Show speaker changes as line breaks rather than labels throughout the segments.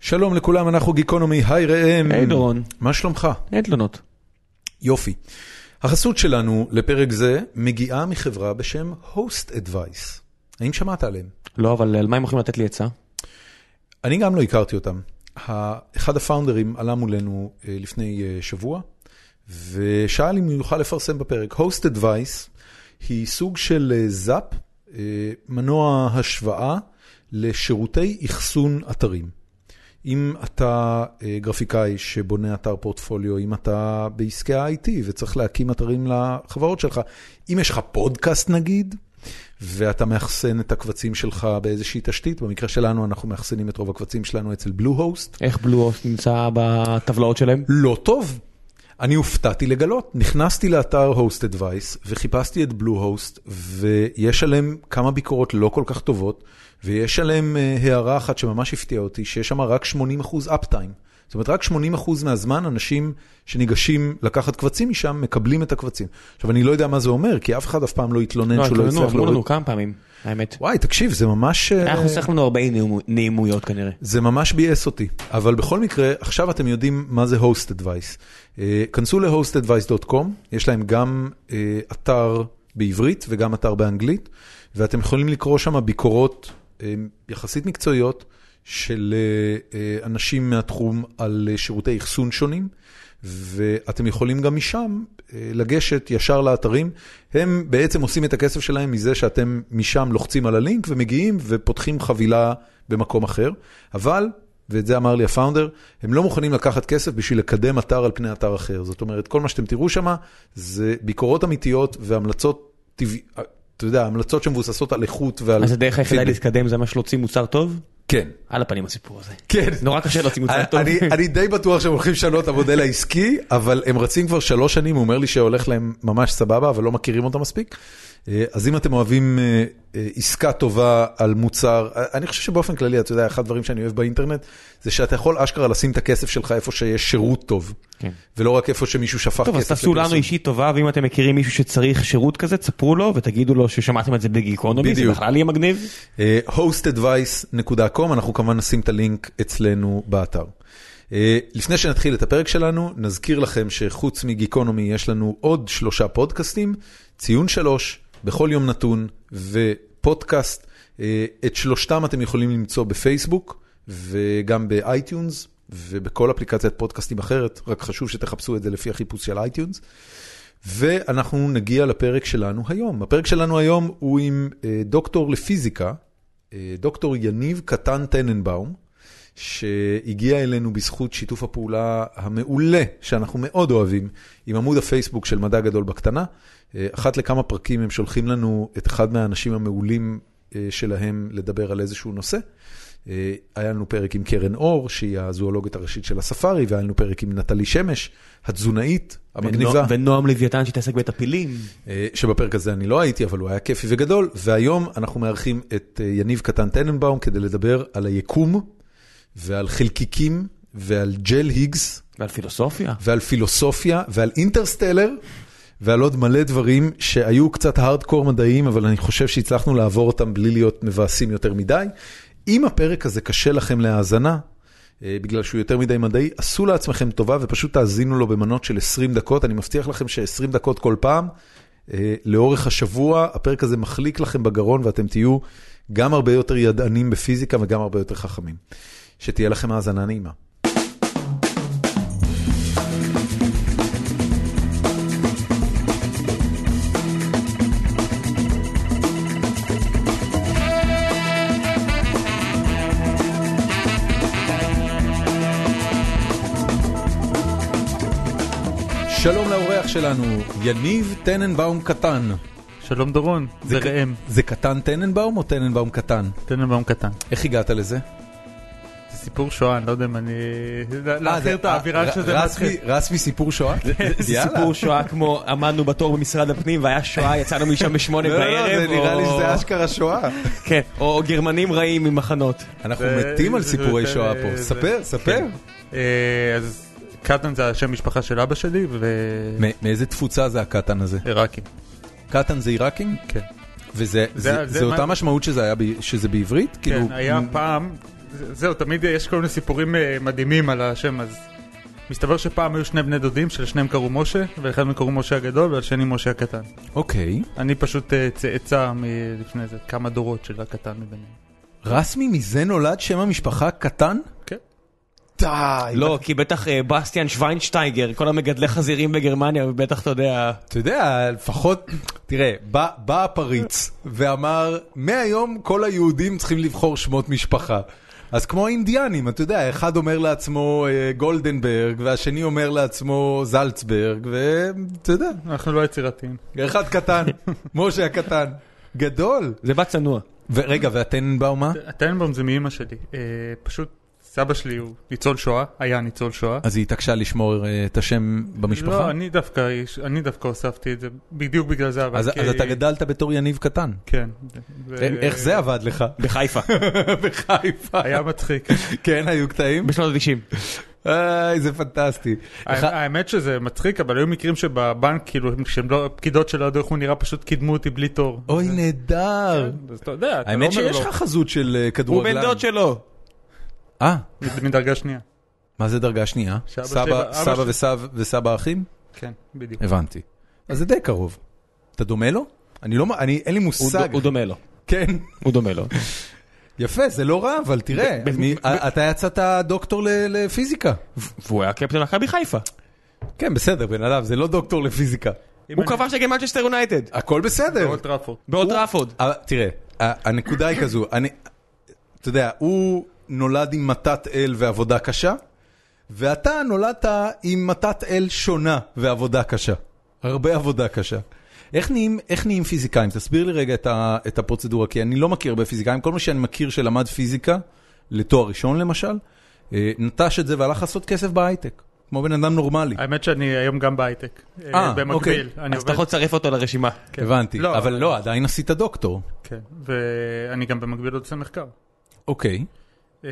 שלום לכולם, אנחנו גיקונומי, היי ראם.
היי דורון.
מה שלומך?
אין תלונות.
יופי. החסות שלנו לפרק זה מגיעה מחברה בשם Host Advice. האם שמעת עליהם?
לא, אבל על מה הם יכולים לתת לי עצה?
אני גם לא הכרתי אותם. ה- אחד הפאונדרים עלה מולנו אה, לפני אה, שבוע, ושאל אם הוא יוכל לפרסם בפרק. Host Advice היא סוג של אה, זאפ, אה, מנוע השוואה לשירותי אחסון אתרים. אם אתה אה, גרפיקאי שבונה אתר פורטפוליו, אם אתה בעסקי ה-IT וצריך להקים אתרים לחברות שלך, אם יש לך פודקאסט נגיד, ואתה מאחסן את הקבצים שלך באיזושהי תשתית, במקרה שלנו אנחנו מאחסנים את רוב הקבצים שלנו אצל בלו הוסט,
איך בלו-אוף נמצא בטבלאות שלהם?
לא טוב. אני הופתעתי לגלות, נכנסתי לאתר host advice וחיפשתי את בלו הוסט ויש עליהם כמה ביקורות לא כל כך טובות ויש עליהם אה, הערה אחת שממש הפתיעה אותי, שיש שם רק 80% uptime. זאת אומרת רק 80% מהזמן אנשים שניגשים לקחת קבצים משם מקבלים את הקבצים. עכשיו אני לא יודע מה זה אומר כי אף אחד אף פעם לא התלונן
לא,
שהוא לא
התלוננו,
הצליח
אמרו
להוריד.
לנו כמה פעמים, האמת.
וואי תקשיב זה ממש... אה,
היה חוסך לנו 40 נעימויות כנראה.
זה ממש ביאס אותי, אבל בכל מקרה, עכשיו אתם יודעים מה זה host advice. אה, כנסו ל-hostadvice.com, יש להם גם אה, אתר בעברית וגם אתר באנגלית, ואתם יכולים לקרוא שם ביקורות אה, יחסית מקצועיות של אה, אה, אנשים מהתחום על אה, שירותי אחסון שונים, ואתם יכולים גם משם אה, לגשת ישר לאתרים. הם בעצם עושים את הכסף שלהם מזה שאתם משם לוחצים על הלינק ומגיעים ופותחים חבילה במקום אחר, אבל, ואת זה אמר לי הפאונדר, הם לא מוכנים לקחת כסף בשביל לקדם אתר על פני אתר אחר. זאת אומרת, כל מה שאתם תראו שם זה ביקורות אמיתיות והמלצות טבעי... אה, אתה יודע, המלצות שמבוססות על איכות ועל...
אז הדרך היחידה
פידבק.
להתקדם זה ממש להוציא מוצר טוב?
כן.
על הפנים הסיפור הזה.
כן.
נורא קשה להוציא מוצר טוב.
אני, אני די בטוח שהם הולכים לשנות את המודל העסקי, אבל הם רצים כבר שלוש שנים, הוא אומר לי שהולך להם ממש סבבה, אבל לא מכירים אותם מספיק. אה, אז אם אתם אוהבים אה, אה, עסקה טובה על מוצר, אה, אני חושב שבאופן כללי, אתה יודע, אחד הדברים שאני אוהב באינטרנט, זה שאתה יכול אשכרה לשים את הכסף שלך איפה שיש שירות טוב,
כן.
ולא רק איפה שמישהו שפך
טוב, אז
כסף
תעשו לנו
לפרסום.
אישית טובה, ואם אתם מכירים מישהו שצריך שירות כזה, תספרו לו ותגידו לו ששמעתם את זה בגיקונומי, זה
בדיוק.
בכלל יהיה מגניב.
אה, hostadvice.com, אנחנו כמובן נשים את הלינק אצלנו באתר. אה, לפני שנתחיל את הפרק שלנו, נזכיר לכם שחוץ מגיקונומי יש לנו עוד שלושה פודקאסטים, ציון שלוש, בכל יום נתון ופודקאסט. אה, את שלושתם אתם יכולים למצוא בפייסבוק וגם באייטיונס ובכל אפליקציית פודקאסטים אחרת, רק חשוב שתחפשו את זה לפי החיפוש של אייטיונס. ואנחנו נגיע לפרק שלנו היום. הפרק שלנו היום הוא עם אה, דוקטור לפיזיקה, אה, דוקטור יניב קטן טננבאום, שהגיע אלינו בזכות שיתוף הפעולה המעולה, שאנחנו מאוד אוהבים, עם עמוד הפייסבוק של מדע גדול בקטנה. אה, אחת לכמה פרקים הם שולחים לנו את אחד מהאנשים המעולים אה, שלהם לדבר על איזשהו נושא. אה, היה לנו פרק עם קרן אור, שהיא הזואולוגית הראשית של הספארי, והיה לנו פרק עם נטלי שמש, התזונאית, המגניבה.
ונו- ונועם לוויתן שהתעסק בטפילים.
אה, שבפרק הזה אני לא הייתי, אבל הוא היה כיפי וגדול, והיום אנחנו מארחים את אה, יניב קטן טננבאום כדי לדבר על היקום ועל חלקיקים ועל ג'ל היגס
ועל פילוסופיה.
ועל פילוסופיה ועל אינטרסטלר ועל עוד מלא דברים שהיו קצת הארדקור מדעיים, אבל אני חושב שהצלחנו לעבור אותם בלי להיות מבאסים יותר מדי. אם הפרק הזה קשה לכם להאזנה, אה, בגלל שהוא יותר מדי מדעי, עשו לעצמכם טובה ופשוט תאזינו לו במנות של 20 דקות. אני מבטיח לכם ש-20 דקות כל פעם, אה, לאורך השבוע, הפרק הזה מחליק לכם בגרון ואתם תהיו גם הרבה יותר ידענים בפיזיקה וגם הרבה יותר חכמים. שתהיה לכם האזנה נעימה. שלום לאורח שלנו, יניב טננבאום קטן.
שלום דורון, זה
ק-
ראם,
זה קטן טננבאום או טננבאום קטן?
טננבאום קטן.
איך הגעת לזה?
זה סיפור שואה, אני לא יודע אם אני...
אה,
להכיר את האווירה שזה מתחיל.
מתחיל. רס מסיפור שואה?
זה סיפור שואה כמו עמדנו בתור במשרד הפנים והיה שואה, יצאנו משם בשמונה
לא, לא,
בערב.
לא, זה נראה לי
או-
שזה אשכרה שואה.
כן, או גרמנים רעים ממחנות.
אנחנו
זה-
מתים על
זה-
סיפורי
זה-
שואה פה.
זה-
ספר, ספר.
כן. אה, אז קטן זה השם משפחה של אבא שלי, ו... כן,
מ- מאיזה תפוצה זה הקטן הזה?
עיראקים.
קטן זה עיראקים?
כן.
וזה
זה-
זה-
זה
זה
מה-
אותה משמעות שזה היה ב- שזה בעברית?
כן,
כאילו,
היה
מ-
פעם, זה- זהו, תמיד יש כל מיני סיפורים אה, מדהימים על השם, אז... מסתבר שפעם היו שני בני דודים, שלשניהם קראו משה, ולאחד מהם קראו משה הגדול, ולשני משה הקטן.
אוקיי.
אני פשוט אה, צאצא מלפני איזה כמה דורות של הקטן מביניהם.
רסמי מזה נולד שם המשפחה קטן?
כן.
די.
לא, כי בטח אה, בסטיאן שוויינשטייגר, כל המגדלי חזירים בגרמניה, בטח, אתה יודע...
אתה יודע, לפחות, תראה, בא, בא הפריץ ואמר, מהיום כל היהודים צריכים לבחור שמות משפחה. אז כמו האינדיאנים, אתה יודע, אחד אומר לעצמו אה, גולדנברג, והשני אומר לעצמו זלצברג, ואתה יודע,
אנחנו לא יצירתיים.
אחד קטן, משה הקטן, גדול.
זה בא צנוע.
ורגע, והטננבאום מה?
הטננבאום זה מאימא שלי. אה, פשוט סבא שלי הוא ניצול שואה, היה ניצול שואה.
אה,
אז היא התעקשה לשמור אה, את השם במשפחה?
לא, אני דווקא, אני דווקא הוספתי את זה, בדיוק בגלל זה, אבל...
אז,
כי-
אז אתה גדלת בתור יניב קטן.
כן. ו-
איך זה עבד לך?
בחיפה,
בחיפה.
אה, היה מצחיק.
כן, היו קטעים?
בשנות ה-90.
איי, זה פנטסטי.
האמת- האמת שזה מצחיק, אבל היו מקרים שבבנק, כאילו, כשהם לא, פקידות שלא ידעו איך הוא נראה, פשוט קידמו אותי בלי תור.
אוי, נהדר.
אז אתה יודע, אתה לא
האמת
אומר
שיש
לו.
לך חזות של אה,
כן. הוא
כדורגלן.
בן דוד שלו.
אה,
מד- מדרגה שנייה.
מה זה דרגה שנייה?
שאבא שלי-
סבא
אבא
סבא
שלי-
וסב- וסבא אחים?
כן, בדיוק.
הבנתי.
אז זה די קרוב.
אתה דומה לו?
אני לא, מ- אני, אין לי
הוא
מושג.
דו- הוא דומה לו.
כן.
הוא דומה לו.
יפה, זה לא רע, אבל תראה,
ב- ב-
מי-
ב-
א- אתה יצאת דוקטור ל- לפיזיקה.
והוא היה קפטן מכבי חיפה.
כן, בסדר, בן אדם, זה לא דוקטור לפיזיקה.
הוא כבש נגד מנצ'סטר יונייטד.
הכל בסדר.
אולט ראפורט.
באולט טראפורד.
אבל אה, תראה, ה- הנקודה היא כזו, אני, אתה יודע, הוא נולד עם מתת אל ועבודה קשה, ואתה נולדת עם מתת אל שונה ועבודה קשה. הרבה עבודה קשה. איך נהיים, איך נהיים פיזיקאים? תסביר לי רגע את, ה, את הפרוצדורה, כי אני לא מכיר הרבה פיזיקאים. כל מה שאני מכיר שלמד פיזיקה, לתואר ראשון למשל, אה, נטש את זה והלך לעשות כסף בהייטק, כמו בן אדם נורמלי.
האמת שאני היום גם בהייטק.
אה, אוקיי.
במקביל. אני
אז אתה
עובד-
יכול לצרף אותו לרשימה.
הבנתי,
לא,
אבל לא, עדיין עשית דוקטור.
כן, ואני גם במקביל עוד עושה מחקר.
אוקיי.
אה,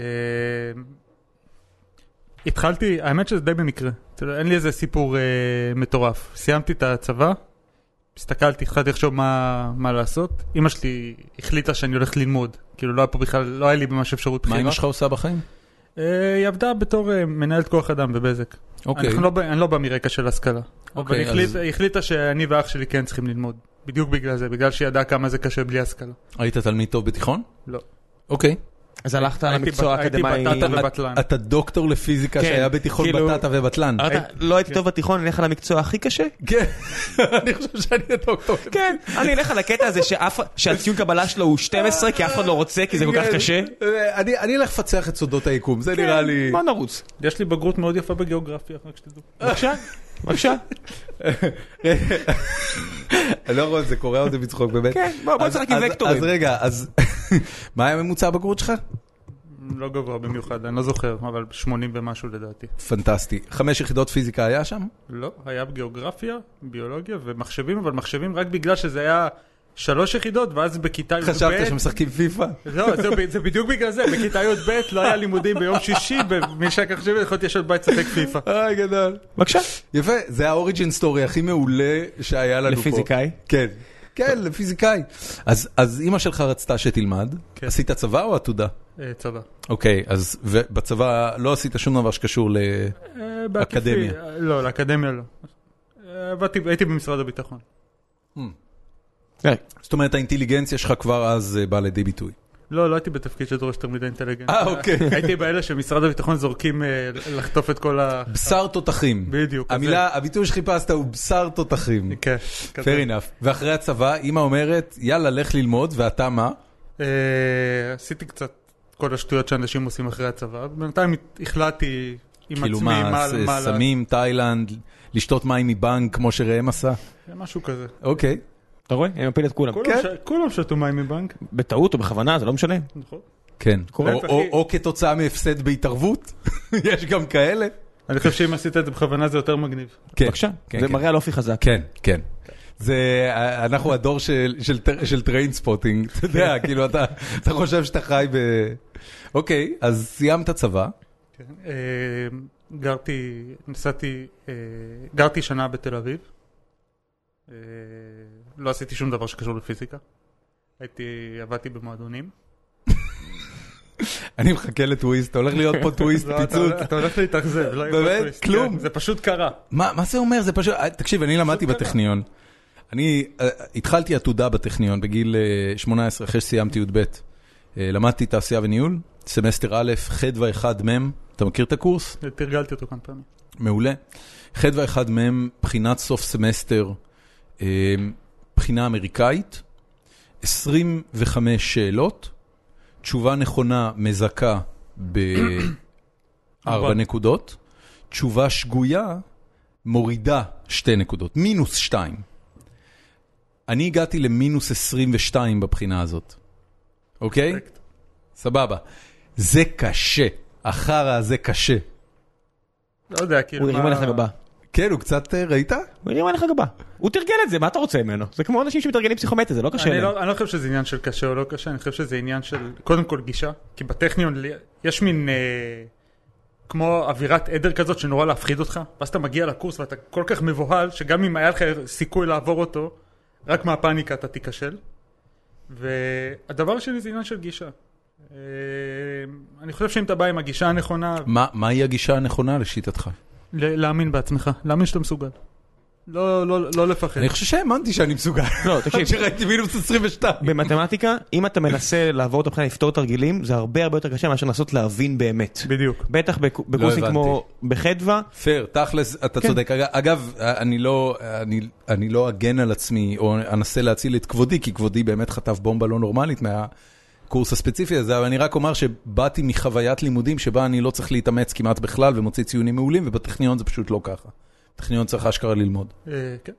התחלתי, האמת שזה די במקרה, אתה יודע, אין לי איזה סיפור אה, מטורף. סיימתי את הצבא, הסתכלתי, התחלתי לחשוב מה, מה לעשות. אימא שלי החליטה שאני הולך ללמוד, כאילו לא היה פה בכלל, לא היה לי ממש אפשרות
מה
בחירה.
אמא שלך עושה בחיים?
אה, היא עבדה בתור אה, מנהלת כוח אדם בבזק.
אוקיי.
אנחנו לא, ב- אני לא בא מרקע של השכלה. אבל
אוקיי,
היא החליט,
אז-
היא החליטה שאני ואח שלי כן צריכים ללמוד, בדיוק בגלל זה, בגלל שהיא ידעה כמה זה קשה בלי השכלה.
היית תלמיד טוב בתיכון?
לא.
אוקיי.
אז הלכת
הייתי
למקצוע
בת- הייתי
האקדמאי.
בטטה
אתה-
ובטלן.
אתה דוקטור לפיזיקה
כן,
שהיה בתיכון
כאילו-
בטטה ובטלן.
אתה לא הייתי טוב בתיכון, נלך על המקצוע הכי קשה?
כן, אני חושב שאני הדוקטור.
כן, אני אלך על הקטע הזה שאף- שהציון קבלה שלו הוא 12 כי אף אחד לא רוצה כי זה כל כך קשה.
אה,
כן,
אני אני אלך לפצח את סודות היקום, זה נראה לי...
בוא נרוץ.
יש לי בגרות מאוד יפה בגיאוגרפיה, רק שתדעו.
בבקשה, בבקשה.
אני לא רואה את זה, קורע אותי מצחוק באמת.
כן, בוא- בוא
אז-
נשחק עם
אז-
וקטורים.
אז רגע, אז מה היה ממוצע הבגרות שלך?
לא גבוה במיוחד, אני לא זוכר, אבל 80 ומשהו לדעתי.
פנטסטי. חמש יחידות פיזיקה היה שם?
לא, היה גיאוגרפיה, ביולוגיה ומחשבים, אבל מחשבים רק בגלל שזה היה שלוש יחידות, ואז בכיתה י"ב...
חשבת שמשחקים פיפא?
לא, זה, ב- זה בדיוק בגלל זה, בכיתה י"ב לא היה לימודים ביום שישי, במשק החשבים יכולתי לשבת בית לשחק פיפא.
אה, גדול.
בבקשה.
יפה, זה האוריג'ין סטורי הכי מעולה שהיה לנו פה.
לפיזיקאי?
כן. כן, לפיזיקאי. אז- אז אימא שלך רצתה שתלמד,
כן.
עשית צבא או עתודה?
אה, צבא.
אוקיי, אז בצבא לא עשית שום דבר שקשור ל...
אה, בעקיפין,
אקדמיה.
אה, לא, לאקדמיה לא. אה, עבדתי, הייתי במשרד הביטחון.
כן.
זאת אומרת, האינטליגנציה שלך כבר אז אה, באה לידי ביטוי.
לא, לא הייתי בתפקיד שדורש תלמידי אינטליגנט.
אה, אוקיי.
הייתי באלה שמשרד הביטחון זורקים אה, לחטוף את כל ה...
בשר תותחים.
בדיוק.
המילה, הביטוי שחיפשת הוא בשר תותחים.
זה- כן. כזה.
Fair enough. ואחרי הצבא, אימא אומרת, יאללה, לך ללמוד, ואתה מה?
אה, עשיתי קצת כל השטויות שאנשים עושים אחרי הצבא, בינתיים החלטתי עם
כאילו
עצמי
מה,
מה
ס-
מה
סמים, תאילנד, לשתות מים מבנק, כמו שראם עשה?
לעשות, אה, משהו כזה.
אוקיי.
אתה רואה? אני מפיל את כולם.
כולם
כן.
ש- כולם שתו מים מבנק,
בטעות או בכוונה, זה לא משנה.
נכון?
כן.
קורה,
או-
אחי.
או- או כתוצאה מהפסד בהתערבות, יש גם כאלה.
אני חושב שאם עשית את זה בכוונה זה יותר מגניב.
כן.
בבקשה.
כן,
זה
כן.
מראה על אופי חזק.
כן, כן. זה, אה, אנחנו הדור של, של, טר- של טריין ספוטינג, אתה יודע, כאילו אתה, אתה חושב שאתה חי ב... אוקיי, אז סיימת צבא,
כן. אה, גרתי, נסעתי, אה, גרתי שנה בתל אביב. אה, לא עשיתי שום דבר שקשור לפיזיקה. הייתי, עבדתי במועדונים.
אני מחכה לטוויסט, הולך להיות פה טוויסט,
לא, אתה-
פיצוץ.
אתה הולך להתאכזב, לא יהיה
באמת?
פופוליסט,
כלום.
כן, זה פשוט קרה.
מה, מה זה אומר? זה פשוט... אה, תקשיב, אני למדתי בטכניון. אני אה, התחלתי עתודה בטכניון בגיל אה, 18, אחרי שסיימתי י"ב. אה, למדתי תעשייה וניהול, סמסטר א', חדווה 1 מ', אתה מכיר את הקורס?
תרגלתי אותו כמה פעמים.
מעולה. חדווה 1 מ', בחינת סוף סמסטר, אה, בחינה אמריקאית, 25 שאלות, תשובה נכונה מזכה בארבע אה,
ארבע.
נקודות, תשובה שגויה מורידה שתי נקודות, מינוס שתיים. אני הגעתי למינוס 22 בבחינה הזאת, אוקיי?
פרפקט.
סבבה. זה קשה, החרא הזה קשה.
לא יודע, כאילו...
הוא הרים
מה-
עליך גבה.
כן, הוא קצת אה, ראית?
הוא הרים עליך גבה. הוא תרגל את זה, מה אתה רוצה ממנו? זה כמו אנשים שמתרגלים פסיכומטר, זה לא קשה
אני
להם.
לא, אני לא חושב שזה עניין של קשה או לא קשה, אני חושב שזה עניין של קודם כל גישה, כי בטכניון לי- יש מין אה, כמו אווירת עדר כזאת שנורא להפחיד אותך, ואז אתה מגיע לקורס ואתה כל כך מבוהל, שגם אם היה לך סיכוי לעבור אותו, רק מהפאניקה אתה תיכשל. והדבר שלי זה עניין של גישה. אה, אני חושב שאם אתה בא עם הגישה הנכונה,
מה, מהי הגישה הנכונה לשיטתך?
ל- להאמין בעצמך, להאמין שאתה מסוגל. לא, לא, לא לפחד.
אני חושב שהאמנתי שאני מסוגל.
לא, תקשיב.
עד שראיתי מינוס 22.
במתמטיקה, אם אתה מנסה לעבור את הבחינה לפתור תרגילים, זה הרבה הרבה יותר קשה מאשר לנסות להבין באמת.
בדיוק.
בטח
לא
בק- בקורסים
הבנתי.
כמו בחדווה,
פייר, תכלס, אתה צודק. אג- אגב, אני לא, אני, אני לא אגן על עצמי, או אנסה להציל את כבודי, כי כבודי באמת חטף בומבה לא נורמלית מהקורס הספציפי הזה, אבל אני רק אומר שבאתי מחוויית לימודים שבה אני לא צריך להתאמץ כמעט בכלל ומוציא ציונים מעולים, ובטכניון זה פשוט לא ככה. טכניון צריך אשכרה ללמוד.
אה, כן.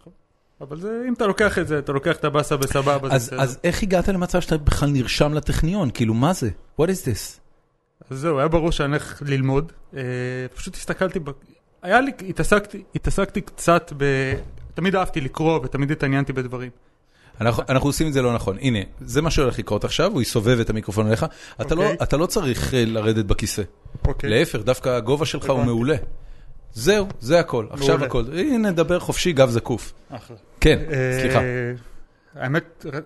נכון. אבל זה, אם אתה לוקח את זה, אתה לוקח את הבאסה בסבבה, זה
אז,
בסדר.
אז איך הגעת למצב שאתה בכלל נרשם לטכניון? כאילו, מה זה? What is this?
אז זהו, היה ברור שאני הולך ללמוד. אה, פשוט הסתכלתי, ב... היה לי, התעסקתי, התעסקתי קצת ב... תמיד אהבתי לקרוא ותמיד התעניינתי בדברים.
אנחנו, אנחנו עושים את זה לא נכון. הנה, זה מה שהולך לקרות עכשיו, הוא יסובב את המיקרופון עליך. אתה, לא,
אוקיי.
אתה לא צריך אה, לרדת בכיסא.
אוקיי.
להפך, דווקא הגובה שלך הוא
הבנתי.
מעולה. זהו, זה הכל. עכשיו
מעולה.
הכל. הנה, דבר חופשי, גב זקוף.
אחלה.
כן,
אה,
סליחה.
האמת, ר-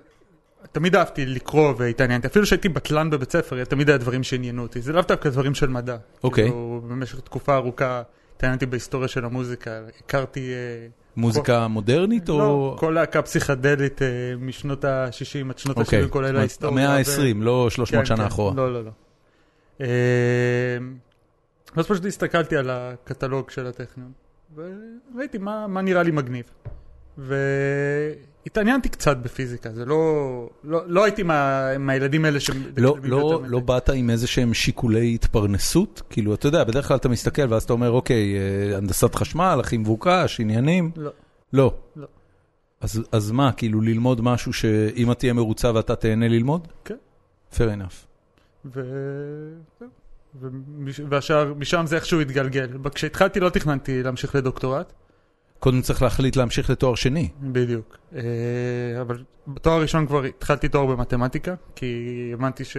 תמיד אהבתי לקרוא והתעניינתי. אפילו שהייתי בטלן בבית ספר, תמיד היה דברים שעניינו אותי. זה לאו דווקא דברים של מדע.
אוקיי.
כאילו, במשך תקופה ארוכה התעניינתי בהיסטוריה של המוזיקה. הכרתי... אה,
מוזיקה מודרנית או...
לא, כל להקה פסיכדלית אה, משנות ה-60 עד שנות
אוקיי,
ה-70,
זאת
כולל
אומרת,
ההיסטוריה.
המאה
ו-
ה-20, לא
כן,
300 שנה
כן,
אחורה.
לא, לא, לא. אה, אז פשוט הסתכלתי על הקטלוג של הטכניון, וראיתי מה, מה נראה לי מגניב. והתעניינתי קצת בפיזיקה, זה לא... לא, לא הייתי מה, מהילדים האלה ש...
לא,
בקלמיות
לא,
המתק.
לא באת עם איזה שהם שיקולי התפרנסות? כאילו, אתה יודע, בדרך כלל אתה מסתכל ואז אתה אומר, אוקיי, אה, הנדסת חשמל, הכי מבוקש, עניינים.
לא.
לא.
לא.
אז, אז מה, כאילו ללמוד משהו שאמא תהיה מרוצה ואתה תהנה ללמוד?
כן.
fair enough.
ו... ומש- והשאר, משם זה איכשהו התגלגל. כשהתחלתי לא תכננתי להמשיך לדוקטורט,
קודם צריך להחליט להמשיך לתואר שני.
בדיוק. אה, אבל בתואר ראשון כבר התחלתי תואר במתמטיקה, כי הבנתי ש...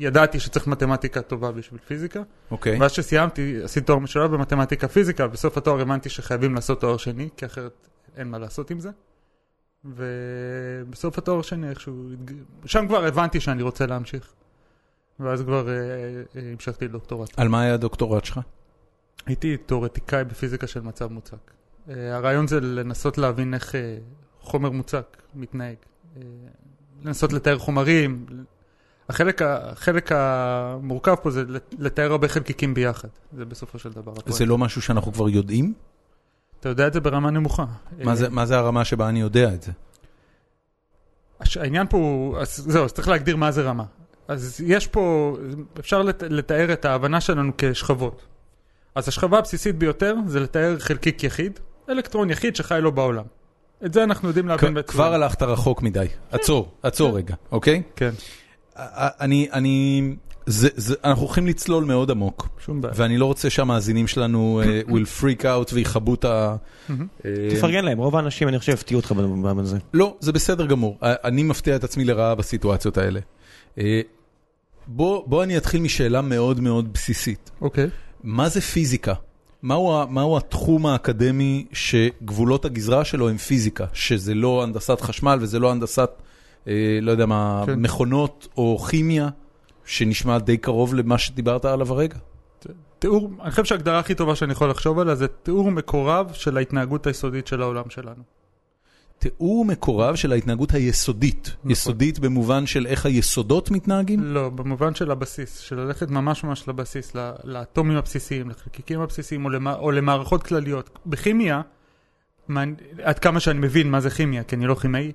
ידעתי שצריך מתמטיקה טובה בשביל פיזיקה.
אוקיי.
ואז שסיימתי, עשיתי תואר משולב במתמטיקה פיזיקה, בסוף התואר הבנתי שחייבים לעשות תואר שני, כי אחרת אין מה לעשות עם זה. ובסוף התואר השני איכשהו, התג- שם כבר הבנתי שאני רוצה להמשיך. ואז כבר אה, אה, המשכתי לדוקטורט.
על מה היה הדוקטורט שלך?
אוקיי. הייתי תיאורטיקאי בפיזיקה של מצב מוצק. אה, הרעיון זה לנסות להבין איך אה, חומר מוצק מתנהג. אה, לנסות לתאר חומרים. החלק, ה- החלק המורכב פה זה לתאר הרבה חלקיקים ביחד. זה בסופו של דבר. הפואנטה.
זה לא משהו שאנחנו כבר יודעים?
אתה יודע את זה ברמה נמוכה. אה,
מה זה- מה זה הרמה שבה אני יודע את זה?
הש- העניין פה הוא, אז זהו, אז צריך להגדיר מה זה רמה. אז יש פה, אפשר לת, לתאר את ההבנה שלנו כשכבות. אז השכבה הבסיסית ביותר זה לתאר חלקיק יחיד, אלקטרון יחיד שחי לו בעולם. את זה אנחנו יודעים להבין
כ- כבר הלכת רחוק מדי. עצור, עצור רגע, אוקיי?
כן,
א- א- אני, אני, זה, זה, אנחנו הולכים לצלול מאוד עמוק,
שום בעיה.
ואני לא רוצה שהמאזינים שלנו אה, will freak out ויכבו את ה... אה,
תפרגן להם, רוב האנשים אני חושב הפתיעו אותך במובן הזה.
לא, זה בסדר גמור. אה, אני מפתיע את עצמי לרעה בסיטואציות האלה. אה, בוא, בוא אני אתחיל משאלה מאוד מאוד בסיסית.
אוקיי.
מה זה פיזיקה? מהו, ה- מהו התחום האקדמי שגבולות הגזרה שלו הם פיזיקה? שזה לא הנדסת חשמל וזה לא הנדסת, אה, לא יודע מה,
כן.
מכונות או כימיה? שנשמע די קרוב למה שדיברת עליו הרגע.
תיאור, אני חושב שההגדרה הכי טובה שאני יכול לחשוב עליה זה תיאור מקורב של ההתנהגות היסודית של העולם שלנו.
תיאור מקורב של ההתנהגות היסודית.
נכון.
יסודית במובן של איך היסודות מתנהגים?
לא, במובן של הבסיס, של ללכת ממש ממש לבסיס, ל- לאטומים הבסיסיים, לחלקיקים הבסיסיים או, למע... או למערכות כלליות. בכימיה, מה... עד כמה שאני מבין מה זה כימיה, כי אני לא כימאי,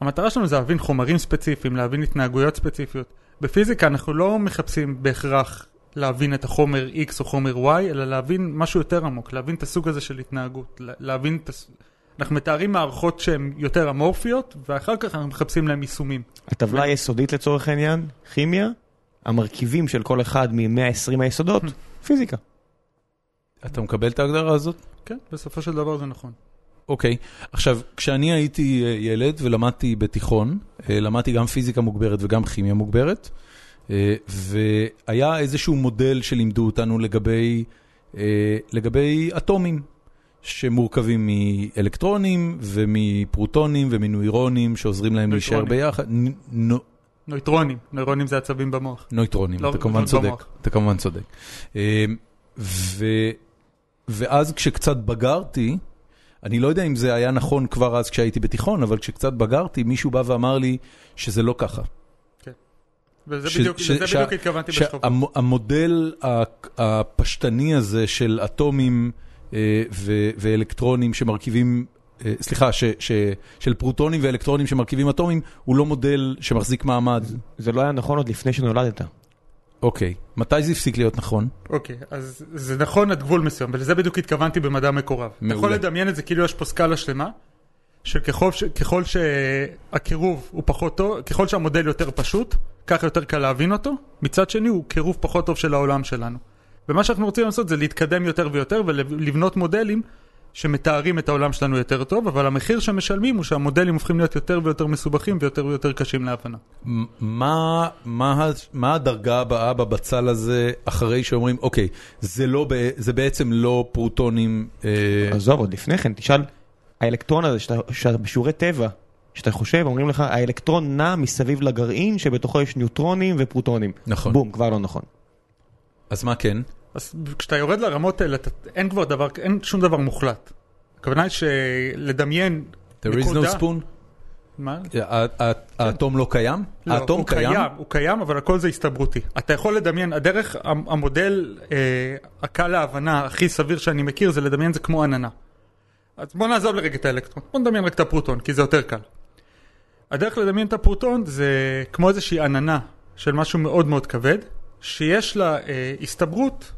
המטרה שלנו זה להבין חומרים ספציפיים, להבין התנהגויות ספציפיות. בפיזיקה אנחנו לא מחפשים בהכרח להבין את החומר X או חומר Y, אלא להבין משהו יותר עמוק, להבין את הסוג הזה של התנהגות, לה- להבין את הס... אנחנו מתארים מערכות שהן יותר אמורפיות, ואחר כך אנחנו מחפשים להן יישומים.
הטבלה היסודית לצורך העניין, כימיה, המרכיבים של כל אחד מ-120 היסודות, פיזיקה.
Mm.
אתה מקבל את ההגדרה הזאת?
כן, בסופו של דבר זה נכון.
אוקיי, עכשיו, כשאני הייתי אה, ילד ולמדתי בתיכון, אה, למדתי גם פיזיקה מוגברת וגם כימיה מוגברת, אה, והיה איזשהו מודל שלימדו אותנו לגבי, אה, לגבי אטומים, שמורכבים מאלקטרונים ומפרוטונים ומנוירונים שעוזרים להם להישאר
נויטרונים.
ביחד. נ- נו-
נויטרונים, נוירונים זה עצבים במוח.
נויטרונים,
לא,
אתה כמובן
לא
צודק,
במוח.
אתה כמובן צודק. אמ, ו... ואז כשקצת בגרתי, אני לא יודע אם זה היה נכון כבר אז כשהייתי בתיכון, אבל כשקצת בגרתי, מישהו בא ואמר לי שזה לא ככה.
וזה
ש-
בדיוק,
ש-
לזה
ש- אמ-
בדיוק התכוונתי בשכבות.
שהמודל הפשטני הזה של אטומים אה, ו- ואלקטרונים שמרכיבים, אה, סליחה, ש- ש- של פרוטונים ואלקטרונים שמרכיבים אטומים, הוא לא מודל שמחזיק מעמד.
זה לא היה נכון עוד לפני שנולדת.
אוקיי, מתי זה הפסיק להיות נכון?
אוקיי, אז זה נכון עד גבול מסוים, ולזה בדיוק התכוונתי במדע מקורב. אתה יכול
מעולה.
לדמיין את זה כאילו יש פה סקאלה שלמה, שככל ש- ככל שהקירוב הוא פחות טוב, ככל שהמודל יותר פשוט, ככה יותר קל להבין אותו, מצד שני הוא קירוב פחות טוב של העולם שלנו. ומה שאנחנו רוצים לעשות זה להתקדם יותר ויותר ולבנות מודלים שמתארים את העולם שלנו יותר טוב, אבל המחיר שמשלמים הוא שהמודלים הופכים להיות יותר ויותר מסובכים ויותר ויותר קשים להבנה.
מ- מה, מה, ה- מה הדרגה הבאה בבצל הזה אחרי שאומרים, אוקיי, זה, לא, בע- זה בעצם לא פרוטונים, אה,
עזוב, עוד לפני כן, תשאל, האלקטרון הזה שאתה- שאתה בשיעורי טבע, שאתה חושב, אומרים לך, האלקטרון נע מסביב לגרעין שבתוכו יש ניוטרונים ופרוטונים.
נכון.
בום, כבר לא נכון.
אז מה כן?
אז כשאתה יורד לרמות האלה, אתה, אין כבר דבר, אין שום דבר מוחלט. הכוונה היא שלדמיין
There is
נקודה-
no spoon?
מה?
ה- ה- האטום לא קיים?
לא,
האטום
הוא קיים? הוא קיים, אבל הכל זה הסתברותי. אתה יכול לדמיין, הדרך, המ- המודל אה, הקל להבנה הכי סביר שאני מכיר, זה לדמיין זה כמו עננה. אז בוא נעזוב לרגע את האלקטרון, בוא נדמיין רק את הפרוטון, כי זה יותר קל. הדרך לדמיין את הפרוטון זה כמו איזושהי עננה של משהו מאוד מאוד כבד, שיש לה אה, הסתברות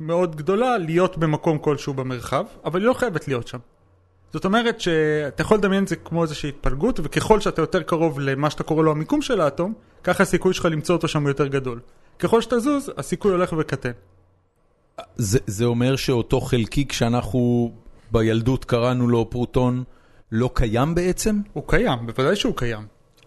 מאוד גדולה להיות במקום כלשהו במרחב, אבל היא לא חייבת להיות שם. זאת אומרת שאתה יכול לדמיין את זה כמו איזושהי התפלגות, וככל שאתה יותר קרוב למה שאתה קורא לו המיקום של האטום, ככה הסיכוי שלך למצוא אותו שם הוא יותר גדול. ככל שאתה זוז, הסיכוי הולך וקטן.
זה, זה אומר שאותו חלקיק שאנחנו בילדות קראנו לו פרוטון, לא קיים בעצם?
הוא קיים, בוודאי שהוא קיים.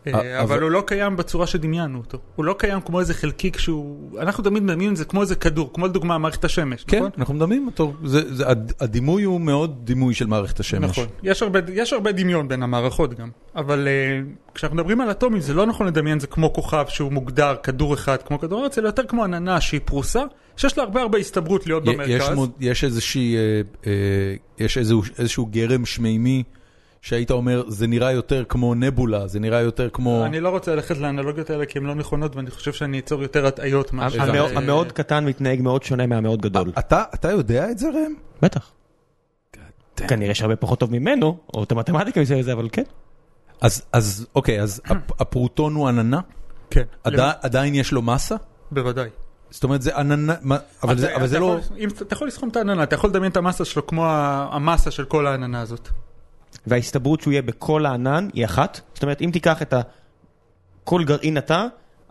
אה,
אה, אבל
אבל-
הוא לא קיים בצורה שדמיינו אותו. הוא לא קיים כמו איזה חלקיק שהוא... אנחנו תמיד מדמיינים את זה כמו איזה כדור, כמו לדוגמה מערכת השמש,
כן,
נכון?
אנחנו מדמים אותו. זה, זה, הד- הדימוי הוא מאוד דימוי של מערכת השמש.
נכון. יש הרבה, יש הרבה דמיון בין המערכות גם. אבל uh, כשאנחנו מדברים על אטומים, זה לא נכון לדמיין זה כמו כוכב שהוא מוגדר כדור אחד כמו כדור הארץ, אלא יותר כמו עננה שהיא פרוסה, שיש לה הרבה הרבה הסתברות להיות
י-
במרכז.
יש, מוד, יש איזושהי, אה, אה, יש איזשהו, איזשהו גרם שמימי שהיית אומר, זה נראה יותר כמו נבולה, זה נראה יותר כמו...
אני לא רוצה ללכת לאנלוגיות האלה כי הן לא נכונות, ואני חושב שאני אצור יותר הטעיות מאשר...
המאוד-
אה,
המאוד קטן מתנהג מאוד שונה מהמאוד
לא-
גדול.
אתה, אתה יודע את זה, ראם?
בטח. כנראה שהרבה פחות טוב ממנו, או את המתמטיקה מסביב לזה, אבל כן.
אז, אז אוקיי, אז הפ- הפרוטון הוא עננה?
כן.
עדי, עדיין יש לו מסה?
בוודאי.
זאת אומרת, זה עננה, מה- אבל
אתה-
זה, אבל
אתה
זה לא...
יכול- אם- אתה יכול לסכום את העננה, אתה יכול לדמיין את המסה שלו כמו ה- המסה של כל העננה הזאת.
וההסתברות שהוא יהיה בכל הענן היא אחת. זאת אומרת, אם תיקח את ה... כל גרעין התא,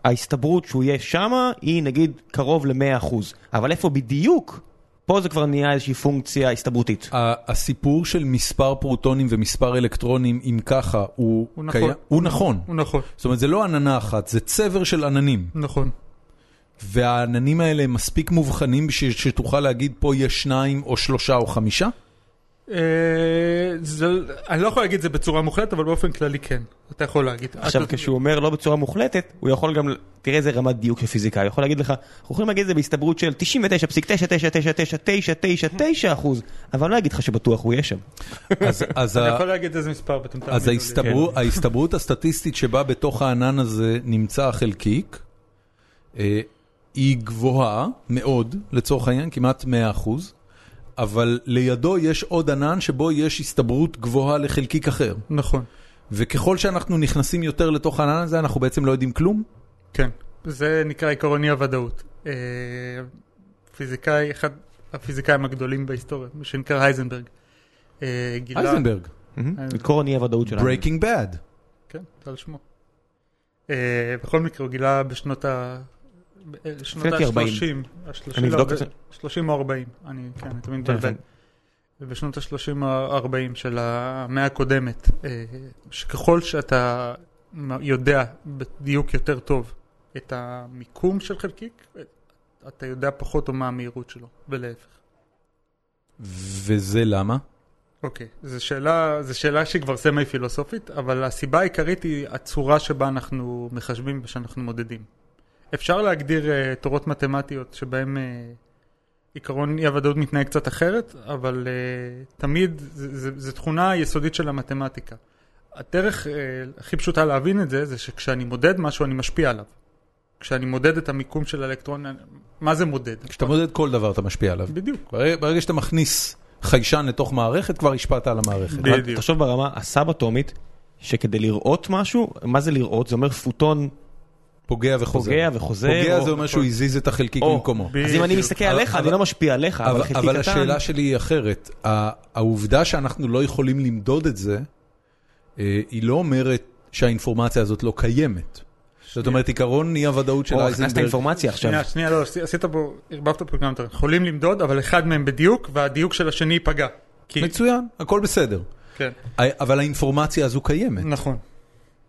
ההסתברות שהוא יהיה שמה היא נגיד קרוב ל-100%. אבל איפה בדיוק? פה זה כבר נהיה איזושהי פונקציה הסתברותית.
ה- הסיפור של מספר פרוטונים ומספר אלקטרונים, אם ככה, הוא,
הוא נכון.
הוא נכון.
הוא נכון,
זאת אומרת, זה לא עננה אחת, זה צבר של עננים.
נכון.
והעננים האלה הם מספיק מובחנים בשביל שתוכל להגיד פה יש שניים או שלושה או חמישה?
אה, זה, אני לא יכול להגיד את זה בצורה מוחלטת, אבל באופן כללי כן. אתה יכול להגיד.
עכשיו
אתה-
כשהוא אומר לא בצורה מוחלטת, הוא יכול גם, ל- תראה איזה רמת דיוק של פיזיקה, הוא יכול להגיד לך, אנחנו יכולים להגיד את זה בהסתברות של 99.9999999 אחוז, אבל אני לא אגיד לך שבטוח הוא יהיה שם.
אז- אז
אתה
ה-
יכול להגיד איזה מספר מטומטם.
אז
בדיוק.
ההסתברו- ההסתברות הסטטיסטית שבה בתוך הענן הזה נמצא החלקיק, אה, היא גבוהה מאוד, לצורך העניין, כמעט 100%, אבל לידו יש עוד ענן שבו יש הסתברות גבוהה לחלקיק אחר.
נכון,
וככל שאנחנו נכנסים יותר לתוך הענן הזה, אנחנו בעצם לא יודעים כלום.
כן. זה נקרא עקרון אי הוודאות. אה, פיזיקאי, אחד הפיזיקאים הגדולים בהיסטוריה, מי שנקרא הייזנברג. אה, גילה-
אייזנברג,
עקרון אי הוודאות שלנו.
Breaking Bad.
כן, זה על שמו. אה, בכל מקרה, הוא גילה בשנות ה... ב- שנות
לפי ארבעים.
ה-30, ה-30
אני אבדוק את זה.
30 או 40, אני, כן, אני תמיד
כן,
מבלבל.
כן.
ובשנות ה-30 ה-40 של המאה הקודמת, אה, שככל שאתה מ- יודע בדיוק יותר טוב את המיקום של חלקיק, אה, אתה יודע פחות או מה המהירות שלו, ולהפך.
וזה למה?
אוקיי, זו שאלה, זו שאלה שהיא כבר סמי פילוסופית, אבל הסיבה העיקרית היא הצורה שבה אנחנו מחשבים ושאנחנו מודדים. אפשר להגדיר uh, תורות מתמטיות שבהן uh, עיקרון אי הוודאות מתנהג קצת אחרת, אבל uh, תמיד זו תכונה יסודית של המתמטיקה. הדרך uh, הכי פשוטה להבין את זה, זה שכשאני מודד משהו אני משפיע עליו. כשאני מודד את המיקום של האלקטרון, אני- מה זה מודד?
כשאתה מודד כל דבר אתה משפיע עליו.
בדיוק.
ברגע ברגע שאתה מכניס חיישן לתוך מערכת, כבר השפעת על המערכת.
בדיוק.
אבל תחשוב ברמה הסבאטומית, שכדי לראות משהו, מה זה לראות? זה אומר פוטון
פוגע וחוזר.
פוגע וחוזר.
פוגע
או-
זה אומר שהוא הזיז את החלקיק
או-
במקומו.
אז אם אני
בדיוק.
מסתכל
אבל-
עליך, אני
אבל-
לא משפיע עליך, אבל
אבל,
חלקי קטן...
אבל השאלה שלי היא אחרת. ה- העובדה שאנחנו לא יכולים למדוד את זה, אה, היא לא אומרת שהאינפורמציה הזאת לא קיימת. זאת אומרת, עיקרון אי הוודאות של
או, הכנסת
אייזנברג.
אינפורמציה עכשיו.
שנייה, שנייה, לא, עשי- עשית פה, ערבבת פה גם את ה... יכולים למדוד, אבל אחד מהם בדיוק, והדיוק של השני ייפגע. כי...
מצוין, הכל בסדר.
כן,
ה- אבל האינפורמציה הזו קיימת.
אה,
נכון.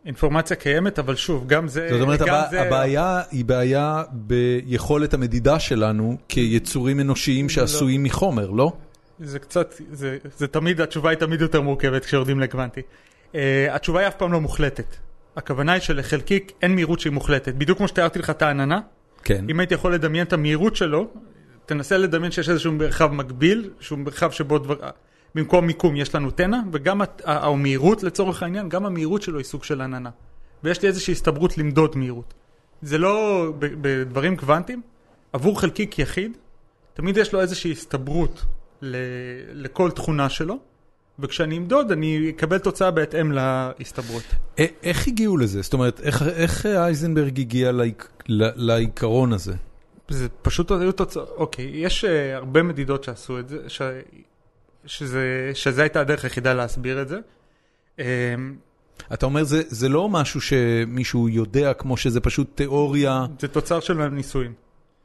אינפורמציה קיימת, אבל שוב, גם זה...
זאת אומרת,
גם
הבע-
זה-
הבעיה היא בעיה ביכולת המדידה שלנו כיצורים
לא.
אנושיים שעשויים מחומר, לא?
זה קצת, זה, זה תמיד, התשובה היא תמיד יותר מורכבת כשיורדים לקוונטי. Uh, התשובה היא אף פעם לא מוחלטת. הכוונה היא שלחלקיק אין מהירות שהיא מוחלטת. בדיוק כמו שתיארתי לך את העננה,
כן.
אם הייתי יכול לדמיין את המהירות שלו, תנסה לדמיין שיש איזשהו מרחב מקביל, שהוא מרחב שבו דבר... במקום מיקום יש לנו תנע, וגם הת- ה- המהירות לצורך העניין, גם המהירות שלו היא סוג של עננה. ויש לי איזושהי הסתברות למדוד מהירות. זה לא ב- בדברים קוונטיים, עבור חלקיק יחיד, תמיד יש לו איזושהי הסתברות ל... לכל תכונה שלו, וכשאני אמדוד אני אקבל תוצאה בהתאם להסתברות.
א- אה, איך הגיעו לזה? זאת אומרת, איך- איך אה, אייזנברג הגיע לעיק- ל- לעיקרון הזה?
זה פשוט היו תוצאות, אוקיי, יש אה, הרבה מדידות שעשו את זה, ש... שזה, שזה הייתה הדרך היחידה להסביר את זה. אה,
אתה אומר, זה, זה לא משהו שמישהו יודע, כמו שזה פשוט תיאוריה,
זה תוצר של הניסויים.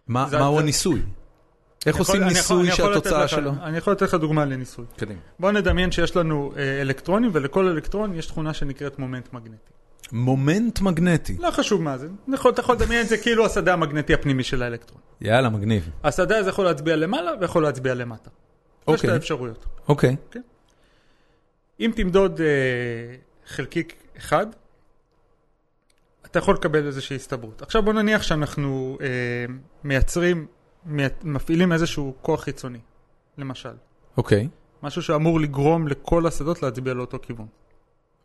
מה,
זה-
מהו
זה-
הניסוי? איך
יכול-
עושים
אני יכול-
ניסוי
אני יכול לתת
שהתוצאה
לך-
שלו?
אני יכול לתת לך דוגמה לניסוי.
קדימה.
בוא נדמיין שיש לנו אה, אלקטרונים, ולכל אלקטרון יש תכונה שנקראת מומנט מגנטי.
מומנט מגנטי.
לא חשוב מה זה, אני יכול- אתה יכול לדמיין את זה כאילו השדה המגנטי הפנימי של האלקטרון.
יאללה, מגניב.
השדה הזה יכול להצביע למעלה ויכול להצביע למטה. זה שתי
אוקיי.
האפשרויות.
אוקיי.
אם תמדוד אה, חלקיק אחד, אתה יכול לקבל איזושהי הסתברות. עכשיו בוא נניח שאנחנו אה, מייצרים, מי, מפעילים איזשהו כוח חיצוני, למשל.
אוקיי.
משהו שאמור לגרום לכל השדות להצביע לאותו כיוון.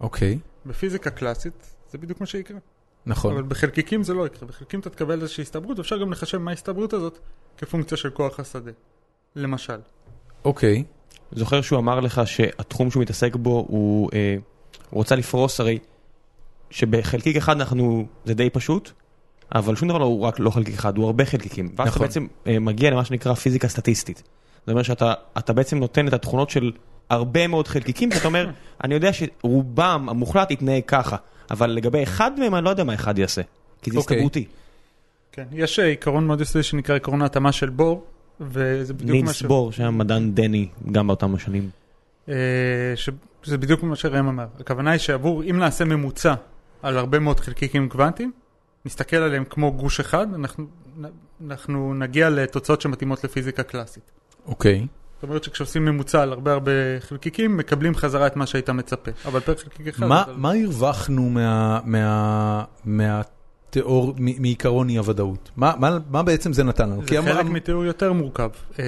אוקיי.
בפיזיקה קלאסית זה בדיוק מה שיקרה. אבל
נכון.
בחלקיקים זה לא יקרה, בחלקיקים אתה תקבל איזושהי הסתברות, ואפשר גם לחשב מה ההסתברות הזאת כפונקציה של כוח השדה. למשל.
אוקיי.
זוכר שהוא אמר לך שהתחום שהוא מתעסק בו הוא, אה, הוא רוצה לפרוס הרי שבחלקיק אחד אנחנו, זה די פשוט, אבל שום דבר לא הוא רק לא חלקיק אחד, הוא הרבה חלקיקים. ואז אתה
נכון.
בעצם אה, מגיע למה שנקרא פיזיקה סטטיסטית. זאת אומרת שאתה אתה בעצם נותן את התכונות של הרבה מאוד חלקיקים, שאתה אומר, אני יודע שרובם המוחלט יתנהג ככה, אבל לגבי אחד מהם אני לא יודע מה אחד יעשה, כי זה
אוקיי.
הסתברותי.
כן, יש אה, עיקרון מאוד יסודי שנקרא עיקרון ההתאמה של בור, וזה בדיוק מה
נילס
ש...
בור, שהיה מדען דני גם באותם השנים.
אה, ש- זה בדיוק מה שראם אמר. הכוונה היא שעבור, אם נעשה ממוצע על הרבה מאוד חלקיקים קוונטיים, נסתכל עליהם כמו גוש אחד, אנחנו, נ- אנחנו נגיע לתוצאות שמתאימות לפיזיקה קלאסית.
אוקיי.
זאת אומרת שכשעושים ממוצע על הרבה הרבה חלקיקים, מקבלים חזרה את מה שהיית מצפה. אבל פר חלקיק אחד...
מה-
אבל-
מה הרווחנו מה- מה- מהתיאור, מ- מעיקרון אי הוודאות? מה- מה מה בעצם זה נתן לנו?
זה
כי אמ- המ-
חלק
המ-
מתיאור יותר מורכב. אה,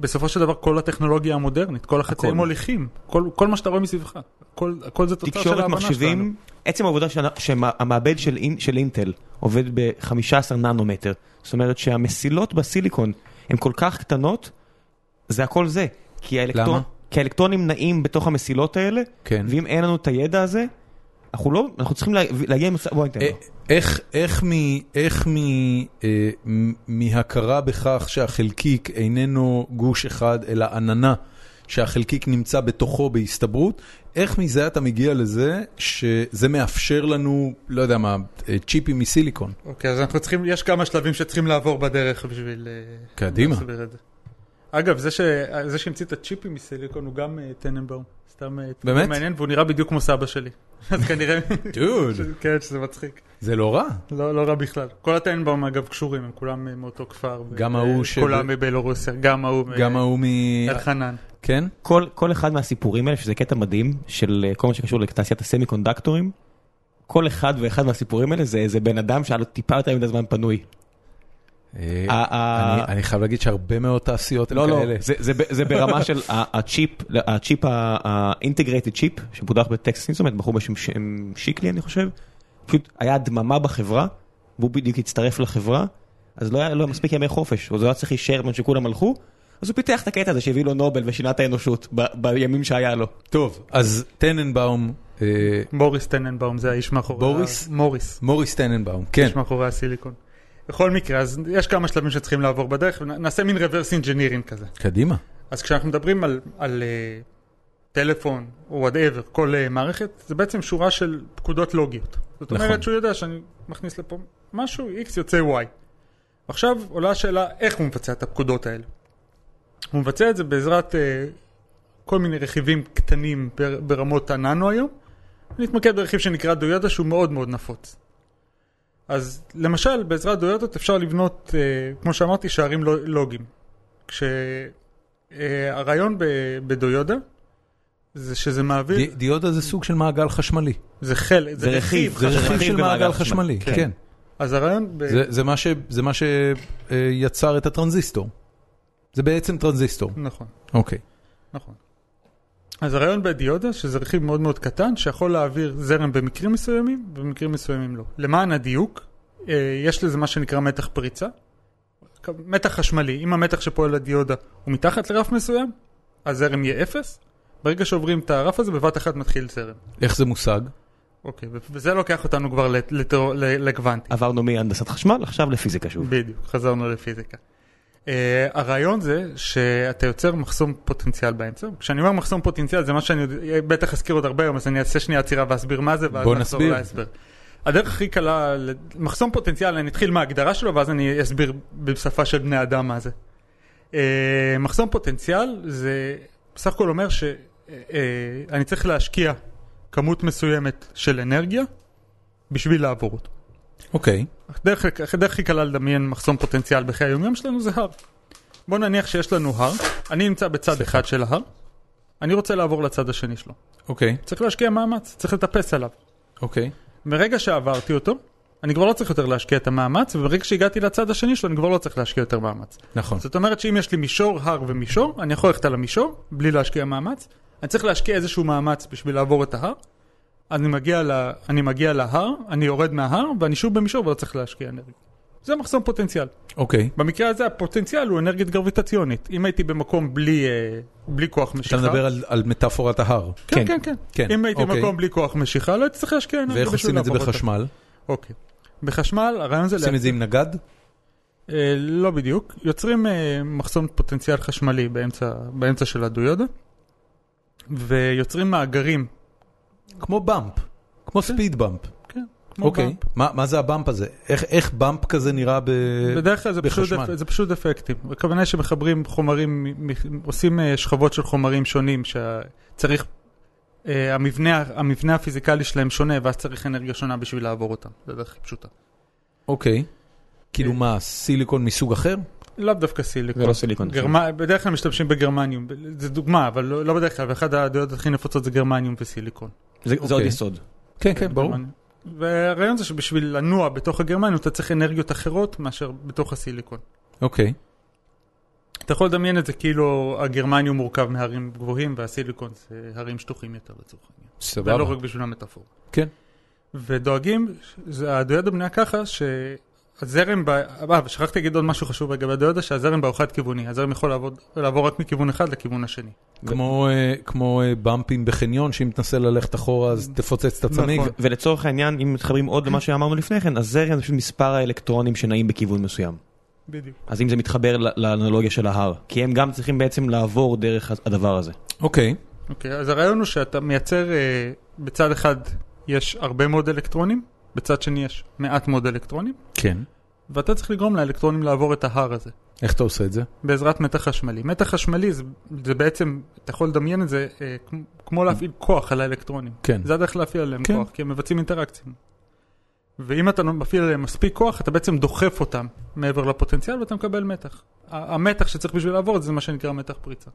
בסופו של דבר כל הטכנולוגיה המודרנית, כל החצאים
הכל.
מוליכים, כל- כל מה שאתה רואה מסביבך, הכל הכל זה תוצאה של ההבנה
תקשורת
שלנו.
מחשבים, עצם העובדה שהנ- שהמעבד של אינ- של אינטל עובד ב-15 ננומטר, זאת אומרת שהמסילות בסיליקון הן כל כך קטנות, זה הכל זה. כי האלקטרון-
למה?
כי האלקטרונים נעים בתוך המסילות האלה,
כן.
ואם אין לנו את הידע הזה, אנחנו לא, אנחנו צריכים לה- להגיע עם... בוא ניתן לו.
א- אה, איך, איך, מ, איך מ, אה, מ- מהכרה בכך שהחלקיק איננו גוש אחד אלא עננה, שהחלקיק נמצא בתוכו בהסתברות, איך מזה אתה מגיע לזה שזה מאפשר לנו, לא יודע מה, אה, צ'יפים מסיליקון?
אוקיי, אז אנחנו צריכים, יש כמה שלבים שצריכים לעבור בדרך בשביל... אה,
קדימה.
להסביר את זה. אגב, זה ש- זה שהמציא את הצ'יפים מסיליקון הוא גם אה, טננבאום. סתם אה, תיקון
באמת?
מעניין, והוא נראה בדיוק כמו סבא שלי. אז כנראה,
דוד,
כן, שזה מצחיק.
זה לא רע.
לא לא רע בכלל. כל הטננבאום אגב קשורים, הם כולם אה, מאותו כפר. ו-
גם ההוא
אה,
ש-
כולם מבלורוסיה, גם ההוא. מ-
גם ההוא מ...
אלחנן.
כן?
כל, כל אחד מהסיפורים האלה, שזה קטע מדהים, של אה, כל מה שקשור לתעשיית הסמי קונדקטורים, כל אחד ואחד מהסיפורים האלה זה איזה בן אדם שהיה לו טיפה יותר מדי זמן פנוי.
אה,
אה, אה.
אני- אני חייב להגיד שהרבה מאוד תעשיות הן
לא, לא,
כאלה.
זה, זה, ב- זה ברמה של ה- הצ'יפ, הצ'יפ ה-integrated צ'יפ, שפותח בטקסט אינסטרומנט, בחור בשם ש- שיקלי אני חושב, פשוט היה דממה בחברה, והוא בדיוק הצטרף לחברה, אז לא היה לו מספיק ימי חופש, אז הוא היה צריך להישאר בזמן שכולם הלכו, אז הוא פיתח את הקטע הזה שהביא לו נובל ושינה את האנושות ב- בימים שהיה לו.
טוב, אז טננבאום, אה,
מוריס טננבאום זה האיש מאחורי...
בוריס?
ה- מוריס.
מוריס טננבאום, כן.
יש מאחורי הסיליקון. בכל מקרה, אז יש כמה שלבים שצריכים לעבור בדרך, ונ- נעשה מין reverse engineering כזה.
קדימה.
אז כשאנחנו מדברים על, על uh, טלפון או whatever, כל uh, מערכת, זה בעצם שורה של פקודות לוגיות. זאת
נכון.
אומרת שהוא יודע שאני מכניס לפה משהו, x יוצא y. עכשיו עולה השאלה איך הוא מבצע את הפקודות האלה. הוא מבצע את זה בעזרת uh, כל מיני רכיבים קטנים בר, ברמות הננו היום. נתמקד ברכיב שנקרא דויוטה שהוא מאוד מאוד נפוץ. אז למשל בעזרת דויוטות אפשר לבנות, uh, כמו שאמרתי, שערים לו- לוגיים. כש... אה, הרעיון ב- בדויודה זה שזה מעביר,
די- דיודה זה סוג של מעגל חשמלי.
זה חלק, זה
זה
רכיב,
רכיב,
זה
חשמל.
רכיב של מעגל חשמלי,
כן.
כן.
אז הרעיון, ב-
זה- זה מה ש- זה מה שיצר את הטרנזיסטור. זה בעצם טרנזיסטור.
נכון,
אוקיי.
נכון. אז הרעיון בדיודה שזה רכיב מאוד מאוד קטן שיכול להעביר זרם במקרים מסוימים ובמקרים מסוימים לא. למען הדיוק, אה, יש לזה מה שנקרא מתח פריצה, מתח חשמלי, אם המתח שפועל לדיודה הוא מתחת לרף מסוים, הזרם יהיה אפס, ברגע שעוברים את הרף הזה בבת אחת מתחיל זרם.
איך זה מושג?
אוקיי, ו- וזה לוקח אותנו כבר לת- לתאו- ל- לקוונטי.
עברנו מהנדסת חשמל, עכשיו לפיזיקה שוב.
בדיוק, חזרנו לפיזיקה. Uh, הרעיון זה שאתה יוצר מחסום פוטנציאל באמצע. כשאני אומר מחסום פוטנציאל זה מה שאני יודע- אה, בטח אזכיר עוד הרבה היום, אז אני אעשה שנייה עצירה ואסביר מה זה, ואז
בוא
נחזור
נסביר.
להסבר. הדרך הכי קלה, ל- מחסום פוטנציאל, אני אתחיל מההגדרה שלו ואז אני אסביר בשפה של בני אדם מה זה. Uh, מחסום פוטנציאל זה בסך הכל אומר שאני uh, אני צריך להשקיע כמות מסוימת של אנרגיה בשביל לעבור אותו.
אוקיי.
הדרך, הדרך הכי קלה לדמיין מחסום פוטנציאל בחיי היומיום שלנו זה הר. בוא נניח שיש לנו הר, אני נמצא בצד אחד של ההר, אני רוצה לעבור לצד השני שלו.
אוקיי.
צריך להשקיע מאמץ, צריך לטפס עליו.
אוקיי.
מרגע שעברתי אותו, אני כבר לא צריך יותר להשקיע את המאמץ, וברגע שהגעתי לצד השני שלו אני כבר לא צריך להשקיע יותר מאמץ.
נכון.
זאת אומרת שאם יש לי מישור, הר ומישור, אני יכול ללכת על המישור בלי להשקיע מאמץ. אני צריך להשקיע איזשהו מאמץ בשביל לעבור את ההר. אני מגיע, ל... אני מגיע להר, אני יורד מההר ואני שוב במישור ולא צריך להשקיע אנרגיה. זה מחסום פוטנציאל.
אוקיי.
במקרה הזה הפוטנציאל הוא אנרגית גרביטציונית. אם הייתי במקום בלי, אה, בלי כוח
אתה
משיכה...
מדבר על- על מטאפורת ההר.
כן, כן, כן.
כן,
אם הייתי
אוקיי.
במקום בלי כוח משיכה, לא הייתי צריך להשקיע אנרגיה
ואיך
בשביל
עושים את זה
לעבור אותה.
בחשמל?
אוקיי. בחשמל, הרעיון זה...
עושים את זה עם נגד?
אה, לא בדיוק. יוצרים אה, מחסום פוטנציאל חשמלי באמצע, באמצע של הדויודה, ויוצרים מאגרים.
כמו באמפ. כמו ספיד באמפ.
כן, כמו
אוקיי.
באמפ.
מה מה זה הבאמפ הזה? איך- איך באמפ כזה נראה ב...
בדרך כלל זה פשוט,
בחשמל.
דפ, זה פשוט אפקטים. הכוונה היא שמחברים חומרים, מ- מ- עושים אה, שכבות של חומרים שונים, שצריך, אה, המבנה, המבנה הפיזיקלי שלהם שונה, ואז צריך אנרגיה שונה בשביל לעבור אותם. זה הדרך הכי פשוטה. אה.
אוקיי. כאילו מה, סיליקון מסוג אחר?
לאו דווקא סיליקון.
זה לא סיליקון.
גרמ... בדרך כלל משתמשים בגרמניום, זו דוגמה, אבל לא, לא בדרך כלל, ואחת הדעות הכי נפוצות זה גרמניום וסיליקון.
זה זה עוד
אוקיי.
יסוד.
כן, כן, ברור.
גרמניום. והרעיון זה שבשביל לנוע בתוך הגרמניום אתה צריך אנרגיות אחרות מאשר בתוך הסיליקון.
אוקיי.
אתה יכול לדמיין את זה כאילו הגרמניום מורכב מהרים גבוהים והסיליקון זה הרים שטוחים יותר לצורך העניין. זה לא
סבבה.
רק בשביל המטאפורה.
כן.
ודואגים, זה- הדואדה בנויה ככה שהזרם, ב... אה, ושכחתי להגיד עוד משהו חשוב לגבי הדואדה, שהזרם בה הוא חד כיווני, הזרם יכול לעבוד, לעבור רק מכיוון אחד לכיוון השני.
כמו, אה, כמו אה, במפים בחניון, שאם תנסה ללכת אחורה אז תפוצץ את הצמיג.
נכון.
ולצורך העניין, אם מתחברים עוד למה שאמרנו לפני כן, אז זרם זה פשוט מספר האלקטרונים שנעים בכיוון מסוים.
בדיוק.
אז אם זה מתחבר ל- לאנלוגיה של ההר, כי הם גם צריכים בעצם לעבור דרך הדבר הזה.
אוקיי,
אוקיי, אז הרעיון הוא שאתה מייצר, אה, בצד אחד יש הרבה מאוד אלקטרונים, בצד שני יש מעט מאוד אלקטרונים,
כן.
ואתה צריך לגרום לאלקטרונים לעבור את ההר הזה.
איך אתה עושה את זה?
בעזרת מתח חשמלי. מתח חשמלי זה, זה בעצם, אתה יכול לדמיין את זה אה, כמו- כמו להפעיל כוח על האלקטרונים.
כן.
זה הדרך להפעיל עליהם
כן.
כן. כוח, כי הם מבצעים אינטראקציות. ואם אתה לא מפעיל עליהם מספיק כוח, אתה בעצם דוחף אותם מעבר לפוטנציאל ואתה מקבל מתח. ה- המתח שצריך בשביל לעבור את זה, זה מה שנקרא מתח פריצה.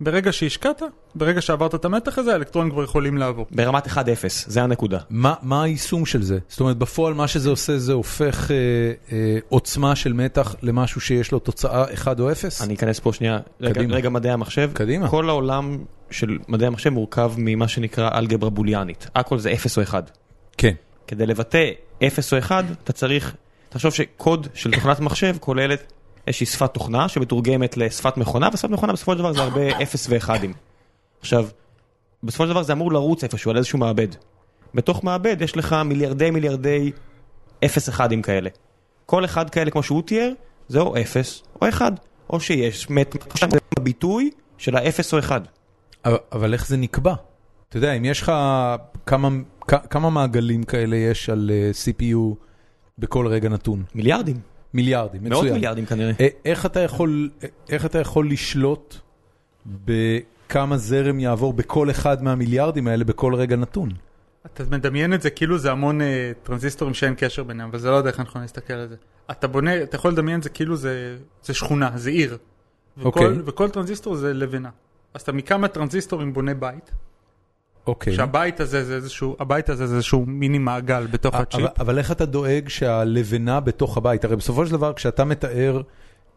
ברגע שהשקעת, ברגע שעברת את המתח הזה, האלקטרונים כבר יכולים לעבור.
ברמת 1-0, זה הנקודה.
מה, מה היישום של זה? זאת אומרת, בפועל מה שזה עושה זה הופך אה, אה, עוצמה של מתח למשהו שיש לו תוצאה 1 או 0?
אני אכנס פה שנייה, רגע,
קדימה.
רגע מדעי המחשב.
קדימה.
כל העולם של מדעי המחשב מורכב ממה שנקרא אלגברה בוליאנית. הכל זה 0 או 1.
כן.
כדי לבטא 0 או 1, אתה צריך, תחשוב שקוד של תוכנת מחשב כוללת איזושהי שפת תוכנה שמתורגמת לשפת מכונה, ושפת מכונה בסופו של דבר זה הרבה 0 ו-1ים. עכשיו, בסופו של דבר זה אמור לרוץ איפשהו על איזשהו מעבד. בתוך מעבד יש לך מיליארדי מיליארדי 0-1ים כאלה. כל אחד כאלה כמו שהוא תיאר, זה או 0 או 1, או שיש מת, עכשיו זה ביטוי של ה-0 או 1.
אבל, אבל איך זה נקבע? אתה יודע, אם יש לך כמה, כ- כמה מעגלים כאלה יש על אה, CPU בכל רגע נתון?
מיליארדים,
מיליארדים, מצוין.
מאות מיליארדים כנראה.
אה, איך אתה יכול, אה, איך אתה יכול לשלוט בכמה זרם יעבור בכל אחד מהמיליארדים האלה בכל רגע נתון?
אתה מדמיין את זה כאילו זה המון אה, טרנזיסטורים שאין קשר ביניהם, אבל זה לא הדרך הנכונה להסתכל על זה. אתה בונה, אתה יכול לדמיין את זה כאילו זה, זה שכונה, זה עיר. וכל,
אוקיי.
וכל טרנזיסטור זה לבנה. אז אתה מכמה טרנזיסטורים בונה בית,
אוקיי.
שהבית הזה זה איזשהו, הבית הזה זה איזשהו מיני מעגל בתוך
אה, אבל,
הצ'יפ.
אבל איך אתה דואג שהלבנה בתוך הבית? הרי בסופו של דבר כשאתה מתאר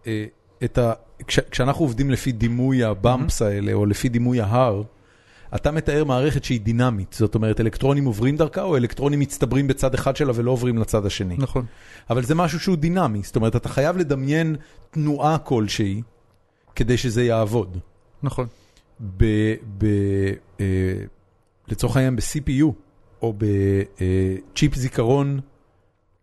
אה, את ה... כש, כשאנחנו עובדים לפי דימוי הבמפס האלה, או לפי דימוי ההר, אתה מתאר מערכת שהיא דינמית. זאת אומרת, אלקטרונים עוברים דרכה, או אלקטרונים מצטברים בצד אחד שלה ולא עוברים לצד השני.
נכון.
אבל זה משהו שהוא דינמי, זאת אומרת, אתה חייב לדמיין תנועה כלשהי כדי שזה יעבוד.
נכון.
ב... ב אה, לצורך העניין ב-CPU, או בצ'יפ זיכרון,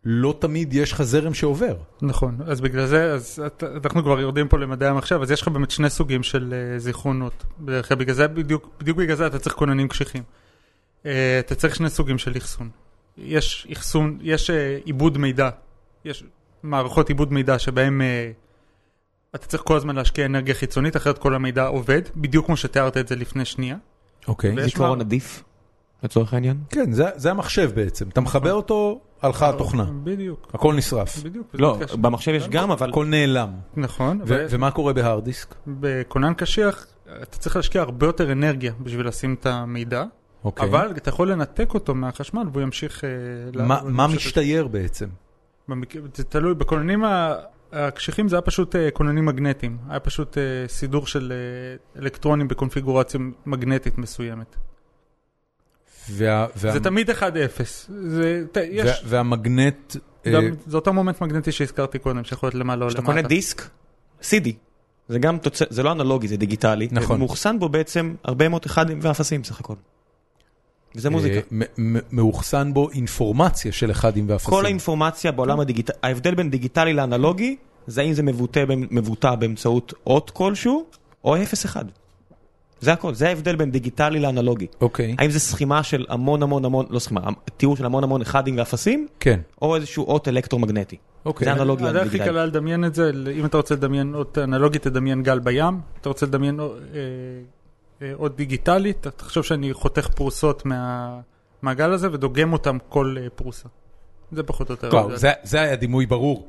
לא תמיד יש לך זרם שעובר.
נכון, אז בגלל זה, אז את, אנחנו כבר יורדים פה למדעי המחשב, אז יש לך באמת שני סוגים של uh, זיכרונות. בדרך כלל בגלל זה, בדיוק, בדיוק בגלל זה אתה צריך כוננים קשיחים. Uh, אתה צריך שני סוגים של אחסון. יש אחסון, יש uh, עיבוד מידע, יש מערכות עיבוד מידע שבהן uh, אתה צריך כל הזמן להשקיע אנרגיה חיצונית, אחרת כל המידע עובד, בדיוק כמו שתיארת את זה לפני שנייה.
אוקיי.
ויש
זיכרון
מה-
עדיף, לצורך העניין.
כן, זה, זה המחשב בעצם. אתה מחבר אותו, הלכה התוכנה.
בדיוק,
הכל נשרף,
בדיוק. וזה
לא,
מתקשר.
במחשב יש גם, אבל...
הכל נעלם.
נכון. אבל-
ו- ומה קורה בהארד דיסק?
בכונן קשיח אתה צריך להשקיע הרבה יותר אנרגיה בשביל לשים את המידע, okay.
אוקיי.
אבל אתה יכול לנתק אותו מהחשמל והוא ימשיך... אה, לה-
מה,
הוא
מה
ימשיך-
משתייר בעצם?
במק... זה תלוי, בכוננים ה- הקשיחים זה היה פשוט אה, כוננים מגנטיים, היה פשוט אה, סידור של אה, אלקטרונים בקונפיגורציה מגנטית מסוימת.
וה, וה,
זה תמיד 1-0, זה... ת...
וה,
יש...
והמגנט... אה,
גם... זה אותו מומנט מגנטי שהזכרתי קודם, שיכול להיות למעלה או למטה.
כשאתה קונה דיסק, CD, זה גם תוצא, זה לא אנלוגי, זה דיגיטלי.
נכון.
מאוחסן בו בעצם הרבה מאוד אחדים ואפסים סך הכל. וזה מוזיקה.
אה, מ- מ- מאוחסן בו אינפורמציה של אחדים ואפסים.
כל האינפורמציה בעולם הדיגיטלי, ההבדל בין דיגיטלי לאנלוגי, זה האם זה מבוטא, באמ- מבוטא באמצעות אות כלשהו, או 0-1. זה הכל, זה ההבדל בין דיגיטלי לאנלוגי.
אוקיי,
האם זה סכימה של המון המון המון, לא סכימה, תיאור של המון המון אחדים ואפסים,
כן.
או איזשהו אות אלקטרומגנטי.
אוקיי.
זה אנלוגיה
הדרך הכי
דיגיטלית.
קלה לדמיין את זה, אם אתה רוצה לדמיין עוד אנלוגית, תדמיין גל בים, אתה רוצה לדמיין אה, אה, עוד דיגיטלית, אתה תחשוב שאני חותך פרוסות מה- מהגל הזה ודוגם אותם כל אה, פרוסה. זה פחות או יותר.
לא,
וואו, זה- זה היה דימוי ברור.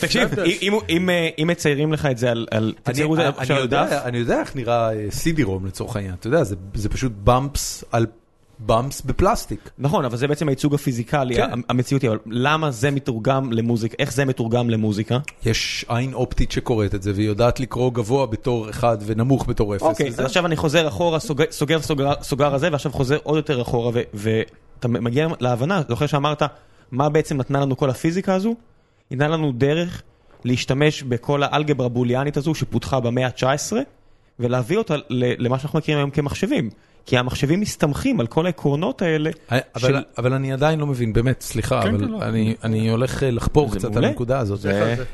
תקשיב, אם- אם, אה, אם מציירים לך את זה על- על... תציירו את זה
אני
עכשיו על
יודע-
דף,
אני יודע איך נראה אה, CD-ROM לצורך העניין, אתה יודע, זה- זה פשוט באמפס על באמפס בפלסטיק.
נכון, אבל זה בעצם הייצוג הפיזיקלי,
כן.
המ- המציאותי, אבל למה זה מתורגם למוזיקה, איך זה מתורגם למוזיקה?
יש עין אופטית שקוראת את זה, והיא יודעת לקרוא גבוה בתור 1 ונמוך בתור 0.
אוקיי, אז עכשיו אני חוזר אחורה, סוגר- סוגר סוגר- סוגר הזה, ועכשיו חוזר עוד יותר אחורה, ו- ואתה מגיע להבנה, זוכר שאמרת, מה בעצם נתנה לנו כל הפיזיקה הזו? היא נתנה לנו דרך להשתמש בכל האלגברה הבוליאנית הזו שפותחה במאה ה-19, ולהביא אותה ל- למה שאנחנו מכירים היום כמחשבים. כי המחשבים מסתמכים על כל העקרונות האלה. של-
אה, אבל אני עדיין לא מבין, באמת, סליחה,
כן,
אבל
כן, לא.
אני- אני הולך אה, לחפור
זה
קצת על
מעולה.
הנקודה הזאת.
זה-
אה, זה-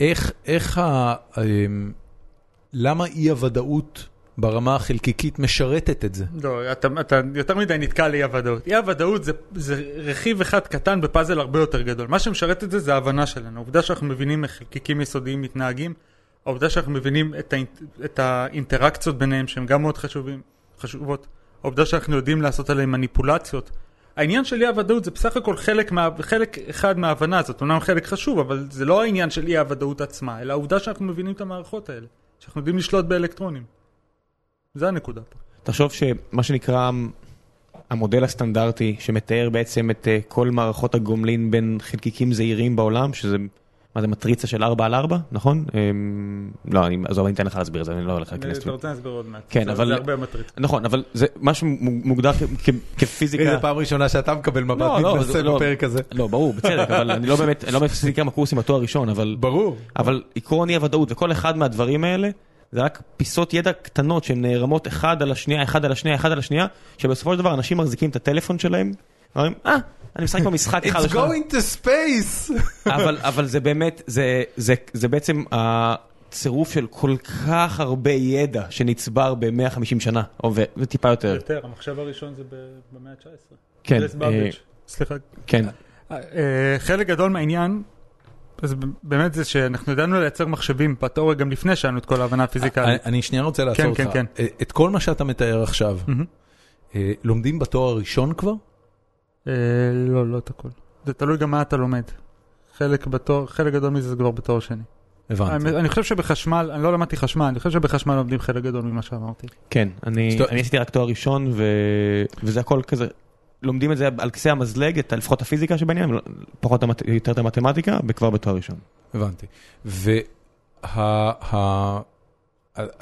איך, איך ה... אמ, למה אי הוודאות ברמה החלקיקית משרתת את זה?
לא, אתה, אתה יותר מדי נתקע לאי הוודאות. אי הוודאות זה, זה רכיב אחד קטן בפאזל הרבה יותר גדול. מה שמשרת את זה זה ההבנה שלנו. העובדה שאנחנו מבינים איך חלקיקים יסודיים מתנהגים, העובדה שאנחנו מבינים את, האינט, את האינטראקציות ביניהם שהן גם מאוד חשובים, חשובות, העובדה שאנחנו יודעים לעשות עליהם מניפולציות. העניין של אי הוודאות זה בסך הכל חלק, מה, חלק אחד מההבנה הזאת, אומנם חלק חשוב, אבל זה לא העניין של אי הוודאות עצמה, אלא העובדה שאנחנו מבינים את המערכות האלה, שאנחנו יודעים לשלוט באלקטרונים. זה הנקודה פה.
תחשוב שמה שנקרא המודל הסטנדרטי שמתאר בעצם את אה, כל מערכות הגומלין בין חלקיקים זעירים בעולם, שזה, מה זה, מטריצה של 4 על 4, נכון? אמ, לא, אני, עזוב, אני אתן לך להסביר את זה, אני לא הולך להיכנס
אה, אתה
לזה.
רוצה להסביר עוד מעט.
כן,
זה-
אבל-
זה הרבה מטריץ.
נכון, אבל זה משהו מוגדר כ- כ- כפיזיקה.
איזה פעם ראשונה שאתה מקבל
כן. לא,
מבט
לא,
מתנשא
זה לא-
בפרק הזה.
לא, ברור, בצדק, אבל אני לא באמת, אני לא באמת פיזיקה מהקורסים התואר ראשון, אבל...
ברור.
אבל עקרון אי הוודאות וכל אחד מהדברים האלה זה רק פיסות ידע קטנות שהן נערמות אחד על השנייה, אחד על השנייה, אחד על השנייה, שבסופו של דבר אנשים מחזיקים את הטלפון שלהם, ואומרים, אה, אני משחק במשחק אחד
It's
על השנייה."
going to space!
אבל, אבל זה באמת, זה, זה, זה בעצם הצירוף של כל כך הרבה ידע שנצבר ב-150 שנה, או ו- וטיפה
כן.
יותר.
יותר, המחשב הראשון זה ב- במאה ה-19.
כן,
אה,
לס באביץ'. סליחה.
כן.
אה, אה, חלק גדול מהעניין, אז ב- באמת זה שאנחנו ידענו לייצר מחשבים בתיאוריה גם לפני שהיה לנו את כל ההבנה
אני
הפיזיקלית.
אני שנייה רוצה לעצור
כן,
אותך.
כן, כן.
אה, את כל מה שאתה מתאר עכשיו,
מהמם.
אה, לומדים בתואר הראשון כבר?
אה, לא, לא את הכל. זה תלוי גם מה אתה לומד. חלק בתואר, חלק גדול מזה זה כבר בתואר שני.
הבנתי.
אני- אני חושב שבחשמל, אני לא למדתי חשמל, אני חושב שבחשמל לומדים חלק גדול ממה שאמרתי.
כן, אני,
שאתה-
אני עשיתי רק תואר ראשון, ו... וזה הכל כזה, לומדים את זה על כיסא המזלג, את, לפחות הפיזיקה שבעניין, אבל פחות המת... יותר את המתמטיקה, וכבר בתואר ראשון.
הבנתי. וה...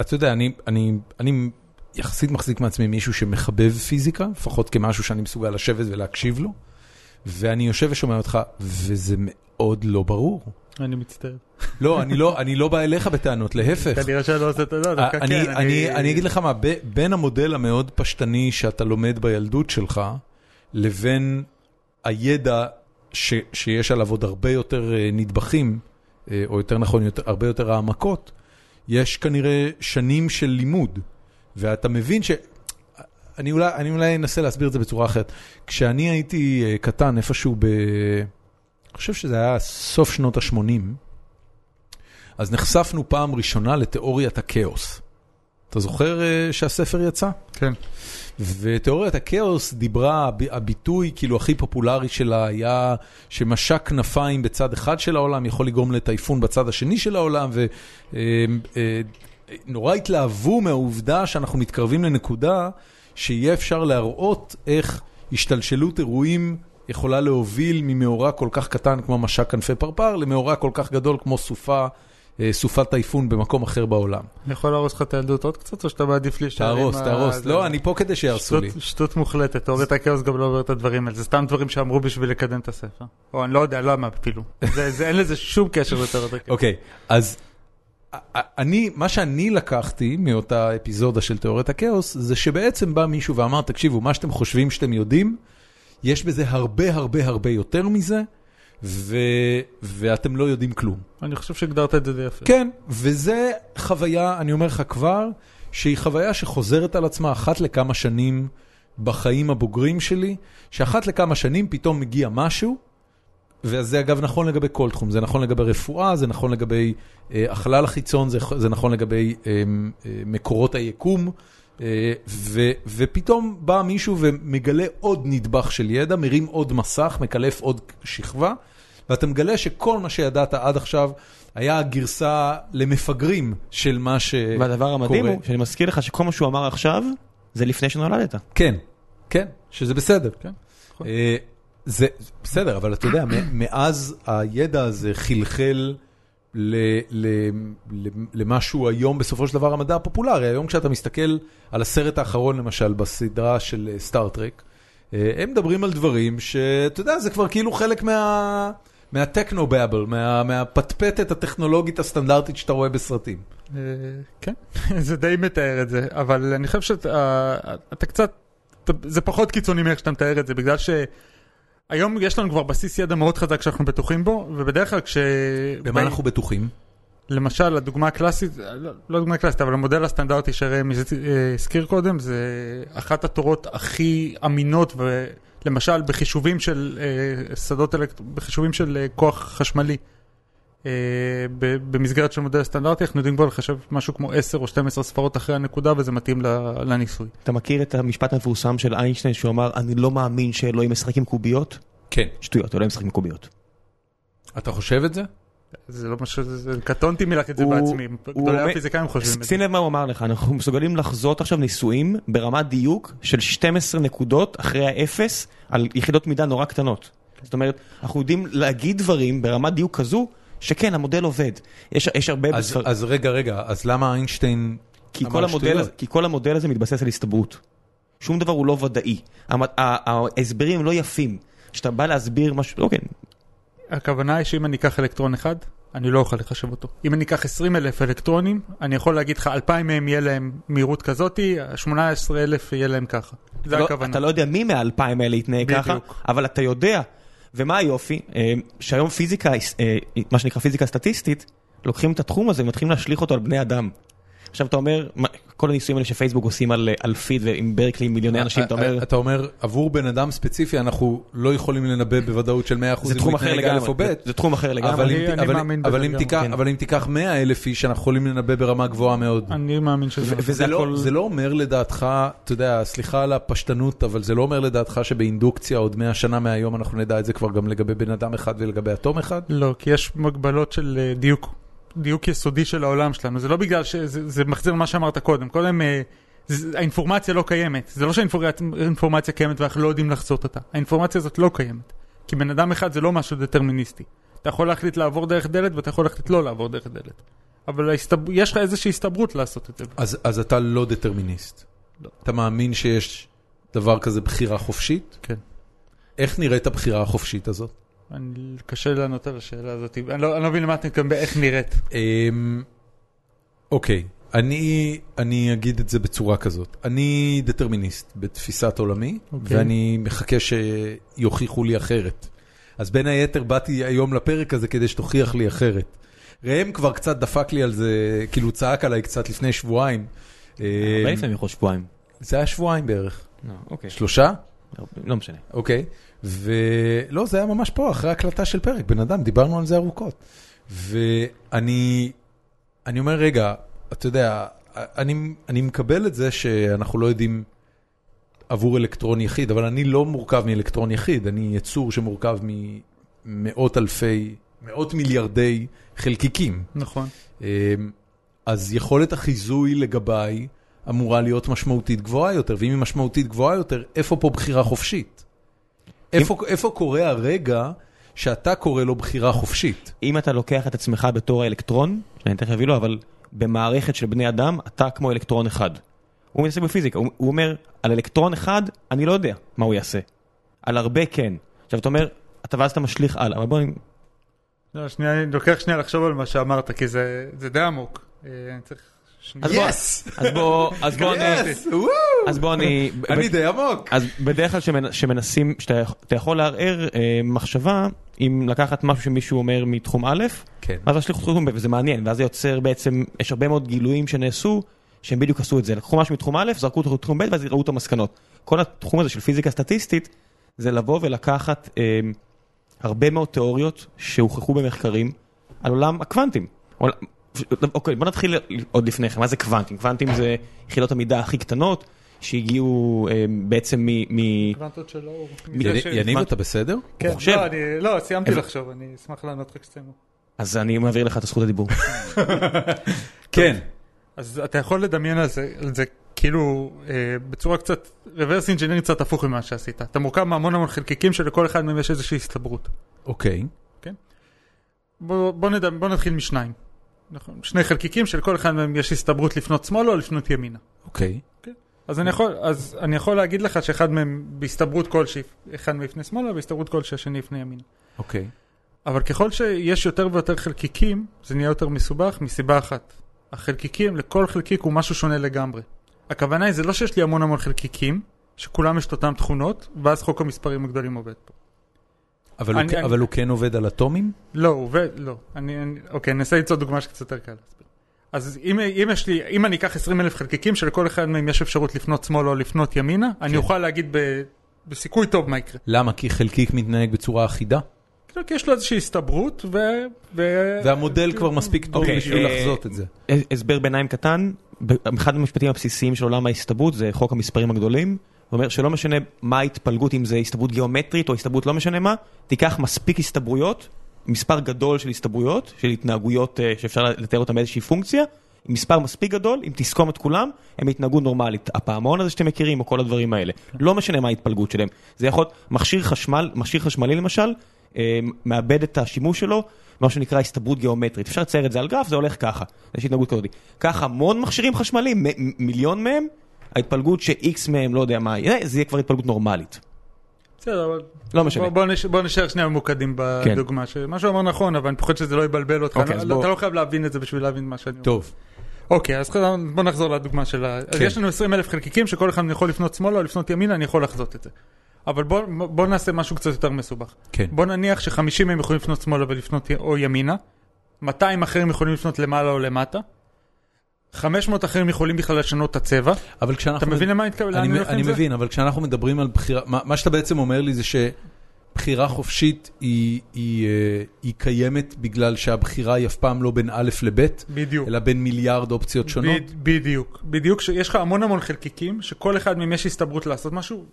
אתה יודע, אני, אני, אני יחסית מחזיק מעצמי מישהו שמחבב פיזיקה, לפחות כמשהו שאני מסוגל לשבת ולהקשיב לו, ואני יושב ושומע אותך, וזה מאוד לא ברור.
אני מצטער.
לא, אני לא, אני לא בא אליך בטענות, להפך.
כנראה שאני לא עושה את זה, דווקא
אה, אני,
כן.
אני, אני אגיד לך מה, ב- בין המודל המאוד פשטני שאתה לומד בילדות שלך, לבין הידע ש, שיש עליו עוד הרבה יותר אה, נדבכים, אה, או יותר נכון, יותר, הרבה יותר העמקות, יש כנראה שנים של לימוד, ואתה מבין ש... אני אולי, אני אולי אנסה להסביר את זה בצורה אחרת. כשאני הייתי אה, קטן, איפשהו ב... אני חושב שזה היה סוף שנות ה-80, אז נחשפנו פעם ראשונה לתיאוריית הכאוס. אתה זוכר אה, שהספר יצא?
כן.
ותיאוריית הכאוס דיברה, הב- הביטוי כאילו הכי פופולרי שלה היה שמשק כנפיים בצד אחד של העולם יכול לגרום לטייפון בצד השני של העולם, ונורא התלהבו מהעובדה שאנחנו מתקרבים לנקודה שיהיה אפשר להראות איך השתלשלות אירועים יכולה להוביל ממאורע כל כך קטן כמו משק כנפי פרפר למאורע כל כך גדול כמו סופה, אה, סופת טייפון במקום אחר בעולם.
אני יכול להרוס לך את הילדות עוד קצת, או שאתה מעדיף להישאר עם
תהרוס,
ה-
תהרוס.
זה-
לא, אני פה כדי שיהרסו לי.
שטות- שטות מוחלטת, אוריית הכאוס גם לא עובר את הדברים האלה, זה סתם דברים שאמרו בשביל לקדם את הספר. או אני לא יודע למה אפילו. זה- זה- אין לזה שום קשר לתאוריית הכאוס.
אוקיי, אז א- א- אני, מה שאני לקחתי מאותה אפיזודה של תיאוריית הכאוס, זה שבעצם בא מישהו ואמר, תקשיבו, מה שאתם חושבים שאתם יודעים, יש בזה הרבה הרבה הרבה יותר מזה, ו... ואתם לא יודעים כלום.
אני חושב שהגדרת את זה די יפה.
כן, וזה חוויה, אני אומר לך כבר, שהיא חוויה שחוזרת על עצמה אחת לכמה שנים בחיים הבוגרים שלי, שאחת לכמה שנים פתאום מגיע משהו, וזה אגב נכון לגבי כל תחום, זה נכון לגבי רפואה, זה נכון לגבי אה, החלל החיצון, זה, זה נכון לגבי אה, אה, מקורות היקום, אה, ו, ופתאום בא מישהו ומגלה עוד נדבך של ידע, מרים עוד מסך, מקלף עוד שכבה, ואתה מגלה שכל מה שידעת עד עכשיו היה הגרסה למפגרים של מה שקורה.
והדבר המדהים הוא שאני מזכיר לך שכל מה שהוא אמר עכשיו, זה לפני שנולדת.
כן, כן, שזה בסדר.
כן, נכון.
אה, זה בסדר, אבל אתה יודע, מ- מאז הידע הזה חלחל ל, ל, ל, למה שהוא היום בסופו של דבר המדע הפופולרי. היום כשאתה מסתכל על הסרט האחרון, למשל, בסדרה של אה, סטארט-טרק, אה, הם מדברים על דברים שאתה יודע, זה כבר כאילו חלק מה... מהטכנו-באבל, מה, מהפטפטת הטכנולוגית הסטנדרטית שאתה רואה בסרטים.
אה, כן, זה די מתאר את זה, אבל אני חושב שאתה אתה קצת, אתה- זה פחות קיצוני מאיך שאתה מתאר את זה, בגלל שהיום יש לנו כבר בסיס ידע מאוד חזק שאנחנו בטוחים בו, ובדרך כלל כש...
במה אנחנו בטוחים?
למשל, הדוגמה הקלאסית, לא, לא דוגמה קלאסית, אבל המודל הסטנדרטי שראם הז- אה, הזכיר קודם, זה אחת התורות הכי אמינות, ולמשל בחישובים של אה, שדות אלקט... בחישובים של אה, כוח חשמלי. אה, ב- במסגרת של מודל סטנדרטי, אנחנו יודעים כבר לחשב משהו כמו 10 או 12 ספרות אחרי הנקודה, וזה מתאים ל- לניסוי.
אתה מכיר את המשפט המפורסם של איינשטיין שהוא אמר, אני לא מאמין שאלוהים משחק עם קוביות?
כן.
שטויות, אלוהים משחק עם קוביות.
אתה חושב את זה?
זה לא משהו, זה- קטונתי מלך את זה
הוא-
בעצמי,
הוא
גדולי
אומר-
הפיזיקאים חושבים את זה.
שים לב מה הוא אמר לך, אנחנו מסוגלים לחזות עכשיו ניסויים ברמת דיוק של 12 נקודות אחרי האפס על יחידות מידה נורא קטנות. זאת אומרת, אנחנו יודעים להגיד דברים ברמת דיוק כזו, שכן, המודל עובד. יש, יש הרבה
אז,
בספר-
אז רגע, רגע, אז למה איינשטיין
כי
אמר
כל, המודל
שטויות.
הזה, כי כל המודל הזה מתבסס על הסתברות. שום דבר הוא לא ודאי. המ- ה- ההסברים הם לא יפים. כשאתה בא להסביר משהו, לא כן,
הכוונה היא שאם אני אקח אלקטרון אחד, אני לא אוכל לחשב אותו. אם אני אקח 20 אלף אלקטרונים, אני יכול להגיד לך, 2,000 מהם יהיה להם מהירות כזאתי, 18 אלף יהיה להם ככה. זה
לא,
הכוונה.
אתה לא יודע מי מהאלפיים האלה יתנהג ככה,
בדיוק.
אבל אתה יודע. ומה היופי? אה, שהיום פיזיקה, אה, מה שנקרא פיזיקה סטטיסטית, לוקחים את התחום הזה ומתחילים להשליך אותו על בני אדם. עכשיו אתה אומר, מה- כל הניסויים האלה שפייסבוק עושים על, אה, על פיד ועם ברקלי עם
אה,
מיליוני אנשים, אתה אומר,
אתה אומר, עבור בן אדם ספציפי אנחנו לא יכולים לנבא בוודאות של 100% אם
זה תחום
הוא
אחר
יתנהג
לגמרי,
א' או ב',
זה- זה תחום אחר
אבל
לגמרי. אה,
אם
אני-
ת-
אני
אבל-
מאמין
אבל
בזה
אם
גם,
תיקח-
כן.
אבל אם תיקח 100 אלף איש אנחנו יכולים לנבא ברמה גבוהה מאוד.
אני מאמין שזה...
לא- וזה לא-
הכל-
זה לא אומר לדעתך, אתה יודע, סליחה על הפשטנות, אבל זה לא אומר לדעתך שבאינדוקציה עוד 100 שנה מהיום אנחנו נדע את זה כבר גם לגבי בן אדם אחד ולגבי אטום אחד?
לא, כי יש מגבלות של אה, דיוק, דיוק יסודי של העולם שלנו. זה לא בגלל ש... זה זה מחזיר למה שאמרת קודם. קודם, אה, זה- האינפורמציה לא קיימת. זה לא שהאינפורמציה קיימת ואנחנו לא יודעים לחזות אותה. האינפורמציה הזאת לא קיימת. כי בן אדם אחד זה לא משהו דטרמיניסטי. אתה יכול להחליט לעבור דרך דלת ואתה יכול להחליט לא לעבור דרך דלת. אבל ההסתב... יש לך איזושהי הסתברות לעשות את זה.
אז אז אתה לא דטרמיניסט.
לא.
אתה מאמין שיש דבר כזה בחירה חופשית?
כן.
איך נראית הבחירה החופשית הזאת?
אני... קשה לענות על השאלה הזאת. אני לא, אני לא מבין למה אתה מתכוון באיך נראית.
אמ, אוקיי, אני, אני אגיד את זה בצורה כזאת. אני דטרמיניסט בתפיסת עולמי,
אוקיי.
ואני מחכה שיוכיחו לי אחרת. אז בין היתר באתי היום לפרק הזה כדי שתוכיח לי אחרת. ראם כבר קצת דפק לי על זה, כאילו צעק עליי קצת לפני שבועיים.
אה,
אמ,
הרבה לפעמים יכול שבועיים.
זה היה שבועיים בערך.
לא, אוקיי.
שלושה?
לא משנה.
אוקיי, ולא, זה היה ממש פה, אחרי הקלטה של פרק, בן אדם, דיברנו על זה ארוכות. ואני אני אומר, רגע, אתה יודע, אני, אני מקבל את זה שאנחנו לא יודעים עבור אלקטרון יחיד, אבל אני לא מורכב מאלקטרון יחיד, אני יצור שמורכב ממאות אלפי, מאות מיליארדי חלקיקים.
נכון.
אמ, אז יכולת החיזוי לגביי אמורה להיות משמעותית גבוהה יותר, ואם היא משמעותית גבוהה יותר, איפה פה בחירה חופשית? איפה, איפה קורה הרגע שאתה קורא לו בחירה חופשית?
אם אתה לוקח את עצמך בתור האלקטרון, שאני תכף אביא לו, אבל במערכת של בני אדם, אתה כמו אלקטרון אחד. הוא מתעסק בפיזיקה, הוא, הוא אומר, על אלקטרון אחד, אני לא יודע מה הוא יעשה. על הרבה כן. עכשיו אתה אומר, אתה ואז אתה משליך הלאה, אבל בוא, אני-
לא, שנייה, אני לוקח שנייה לחשוב על מה שאמרת, כי זה, זה די עמוק. אה, אני צריך... שנייה.
אז בוא, אז בוא, אז בוא אני,
וואו!
אז בוא אני,
אה, אני די עמוק.
אז בדרך כלל שמנ- שמנסים, שאתה יכ- אתה יכול לערער אה, מחשבה, אם לקחת משהו שמישהו אומר מתחום א',
כן.
ואז להשליך אותו לתחום ב', וזה מעניין, ואז זה יוצר בעצם, יש הרבה מאוד גילויים שנעשו, שהם בדיוק עשו את זה. לקחו משהו מתחום א', זרקו אותו לתחום ב', ואז ראו את המסקנות. כל התחום הזה של פיזיקה סטטיסטית, זה לבוא ולקחת אה, הרבה מאוד תיאוריות שהוכחו במחקרים על עולם הקוונטים. עול- אוקיי, בוא נתחיל עוד לפני כן, מה זה קוונטים? קוונטים זה יחידות המידה הכי קטנות שהגיעו אה, בעצם מ... מ-
קוונטות של האור.
יני-
ש-
יניב, אתה בסדר?
כן,
הוא חושב.
לא, אני- לא, סיימתי
אבל-
לחשוב, אני אשמח לענות לך כשתסיימו.
אז אני מעביר לך את הזכות הדיבור.
כן.
אז אתה יכול לדמיין על זה, על זה כאילו אה, בצורה קצת, reverse engineering קצת הפוך ממה שעשית. אתה מורכב מהמון המון חלקיקים שלכל אחד מהם יש איזושהי הסתברות.
אוקיי.
בוא, בוא, נדמ, בוא נתחיל משניים. נכון, שני חלקיקים שלכל אחד מהם יש הסתברות לפנות שמאלה או לפנות ימינה.
אוקיי.
אז אני יכול, אז אני יכול להגיד לך שאחד מהם בהסתברות כלשהי, אחד מהם יפנה שמאלה ובהסתברות כלשהי השני יפנה ימינה.
אוקיי.
אבל ככל שיש יותר ויותר חלקיקים, זה נהיה יותר מסובך מסיבה אחת. החלקיקים, לכל חלקיק הוא משהו שונה לגמרי. הכוונה היא זה לא שיש לי המון המון חלקיקים, שכולם יש את אותן תכונות, ואז חוק המספרים הגדולים עובד פה.
אבל הוא
אני-
כן-
אני-
אבל הוא כן עובד על אטומים?
לא, הוא עובד, לא. אני, אני, אוקיי, אני אנסה למצוא דוגמה שקצת יותר קל להסביר. אז אם, אם יש לי, אם אני אקח 20 אלף חלקיקים שלכל אחד מהם יש אפשרות לפנות שמאלה או לפנות ימינה, כן. אני אוכל להגיד ב, בסיכוי טוב מה יקרה.
למה? כי חלקיק מתנהג בצורה אחידה?
כאילו, כי יש לו איזושהי הסתברות, ו... ו...
והמודל כבר מספיק טוב
אוקיי,
בשביל
אה,
לחזות את זה.
הס- הסבר ביניים קטן, ב- אחד המשפטים הבסיסיים של עולם ההסתברות זה חוק המספרים הגדולים. הוא אומר שלא משנה מה ההתפלגות, אם זה הסתברות גיאומטרית או הסתברות לא משנה מה, תיקח מספיק הסתברויות, מספר גדול של הסתברויות, של התנהגויות אה, שאפשר לתאר אותן באיזושהי פונקציה, עם מספר מספיק גדול, אם תסכום את כולם, הם יתנהגו נורמלית. הפעמון הזה שאתם מכירים, או כל הדברים האלה. לא משנה מה ההתפלגות שלהם. זה יכול להיות מכשיר חשמל, מכשיר חשמלי למשל, אה, מאבד את השימוש שלו, מה שנקרא הסתברות גיאומטרית. אפשר לצייר את זה על גרף, זה הולך ככה. יש התנהגות כזאת. ככה המון מכשירים חשמליים, מ- מ- מיליון מהם, ההתפלגות ש-X מהם, לא יודע מה, יהיה, זה יהיה כבר התפלגות נורמלית.
בסדר, אבל...
לא משנה.
בוא, בוא, נש... בוא נשאר שנייה ממוקדים בדוגמה, כן. שמה שהוא אמר נכון, אבל אני פוחד שזה לא יבלבל אותך,
אוקיי,
לא,
אז
לא,
בוא.
אתה לא חייב להבין את זה בשביל להבין מה שאני אומר.
טוב.
אוקיי, אז חזר- בוא נחזור לדוגמה של ה... אז
כן.
יש לנו 20 אלף חלקיקים שכל אחד יכול לפנות שמאלה או לפנות ימינה, אני יכול לחזות את זה. אבל בוא, בוא נעשה משהו קצת יותר מסובך.
כן.
בוא נניח ש-50 מהם יכולים לפנות שמאלה ולפנות י- או ימינה, 200 אחרים יכולים לפנות למעלה או למטה, 500 אחרים יכולים בכלל לשנות את הצבע.
אבל כשאנחנו...
אתה מבין למה אני מתכוון? לאן
אני,
הולך עם
אני
זה?
מבין, אבל כשאנחנו מדברים על בחירה, מה, מה שאתה בעצם אומר לי זה שבחירה חופשית היא, היא, אה, היא קיימת בגלל שהבחירה היא אף פעם לא בין א' לב',
בדיוק.
אלא בין מיליארד אופציות שונות.
ב- בדיוק, בדיוק, שיש לך המון המון חלקיקים, שכל אחד מהם יש הסתברות לעשות משהו,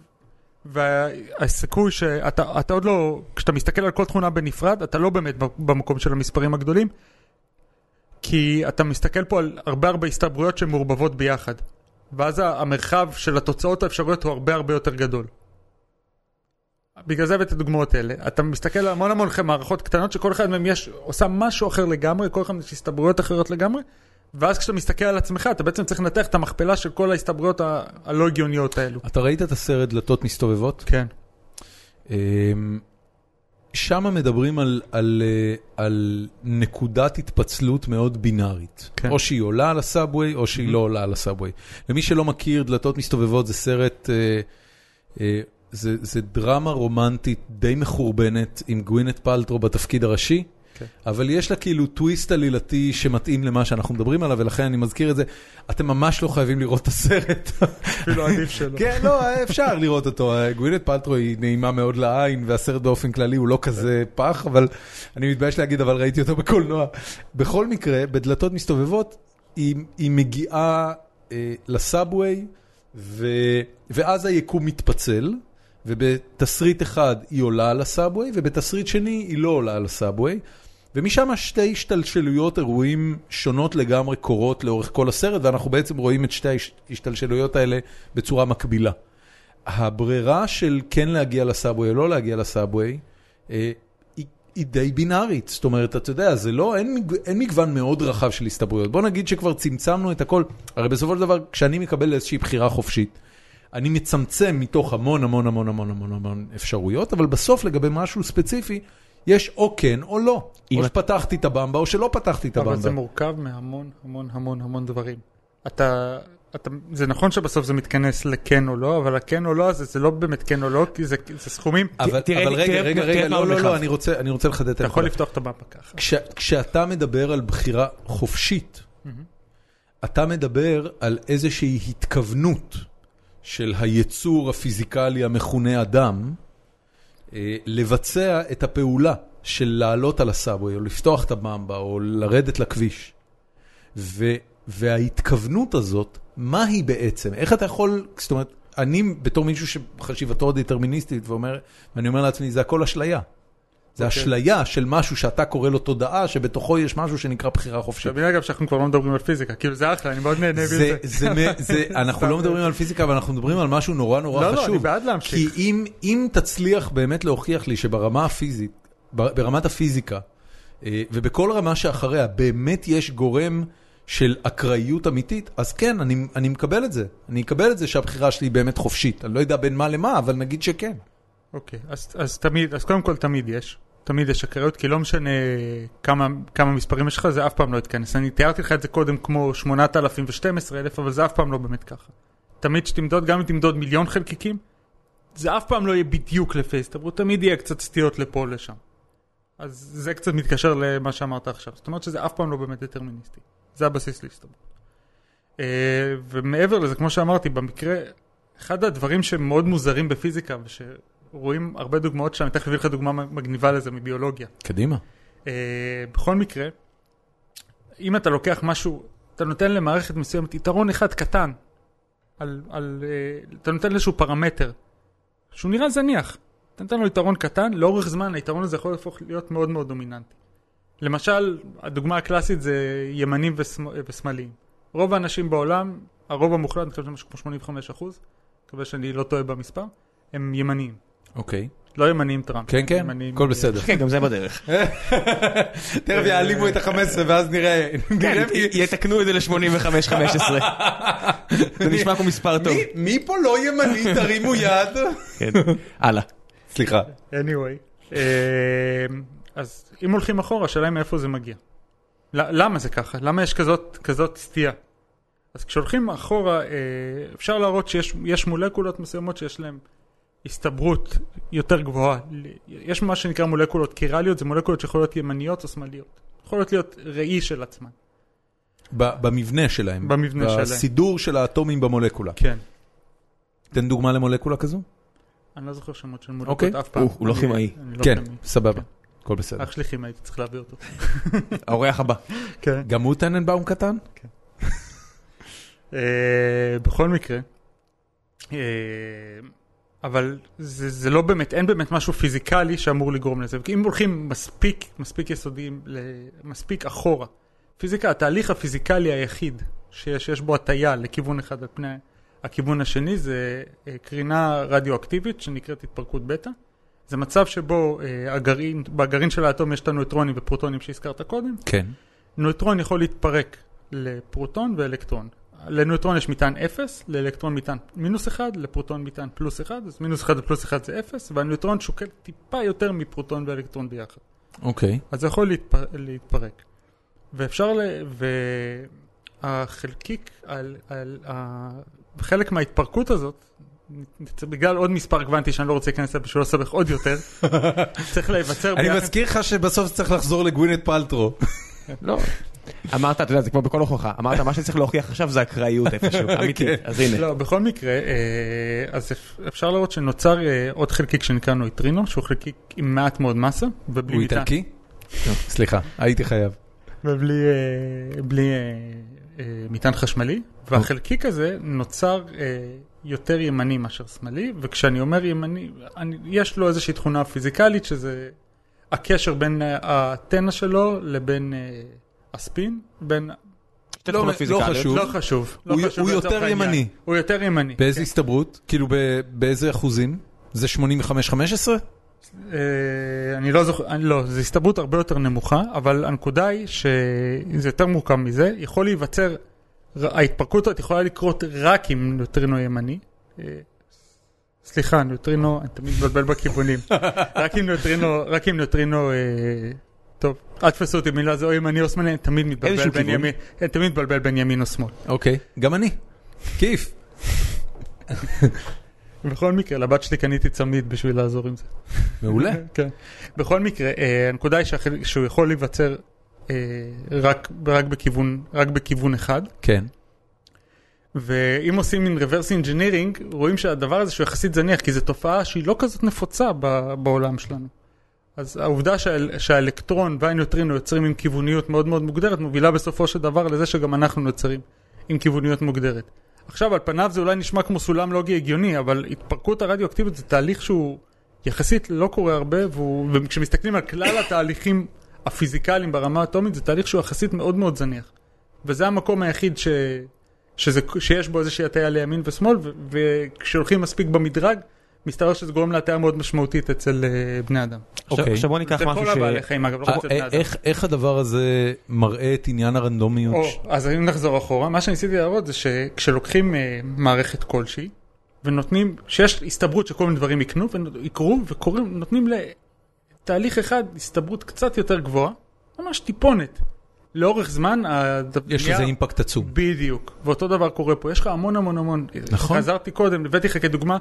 והסיכוי שאתה אתה עוד לא, כשאתה מסתכל על כל תכונה בנפרד, אתה לא באמת ב- במקום של המספרים הגדולים, כי אתה מסתכל פה על הרבה הרבה הסתברויות שמעורבבות ביחד, ואז ה- המרחב של התוצאות האפשריות הוא הרבה הרבה יותר גדול. בגלל זה הבאת דוגמאות אלה, אתה מסתכל על המון המון מערכות קטנות שכל אחד מהם יש, עושה משהו אחר לגמרי, כל אחד מהם יש הסתברויות אחרות לגמרי, ואז כשאתה מסתכל על עצמך, אתה בעצם צריך לנתח את המכפלה של כל ההסתברויות ה- הלא הגיוניות האלו.
אתה ראית את הסרט דלתות מסתובבות?
כן.
אמ, שם מדברים על, על, אה, על נקודת התפצלות מאוד בינארית.
כן. Mm-hmm.
או שהיא עולה על הסאבווי, או שהיא לא עולה על הסאבווי. למי שלא מכיר, דלתות מסתובבות זה סרט, אה, אה, זה, זה דרמה רומנטית די מחורבנת, עם גווינט פלטרו בתפקיד הראשי.
כן.
אבל יש לה כאילו טוויסט עלילתי שמתאים למה שאנחנו מדברים עליו, ולכן אני מזכיר את זה. אתם ממש לא חייבים לראות את הסרט.
אפילו עדיף שלא.
כן, לא, אפשר לראות אותו. גווינט פלטרו היא נעימה מאוד לעין, והסרט באופן כללי הוא לא כזה פח, אבל אני מתבייש להגיד, אבל ראיתי אותו בקולנוע. בכל מקרה, בדלתות מסתובבות, היא, היא מגיעה אה, לסאבווי, ו, ואז היקום מתפצל, ובתסריט אחד היא עולה על הסאבווי, ובתסריט שני היא לא עולה על הסאבווי. ומשם שתי השתלשלויות אירועים שונות לגמרי קורות לאורך כל הסרט, ואנחנו בעצם רואים את שתי ההשתלשלויות האלה בצורה מקבילה. הברירה של כן להגיע לסאבווי או לא להגיע לסאבווי, אה, היא, היא די בינארית. זאת אומרת, אתה יודע, זה לא, אין, מג- אין מגוון מאוד רחב של הסתברויות. בוא נגיד שכבר צמצמנו את הכל, הרי בסופו של דבר, כשאני מקבל איזושהי בחירה חופשית, אני מצמצם מתוך המון המון המון המון המון המון אפשרויות, אבל בסוף לגבי משהו ספציפי, יש או כן או לא.
אם
או
את-
שפתחתי את הבמבה או שלא פתחתי את
אבל זה
הבמבה.
מורכב מהמון המון המון המון דברים. אתה... אתה, זה נכון שבסוף זה מתכנס לכן או לא, אבל הכן או לא הזה זה לא באמת כן או לא, כי זה, זה סכומים,
אבל
תראה
אבל
לי-
רגע,
תראה-
רגע,
תראה
רגע,
מה
לא, לא,
הולך
לא,
אז.
אני רוצה אני רוצה לחדד את
אתה יכול
הנקודה.
לפתוח את המפה ככה.
כש, כשאתה מדבר על בחירה חופשית, אתה מדבר על איזושהי התכוונות של היצור הפיזיקלי המכונה אדם, אה, לבצע את הפעולה של לעלות על הסאבווי, או לפתוח את הבמבה, או לרדת לכביש. ו, וההתכוונות הזאת, מה היא בעצם? איך אתה יכול, זאת אומרת, אני בתור מישהו שחשיבתו דטרמיניסטית ואומר, ואני אומר לעצמי, זה הכל אשליה. זה אשליה של משהו שאתה קורא לו תודעה, שבתוכו יש משהו שנקרא בחירה חופשית.
תבין אגב שאנחנו כבר לא מדברים על פיזיקה, כאילו זה אחלה, אני מאוד נהנה
זה,
מזה.
זה, מ- זה, אנחנו לא מדברים על פיזיקה, אבל אנחנו מדברים על משהו נורא נורא
לא, לא,
חשוב.
אני בעד להמשיך.
כי אם, אם תצליח באמת להוכיח לי שברמה הפיזית, בר- ברמת הפיזיקה, אה, ובכל רמה שאחריה, באמת יש גורם של אקראיות אמיתית, אז כן, אני, אני מקבל את זה. אני אקבל את זה שהבחירה שלי היא באמת חופשית. אני לא יודע בין מה למה, אבל נגיד שכן.
אוקיי, אז, אז תמיד, אז קודם כל תמיד יש. תמיד יש אקראיות, כי לא משנה כמה, כמה מספרים יש לך, זה אף פעם לא יתכנס. אני תיארתי לך את זה קודם כמו 8,000 ו-12,000, אבל זה אף פעם לא באמת ככה. תמיד שתמדוד, גם אם תמדוד מיליון חלקיקים, זה אף פעם לא יהיה בדיוק לפי ההסתברות, תמיד יהיה קצת סטיות לפה או לשם. אז זה קצת מתקשר למה שאמרת עכשיו. זאת אומרת שזה אף פעם לא באמת דטרמיניסטי. זה הבסיס להסתברות. אה, ומעבר לזה, כמו שאמרתי, במקרה, אחד הדברים שמאוד מוזרים בפיזיקה, וש... רואים הרבה דוגמאות שם, אני תכף אביא לך דוגמה מגניבה לזה מביולוגיה.
קדימה.
אה, בכל מקרה, אם אתה לוקח משהו, אתה נותן למערכת מסוימת יתרון אחד קטן, על, על, אה, אתה נותן איזשהו פרמטר, שהוא נראה זניח. אתה נותן לו יתרון קטן, לאורך זמן היתרון הזה יכול להפוך להיות מאוד מאוד דומיננטי. למשל, הדוגמה הקלאסית זה ימנים ושמא- ושמאליים. רוב האנשים בעולם, הרוב המוחלט, אני חושב שזה משהו כמו 85 אחוז, מקווה שאני לא טועה במספר, הם ימניים.
אוקיי.
לא ימניים טראמפ.
כן, כן,
ימניים-
הכל בסדר.
כן, גם זה בדרך.
תכף יעלימו את ה-15 ואז נראה. נראה מי-
יתקנו את זה ל-85-15. זה נשמע כמו מספר טוב.
מי- מי פה לא ימני? תרימו יד.
כן. הלאה.
סליחה.
anyway. אמ, אז אם הולכים אחורה, השאלה היא מאיפה זה מגיע. ל- למה זה ככה? למה יש כזאת, כזאת סטייה? אז כשהולכים אחורה, אה, אפשר להראות שיש יש מולקולות מסוימות שיש להן הסתברות יותר גבוהה. ל- יש מה שנקרא מולקולות קירליות, זה מולקולות שיכולות להיות ימניות או שמאליות. יכולות להיות ראי של עצמן.
ב- במבנה שלהם.
במבנה שלהם.
בסידור של האטומים במולקולה.
כן.
תן דוגמה למולקולה כזו?
אני לא זוכר שמות של מולקולות
אוקיי.
אף פעם.
הוא- הוא לא
אני-
כימאי.
אני לא
כן,
כימאי.
סבבה.
כן.
הכל בסדר.
אח שלי כימאי, הייתי צריך להביא אותו.
האורח הבא.
כן.
גם הוא טננבאום קטן?
אה, בכל מקרה, אה, אבל זה, זה לא באמת, אין באמת משהו פיזיקלי שאמור לגרום לזה. כי אם הולכים מספיק, מספיק יסודיים, ל- מספיק אחורה, פיזיקה, התהליך הפיזיקלי היחיד שיש, שיש בו הטיה לכיוון אחד על פני הכיוון השני, זה אה, קרינה רדיואקטיבית שנקראת התפרקות בטא. זה מצב שבו אה, הגרעין, בגרעין של האטום יש את הנויטרונים ופרוטונים שהזכרת קודם,
כן.
נוטרון יכול להתפרק לפרוטון ואלקטרון. לנוטרון יש מטען 0, לאלקטרון מטען מינוס 1, לפרוטון מטען פלוס 1, אז מינוס 1 ופלוס 1 זה 0, והנוטרון שוקל טיפה יותר מפרוטון ואלקטרון ביחד.
אוקיי.
אז זה יכול להתפר... להתפרק. ואפשר ל... והחלקיק, על... על... ה... חלק מההתפרקות הזאת, נ- בגלל עוד מספר קוונטי שאני לא רוצה להיכנס אליו בשביל לא לסבך עוד יותר, צריך להיווצר
אני
ביחד.
מזכיר לך שבסוף צריך לחזור לגווינט פלטרו.
לא. אמרת, אתה יודע, זה כמו בכל הוכחה. אמרת, מה שצריך להוכיח עכשיו זה אקראיות איפשהו, אמיתית. אז הנה.
לא, בכל מקרה, אה, אז אפ- אפשר לראות שנוצר אה, עוד חלקיק שנקרא נויטרינו, שהוא חלקיק עם מעט מאוד מסה, ובלי
הוא
מטען,
איטלקי? לא, סליחה, הייתי חייב.
ובלי אה, בלי, אה, אה, מטען חשמלי, והחלקיק הזה נוצר אה, יותר ימני מאשר שמאלי, וכשאני אומר ימני, אני, יש לו איזושהי תכונה פיזיקלית, שזה הקשר בין אה, האנטנה שלו לבין אה, הספין, בין...
שתי
לא,
תכונות
לא
פיזיקליות.
חשוב.
לא חשוב. לא
הוא-
חשוב
הוא
לצורך
יותר
העניין.
ימני.
הוא יותר ימני.
באיזה
כן.
הסתברות? כאילו ב- באיזה אחוזים? זה 85-15?
אה, אני לא זוכר, אני לא, זו הסתברות הרבה יותר נמוכה, אבל הנקודה היא שזה יותר מורכב מזה, יכול להיווצר, ר- ההתפרקות הזאת יכולה לקרות רק עם נוטרינו ימני. אה, סליחה, נוטרינו, אני תמיד מבלבל בכיוונים. רק עם נוטרינו, רק עם נוטרינו, אה, טוב, אל תפסו אותי במילה זה או ימני או שמאלי, אני תמיד מתבלבל
איזשהו
בין
כיוון.
ימין, אני תמיד מתבלבל בין ימין או שמאל.
אוקיי. גם אני. כיף.
בכל מקרה, לבת שלי קניתי צמיד בשביל לעזור עם זה.
מעולה.
כן. בכל מקרה, אה, הנקודה היא שהחלק- שהוא יכול להיווצר אה, רק, רק, בכיוון, רק בכיוון אחד,
כן.
ואם עושים מין reverse engineering, רואים שהדבר הזה שהוא יחסית זניח, כי זו תופעה שהיא לא כזאת נפוצה ב, בעולם שלנו. אז העובדה שהאל, שהאלקטרון והניוטרינו יוצרים עם כיווניות מאוד מאוד מוגדרת מובילה בסופו של דבר לזה שגם אנחנו נוצרים עם כיווניות מוגדרת. עכשיו על פניו זה אולי נשמע כמו סולם לוגי הגיוני, אבל התפרקות הרדיואקטיבית זה תהליך שהוא יחסית לא קורה הרבה, והוא, וכשמסתכלים על כלל התהליכים הפיזיקליים ברמה האטומית זה תהליך שהוא יחסית מאוד מאוד זניח. וזה המקום היחיד ש, שזה, שיש בו איזושהי הטיה לימין ושמאל, ו, וכשהולכים מספיק במדרג מסתבר שזה גורם להטיה מאוד משמעותית אצל אה, בני אדם.
עכשיו- עכשיו בוא ניקח
זה
משהו
כל
ש...
הבעלי חיים אגב, לא רק אצל בני אדם.
אה, איך- איך הדבר הזה מראה את עניין הרנדומיות?
או, אז אם נחזור אחורה, מה שניסיתי להראות זה שכשלוקחים אה, מערכת כלשהי, ונותנים, שיש הסתברות שכל מיני דברים יקנו, ונ- יקרו, וקוראים, נותנים לתהליך אחד הסתברות קצת יותר גבוהה, ממש טיפונת. לאורך זמן, הד-
יש
נהיה-
לזה אימפקט עצום.
בדיוק, ואותו דבר קורה פה, יש לך המון המון המון,
נכון.
חזרתי קודם, הבאתי לך כדוגמה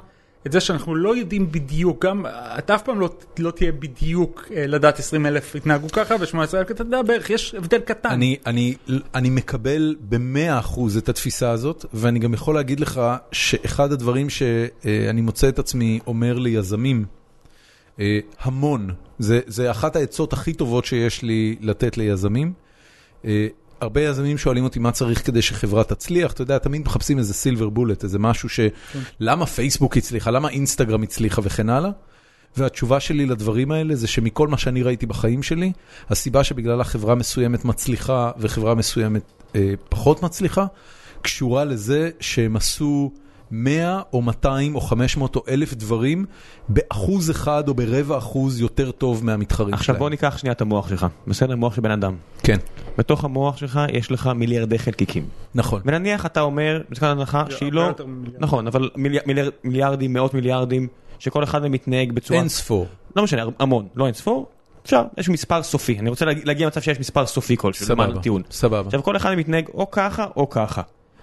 את זה שאנחנו לא יודעים בדיוק, גם אתה אף פעם לא, לא תהיה בדיוק אה, לדעת 20 אלף התנהגו ככה ו-18 אלף, אתה יודע בערך, יש הבדל קטן.
אני, אני, אני מקבל במאה אחוז את התפיסה הזאת, ואני גם יכול להגיד לך שאחד הדברים שאני מוצא את עצמי אומר ליזמים, אה, המון, זה, זה אחת העצות הכי טובות שיש לי לתת ליזמים. אה, הרבה יזמים שואלים אותי מה צריך כדי שחברה תצליח, אתה יודע, תמיד מחפשים איזה סילבר בולט, איזה משהו ש...
כן.
למה פייסבוק הצליחה, למה אינסטגרם הצליחה וכן הלאה. והתשובה שלי לדברים האלה זה שמכל מה שאני ראיתי בחיים שלי, הסיבה שבגללה חברה מסוימת מצליחה וחברה מסוימת אה, פחות מצליחה, קשורה לזה שהם עשו 100 או 200 או 500 או 1,000 דברים באחוז אחד או ברבע אחוז יותר טוב מהמתחרים
עכשיו
שלהם.
בוא ניקח שנייה את המוח שלך, בסדר? מוח של בן אדם.
כן,
בתוך המוח שלך יש לך מיליארדי חלקיקים.
נכון.
ונניח אתה אומר, נתחיל הנחה שהיא
הרבה
לא...
יותר ממיליארד.
נכון, אבל מיליאר- מיליאר- מיליארדים, מאות מיליארדים, שכל אחד מהם מתנהג בצורה...
אין ספור.
לא משנה, הר- המון, לא אין ספור. אפשר, יש מספר סופי. אני רוצה להג- להגיע למצב שיש מספר סופי כלשהו, למען
סבבה,
הטיעון.
סבבה.
עכשיו כל אחד מתנהג או ככה או ככה.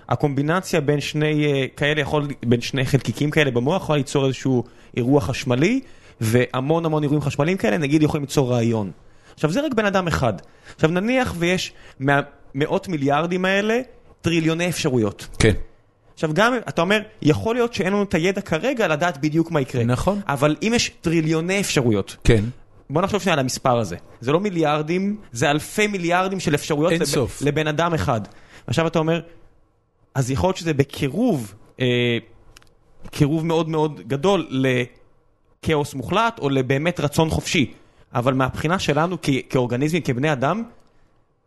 הקומבינציה בין שני אה, כאלה יכול, בין שני חלקיקים כאלה במוח יכולה ליצור איזשהו אירוע חשמלי, והמון המון אירועים חשמליים כאלה נגיד יכולים ליצור רעיון. עכשיו זה רק בן אדם אחד. עכשיו נניח ויש מהמאות מיליארדים האלה טריליוני אפשרויות.
כן,
עכשיו גם אתה אומר, יכול להיות שאין לנו את הידע כרגע לדעת בדיוק מה יקרה.
נכון.
אבל אם יש טריליוני אפשרויות,
כן.
בוא נחשוב שנייה על המספר הזה. זה לא מיליארדים, זה אלפי מיליארדים של אפשרויות
אין סוף.
לבן אדם אחד. עכשיו אתה אומר, אז יכול להיות שזה בקירוב, אה, קירוב מאוד מאוד גדול לכאוס מוחלט, או לבאמת רצון חופשי. אבל מהבחינה שלנו כ- כאורגניזמים, כבני אדם,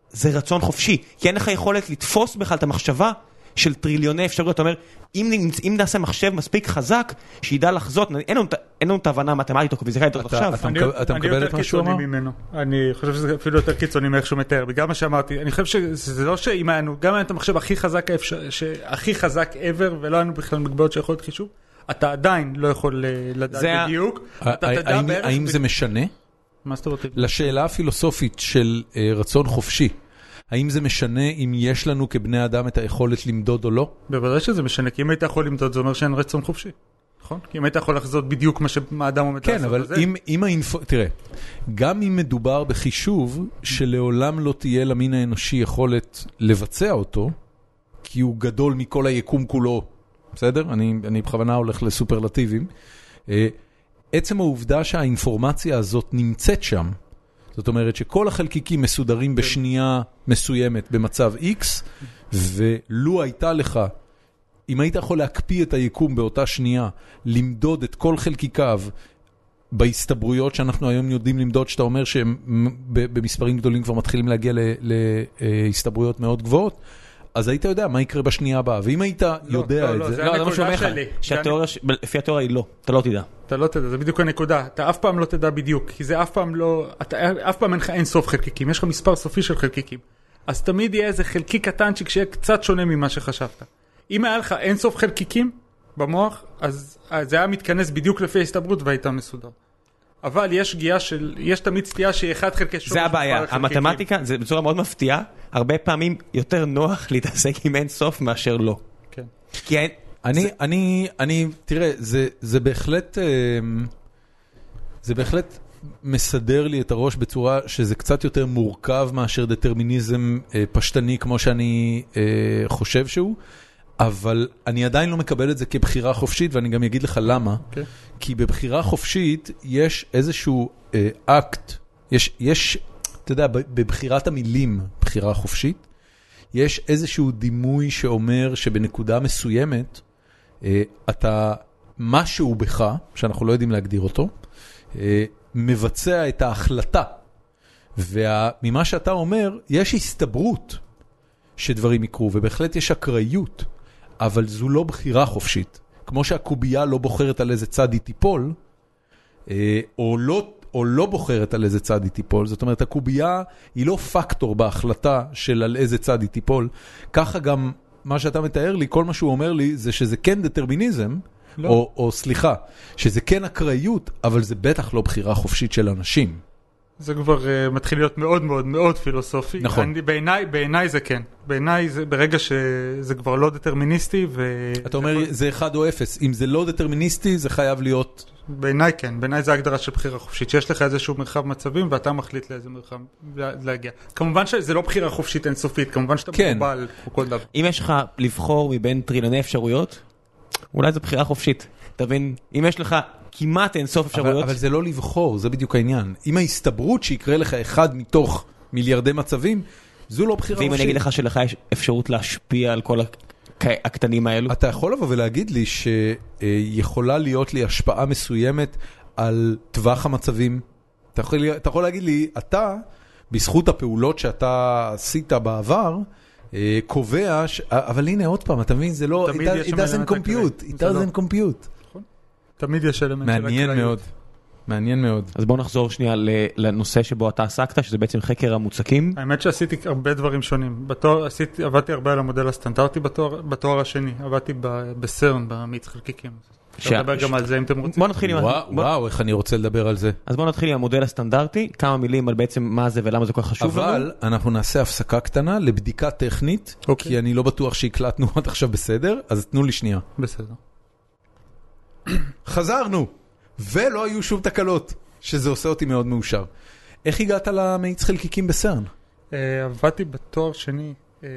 זה רצון חופשי. כי אין לך יכולת לתפוס בכלל את המחשבה של טריליוני אפשרויות. אתה אומר, אם, נמצ- אם נעשה מחשב מספיק חזק, שידע לחזות, אין לנו, את ה- אין לנו את ההבנה המתמטית או פיזיקאית הזאת עכשיו.
אתה
אני-
מקב- אתה
אני
מקבל
יותר
את מה שהוא
קיצוני
אמר?
ממנו. אני חושב שזה אפילו יותר קיצוני מאיך שהוא מתאר, בגלל מה שאמרתי, אני חושב שזה לא שאם היה לנו, גם היה את המחשב הכי חזק האפשר- שהכי חזק ever, ולא היה לנו בכלל מגבלות של יכולת חישוב, אתה עדיין לא יכול אה,
זה
לדעת
ה-
בדיוק,
ה-
אתה תדע
האם-
בערך,
האם זה
ב-
משנה?
מה זאת אומרת?
לשאלה הפילוסופית של אה, רצון חופשי, האם זה משנה אם יש לנו כבני אדם את היכולת למדוד או לא?
בוודאי שזה משנה, כי אם היית יכול למדוד זה אומר שאין רצון חופשי, נכון? כי אם היית יכול לחזות בדיוק מה שהאדם עומד לעשות,
כן, אבל
אז זה-
אם, אם האינפו... תראה, גם אם מדובר בחישוב שלעולם לא תהיה למין האנושי יכולת לבצע אותו, כי הוא גדול מכל היקום כולו, בסדר? אני, אני בכוונה הולך לסופרלטיבים. אה, עצם העובדה שהאינפורמציה הזאת נמצאת שם, זאת אומרת שכל החלקיקים
כן.
מסודרים בשנייה מסוימת במצב X, ולו הייתה לך אם היית יכול להקפיא את היקום באותה שנייה, למדוד את כל חלקיקיו בהסתברויות שאנחנו היום יודעים למדוד, שאתה אומר שהם מ- ב- במספרים גדולים כבר מתחילים להגיע להסתברויות מאוד גבוהות, אז היית יודע מה יקרה בשנייה הבאה. ואם היית יודע
לא,
את
לא,
זה...
זה הנקודה
לך,
שלי.
שהתיאוריה, ש- ב- לפי התיאוריה היא לא, אתה לא תדע.
אתה לא תדע, זה בדיוק הנקודה, אתה אף פעם לא תדע בדיוק, כי זה אף פעם לא, אתה, אף פעם אין לך אין סוף חלקיקים, יש לך מספר סופי של חלקיקים. אז תמיד יהיה איזה חלקיק קטנצ'יק שיהיה קצת שונה ממה שחשבת. אם היה לך אין סוף חלקיקים במוח, אז, אז זה היה מתכנס בדיוק לפי ההסתברות והיית מסודר. אבל יש שגיאה של, יש תמיד סטייה שהיא 1 חלקי שורש.
זה הבעיה,
מספר החלקיקים.
המתמטיקה זה בצורה מאוד מפתיעה, הרבה פעמים יותר נוח להתעסק עם אין סוף מאשר לא.
כן.
כי אין,
אני, אני, אני, תראה, זה, זה בהחלט, אמ, זה בהחלט מסדר לי את הראש בצורה שזה קצת יותר מורכב מאשר דטרמיניזם אה, פשטני כמו שאני אה, חושב שהוא, אבל אני עדיין לא מקבל את זה כבחירה חופשית, ואני גם אגיד לך למה.
אוקיי.
כי בבחירה חופשית יש איזשהו אה, אקט, יש, יש, אתה יודע, ב- בבחירת המילים בחירה חופשית, יש איזשהו דימוי שאומר שבנקודה מסוימת, אה, אתה, משהו בך, שאנחנו לא יודעים להגדיר אותו, אה, מבצע את ההחלטה. וממה שאתה אומר, יש הסתברות שדברים יקרו, ובהחלט יש אקראיות, אבל זו לא בחירה חופשית. כמו שהקובייה לא בוחרת על איזה צד היא תיפול, אה, או לא, או לא בוחרת על איזה צד היא תיפול, זאת אומרת, הקובייה היא לא פקטור בהחלטה של על איזה צד היא תיפול. ככה גם מה שאתה מתאר לי, כל מה שהוא אומר לי זה שזה כן דטרמיניזם,
לא.
לא. או, או סליחה, שזה כן אקראיות, אבל זה בטח לא בחירה חופשית של אנשים.
זה כבר uh, מתחיל להיות מאוד מאוד מאוד פילוסופי.
נכון.
אני, בעיניי, בעיניי זה כן. בעיניי זה ברגע שזה כבר לא דטרמיניסטי ו...
אתה
נכון.
אומר, זה אחד או אפס, אם זה לא דטרמיניסטי, זה חייב להיות
בעיניי כן, בעיניי זה הגדרה של בחירה חופשית, שיש לך איזשהו מרחב מצבים ואתה מחליט לאיזה מרחב לה- להגיע. כמובן שזה לא בחירה חופשית אינסופית, כמובן שאתה
כן.
מוגבל או כל דבר.
אם יש לך לבחור מבין טריליוני אפשרויות, אולי זו בחירה חופשית. אתה מבין? אם יש לך כמעט אין סוף
אבל,
אפשרויות,
אבל זה לא לבחור, זה בדיוק העניין. אם ההסתברות שיקרה לך אחד מתוך מיליארדי מצבים, זו לא בחירה
ואם אני
חופשית.
אגיד לך שלך יש אפשרות להשפיע על כל הכ- הקטנים האלו,
אתה יכול לבוא ולהגיד לי שיכולה להיות לי השפעה מסוימת על טווח המצבים. אתה יכול, אתה יכול להגיד לי, אתה, בזכות הפעולות שאתה עשית בעבר, אה, קובע, ש... אבל הנה עוד פעם, אתה מבין, זה לא, it,
תמיד יש
does- it
שם
doesn't
אלמנט אקראי.
compute, it
זה לא.
doesn't compute.
תמיד יש אלמנט
לא
של
מעניין
אקראיות.
מאוד, מעניין מאוד.
אז בואו נחזור שנייה ל- לנושא שבו אתה עסקת, שזה בעצם חקר המוצקים.
האמת שעשיתי הרבה דברים שונים. בתואר עשיתי, עבדתי הרבה על המודל הסטנדרטי בתואר, בתואר השני, עבדתי ב, בסרן, במאיץ חלקיקים.
ש-
אפשר לדבר גם על זה אם אתם רוצים.
בוא נתחיל עם... ה-
וואו,
בוא-
וואו, איך אני רוצה לדבר על זה.
אז בואו נתחיל עם המודל הסטנדרטי, כמה מילים על בעצם מה זה ולמה זה כל כך חשוב
לא?
לנו.
אבל אנחנו נעשה הפסקה קטנה לבדיקה טכנית,
אוקיי.
כי אני לא בטוח שהקלטנו עד עכשיו בסדר, אז תנו לי שנייה.
בסדר.
חזרנו, ולא היו שום תקלות, שזה עושה אותי מאוד מאושר. איך הגעת למאיץ חלקיקים בסרן?
אה, עבדתי בתואר שני, אה,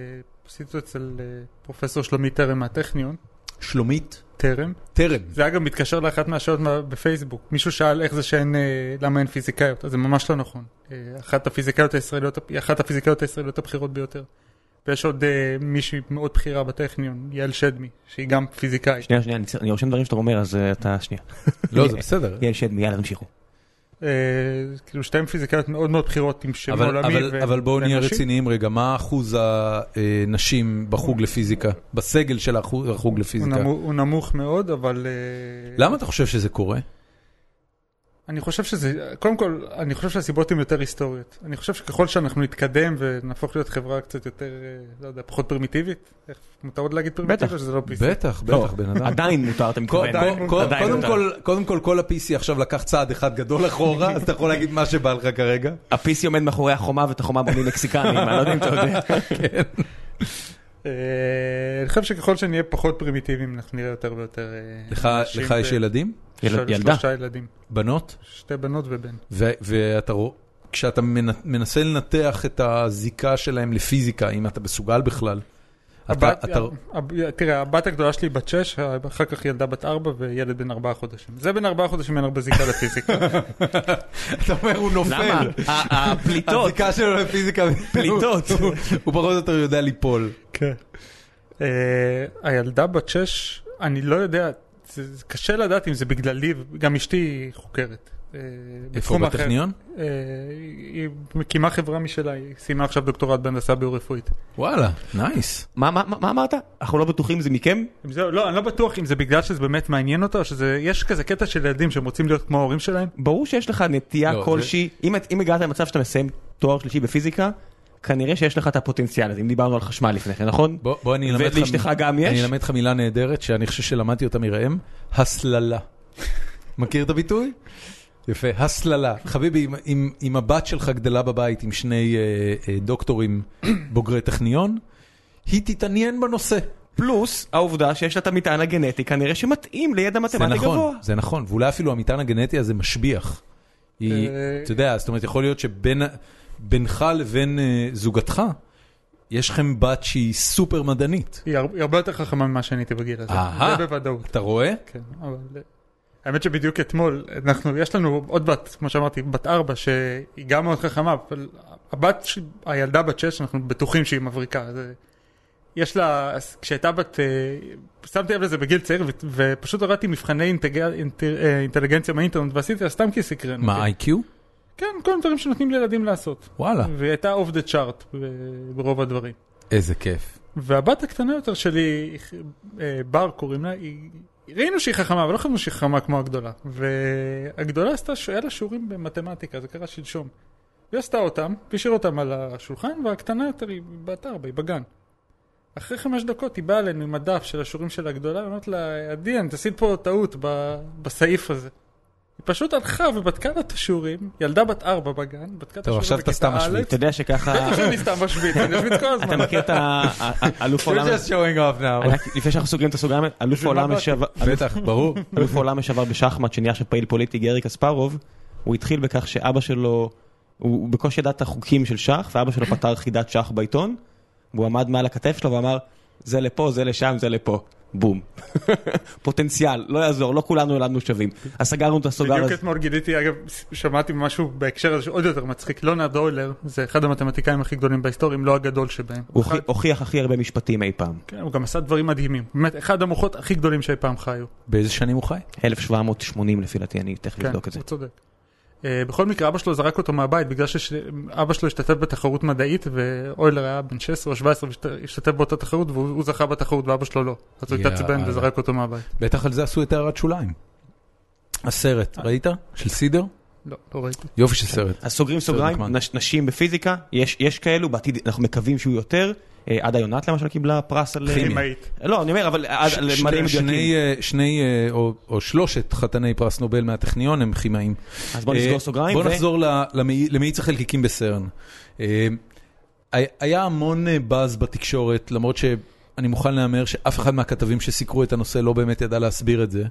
עשיתי אותו אצל אה, פרופסור שלומי טרם מהטכניון,
שלומית
טרם.
טרם.
זה אגב מתקשר לאחת מהשאלות מה- בפייסבוק. מישהו שאל איך זה שאין, אה, למה אין פיזיקאיות, אז זה ממש לא נכון. אה, אחת הפיזיקאיות הישראליות, היא אחת הפיזיקאיות הישראליות הבכירות ביותר. ויש עוד אה, מישהי מאוד בכירה בטכניון, יעל שדמי, שהיא גם פיזיקאית.
שנייה, שנייה, אני צר- אני רושם דברים שאתה אומר, אז אה, אתה שנייה.
לא, זה בסדר.
יעל שדמי, יאללה, תמשיכו.
אה, כאילו שתיהן פיזיקאיות מאוד מאוד בכירות עם שם
אבל,
עולמי.
אבל,
ו-
אבל בואו נהיה
ונשים.
רציניים רגע, מה אחוז הנשים בחוג לפיזיקה, בסגל של החוג, החוג
הוא
לפיזיקה?
נמוך, הוא נמוך מאוד, אבל... אה,
למה אתה חושב שזה קורה?
אני חושב שזה, קודם כל, אני חושב שהסיבות הן יותר היסטוריות. אני חושב שככל שאנחנו נתקדם ונהפוך להיות חברה קצת יותר, אה, לא יודע, פחות פרימיטיבית, איך- מותר עוד להגיד פרימיטיבית
בטח.
או שזה לא PC?
בטח, בטח, בן אדם.
עדיין מותר, אתה מתכוון.
קודם כל-
עדיין
קודם
מותר.
כל, קודם כל, כל ה-PC עכשיו לקח צעד אחד גדול אחורה, אז אתה יכול להגיד מה שבא לך כרגע.
ה-PC עומד מאחורי החומה ואת החומה בונים מקסיקנים, אני לא יודע אם אתה יודע.
אה, אני חושב שככל שנהיה פחות פרימיטיביים, אנחנו נראה יותר ויותר... אה,
לך
אנשים
לך יש
ו-
ילדים?
ילד-
של-
ילדה.
שלושה ילדים,
בנות?
שתי בנות ובן.
ו- ואתה רוא- כשאתה מנ- מנסה לנתח את הזיקה שלהם לפיזיקה, אם אתה מסוגל בכלל, אתה...
הבת-
אתה-
הב- תראה, הבת הגדולה שלי בת 6, אחר כך ילדה בת 4 וילד בן 4 חודשים. זה בן 4 חודשים אין הרבה זיקה לפיזיקה.
אתה אומר, הוא
למה?
נופל.
ה- ה- הפליטות.
הזיקה שלו לפיזיקה,
פליטות.
הוא- הוא- הוא פחות או יותר יודע ליפול.
כן. אה, הילדה בת שש, אני לא יודע, זה זה קשה לדעת אם זה בגללי, גם אשתי חוקרת. אה,
איפה,
בתחום אחר.
בטכניון?
אה, היא היא מקימה חברה משלה, היא סיימה עכשיו דוקטורט בהנדסה ביו-רפואית.
וואלה, נייס.
מה מה- מה- מה אמרת? אנחנו לא בטוחים אם זה מכם?
אם זה- לא, אני לא בטוח אם זה בגלל שזה באמת מעניין אותו, או שזה, יש כזה קטע של ילדים שהם רוצים להיות כמו ההורים שלהם.
ברור שיש לך
לא,
נטייה
זה-
כלשהי, אם את- אם הגעת למצב שאתה מסיים תואר שלישי בפיזיקה, כנראה שיש לך את הפוטנציאל הזה, אם דיברנו על חשמל לפני כן, נכון?
בוא בוא אני אלמד לך...
ולאשתך גם יש?
אני אלמד לך מילה נהדרת שאני חושב שלמדתי אותה מראם, הסללה. מכיר את הביטוי? יפה, הסללה. חביבי, אם- אם- אם הבת שלך גדלה בבית עם שני אה, אה, דוקטורים בוגרי טכניון, היא תתעניין בנושא.
פלוס העובדה שיש לה את המטען הגנטי, כנראה שמתאים לידע
זה
מתמטי
נכון,
גבוה.
זה נכון, ואולי אפילו המטען הגנטי הזה משביח. היא,
אה,
אתה יודע, זאת אומרת, יכול להיות שבינך לבין אה, זוגתך, יש לכם בת שהיא סופר מדענית.
היא הר- היא הרבה יותר חכמה ממה שאני הייתי בגיל הזה.
אהה.
זה בוודאות.
אתה רואה?
כן, אבל... האמת שבדיוק אתמול, אנחנו, יש לנו עוד בת, כמו שאמרתי, בת ארבע, שהיא גם מאוד חכמה, אבל הבת, ש- הילדה בת שש, אנחנו בטוחים שהיא מבריקה. זה... יש לה, אז כשהייתה בת, אה, שמתי לב לזה בגיל צעיר, ו- ופשוט הורדתי מבחני אינטג... אינט... אה, אינטליגנציה מהאינטרנט, ועשיתי לה סתם כי סקרן.
מה,
אוקיי.
אותי.
IQ?
כן, כל מיני דברים שנותנים לילדים לעשות.
Mm.
וואלה.
והיא הייתה אוף דה צ'ארט ב- ברוב הדברים.
איזה כיף.
והבת הקטנה יותר שלי, אה, בר קוראים לה, היא... ראינו שהיא חכמה, אבל לא חשבנו שהיא חכמה כמו הגדולה. והגדולה עשתה, ש- היה לה שיעורים במתמטיקה, זה קרה שלשום. היא עשתה אותם, והשאירה אותם על השולחן, והקטנה יותר היא בת ארבע, היא בגן. אחרי חמש דקות היא באה אלינו עם הדף של השיעורים של הגדולה, ואומרת לה, עדי, אני תעשי פה טעות ב... בסעיף הזה. היא פשוט הלכה ובדקה לה את השיעורים, ילדה בת ארבע בגן, בדקה את
טוב, עכשיו
השיעורים
אתה סתם משוויץ.
אתה יודע שככה,
עכשיו אני סתם משוויץ, אני משוויץ כל הזמן.
אתה מכיר את האלוף העולם,
You're just showing off now.
אני- לפני שאנחנו סוגרים את הסוגריים, אלוף
בשביל מה
העולם
באתי?
לשעבר,
בטח, ברור.
אלוף העולם לשעבר בשחמט שנהיה עכשיו פעיל פוליטי גרי קספרוב, הוא התחיל בכך שאבא שלו, הוא הוא בקושי ידע את החוקים של שח, ואבא שלו פתר חידת שח בעיתון, והוא עמד מעל הכתף שלו ואמר, זה לפה, זה לשם, זה לפה. בום. פוטנציאל, לא יעזור, לא כולנו נולדנו שווים. אז סגרנו את הסוגר
בדיוק
הזה.
אתמול גיליתי, אגב, שמעתי משהו בהקשר הזה שעוד יותר מצחיק, לונה דוילר זה אחד המתמטיקאים הכי גדולים בהיסטוריה, אם לא הגדול שבהם.
הוא הוכיח- הוכיח הכי הרבה משפטים אי פעם.
כן, הוא גם עשה דברים מדהימים, באמת, אחד המוחות הכי גדולים שאי פעם חיו.
באיזה שנים הוא חי?
1780 לפי דעתי, אני תכף
כן,
אבדוק את זה.
הוא צודק. אה, בכל מקרה, אבא שלו זרק אותו מהבית בגלל שאבא שלו השתתף בתחרות מדעית, ואוילר היה בן 16 או 17 והשתתף באותה תחרות, והוא הוא זכה בתחרות ואבא שלו לא. אז הוא
יאללה.
התעצבן וזרק אותו מהבית.
בטח על זה עשו את הערת שוליים. הסרט, ראית? של סידר?
לא, לא ראיתי.
יופי של סרט.
אז סוגרים סוגריים,
נחמד.
נש, נשים בפיזיקה, יש, יש כאלו, בעתיד אנחנו מקווים שיהיו יותר. אה, עדה יונת למשל קיבלה פרס על...
כימיה.
כימאית.
לא, אני אומר, אבל עד-
ש-
על
שני-
מדעים
שני,
מדויקים.
אה, שני, אה, או- או שלושת חתני פרס נובל מהטכניון הם כימאים.
אז בוא נסגור
אה,
סוגריים.
בוא
ו-
נחזור ל- למאי- למאיץ החלקיקים בסרן. אה, היה- היה המון אה, באז בתקשורת, למרות שאני מוכן להמר שאף אחד מהכתבים שסיקרו את הנושא לא באמת ידע להסביר את זה,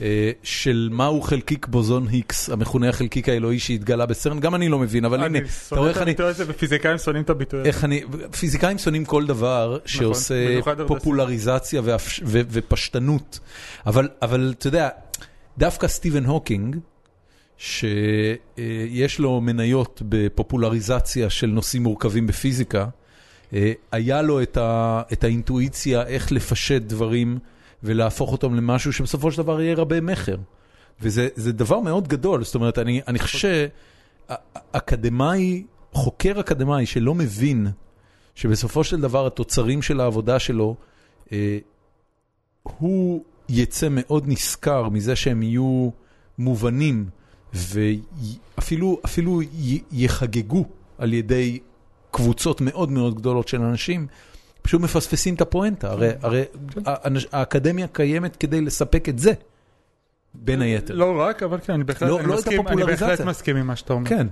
אה, של מהו חלקיק בוזון היקס, המכונה החלקיק האלוהי שהתגלה בסרן, גם אני לא מבין, אבל הנה,
אני
אתה
שונא
רואה
את
איך אני...
הביטוי הזה, ופיזיקאים שונאים את הביטוי הזה.
איך אני, פיזיקאים שונאים כל דבר שעושה
במיוחד ההנדסה.
פופולריזציה ואפ- ו- ופשטנות, אבל, אבל אתה יודע, דווקא סטיבן הוקינג, שיש לו מניות בפופולריזציה של נושאים מורכבים בפיזיקה, אה, היה לו את, ה, את האינטואיציה איך לפשט דברים ולהפוך אותם למשהו שבסופו של דבר יהיה רבה מכר. וזה זה דבר מאוד גדול, זאת אומרת, אני, אני חושב שאקדמאי, חוקר אקדמאי שלא מבין שבסופו של דבר התוצרים של העבודה שלו, אה, הוא יצא מאוד נשכר מזה שהם יהיו מובנים ואפילו אפילו י- יחגגו על ידי קבוצות מאוד מאוד גדולות של אנשים, פשוט מפספסים את הפואנטה.
כן.
הרי, הרי האנש- האקדמיה קיימת כדי לספק את זה, בין היתר.
לא רק, אבל כן, אני בהחלט
לא-
אני
לא את
מסכים- אני בהחלט
הפופולריזציה.
מסכים עם מה שאתה אומר.
כן.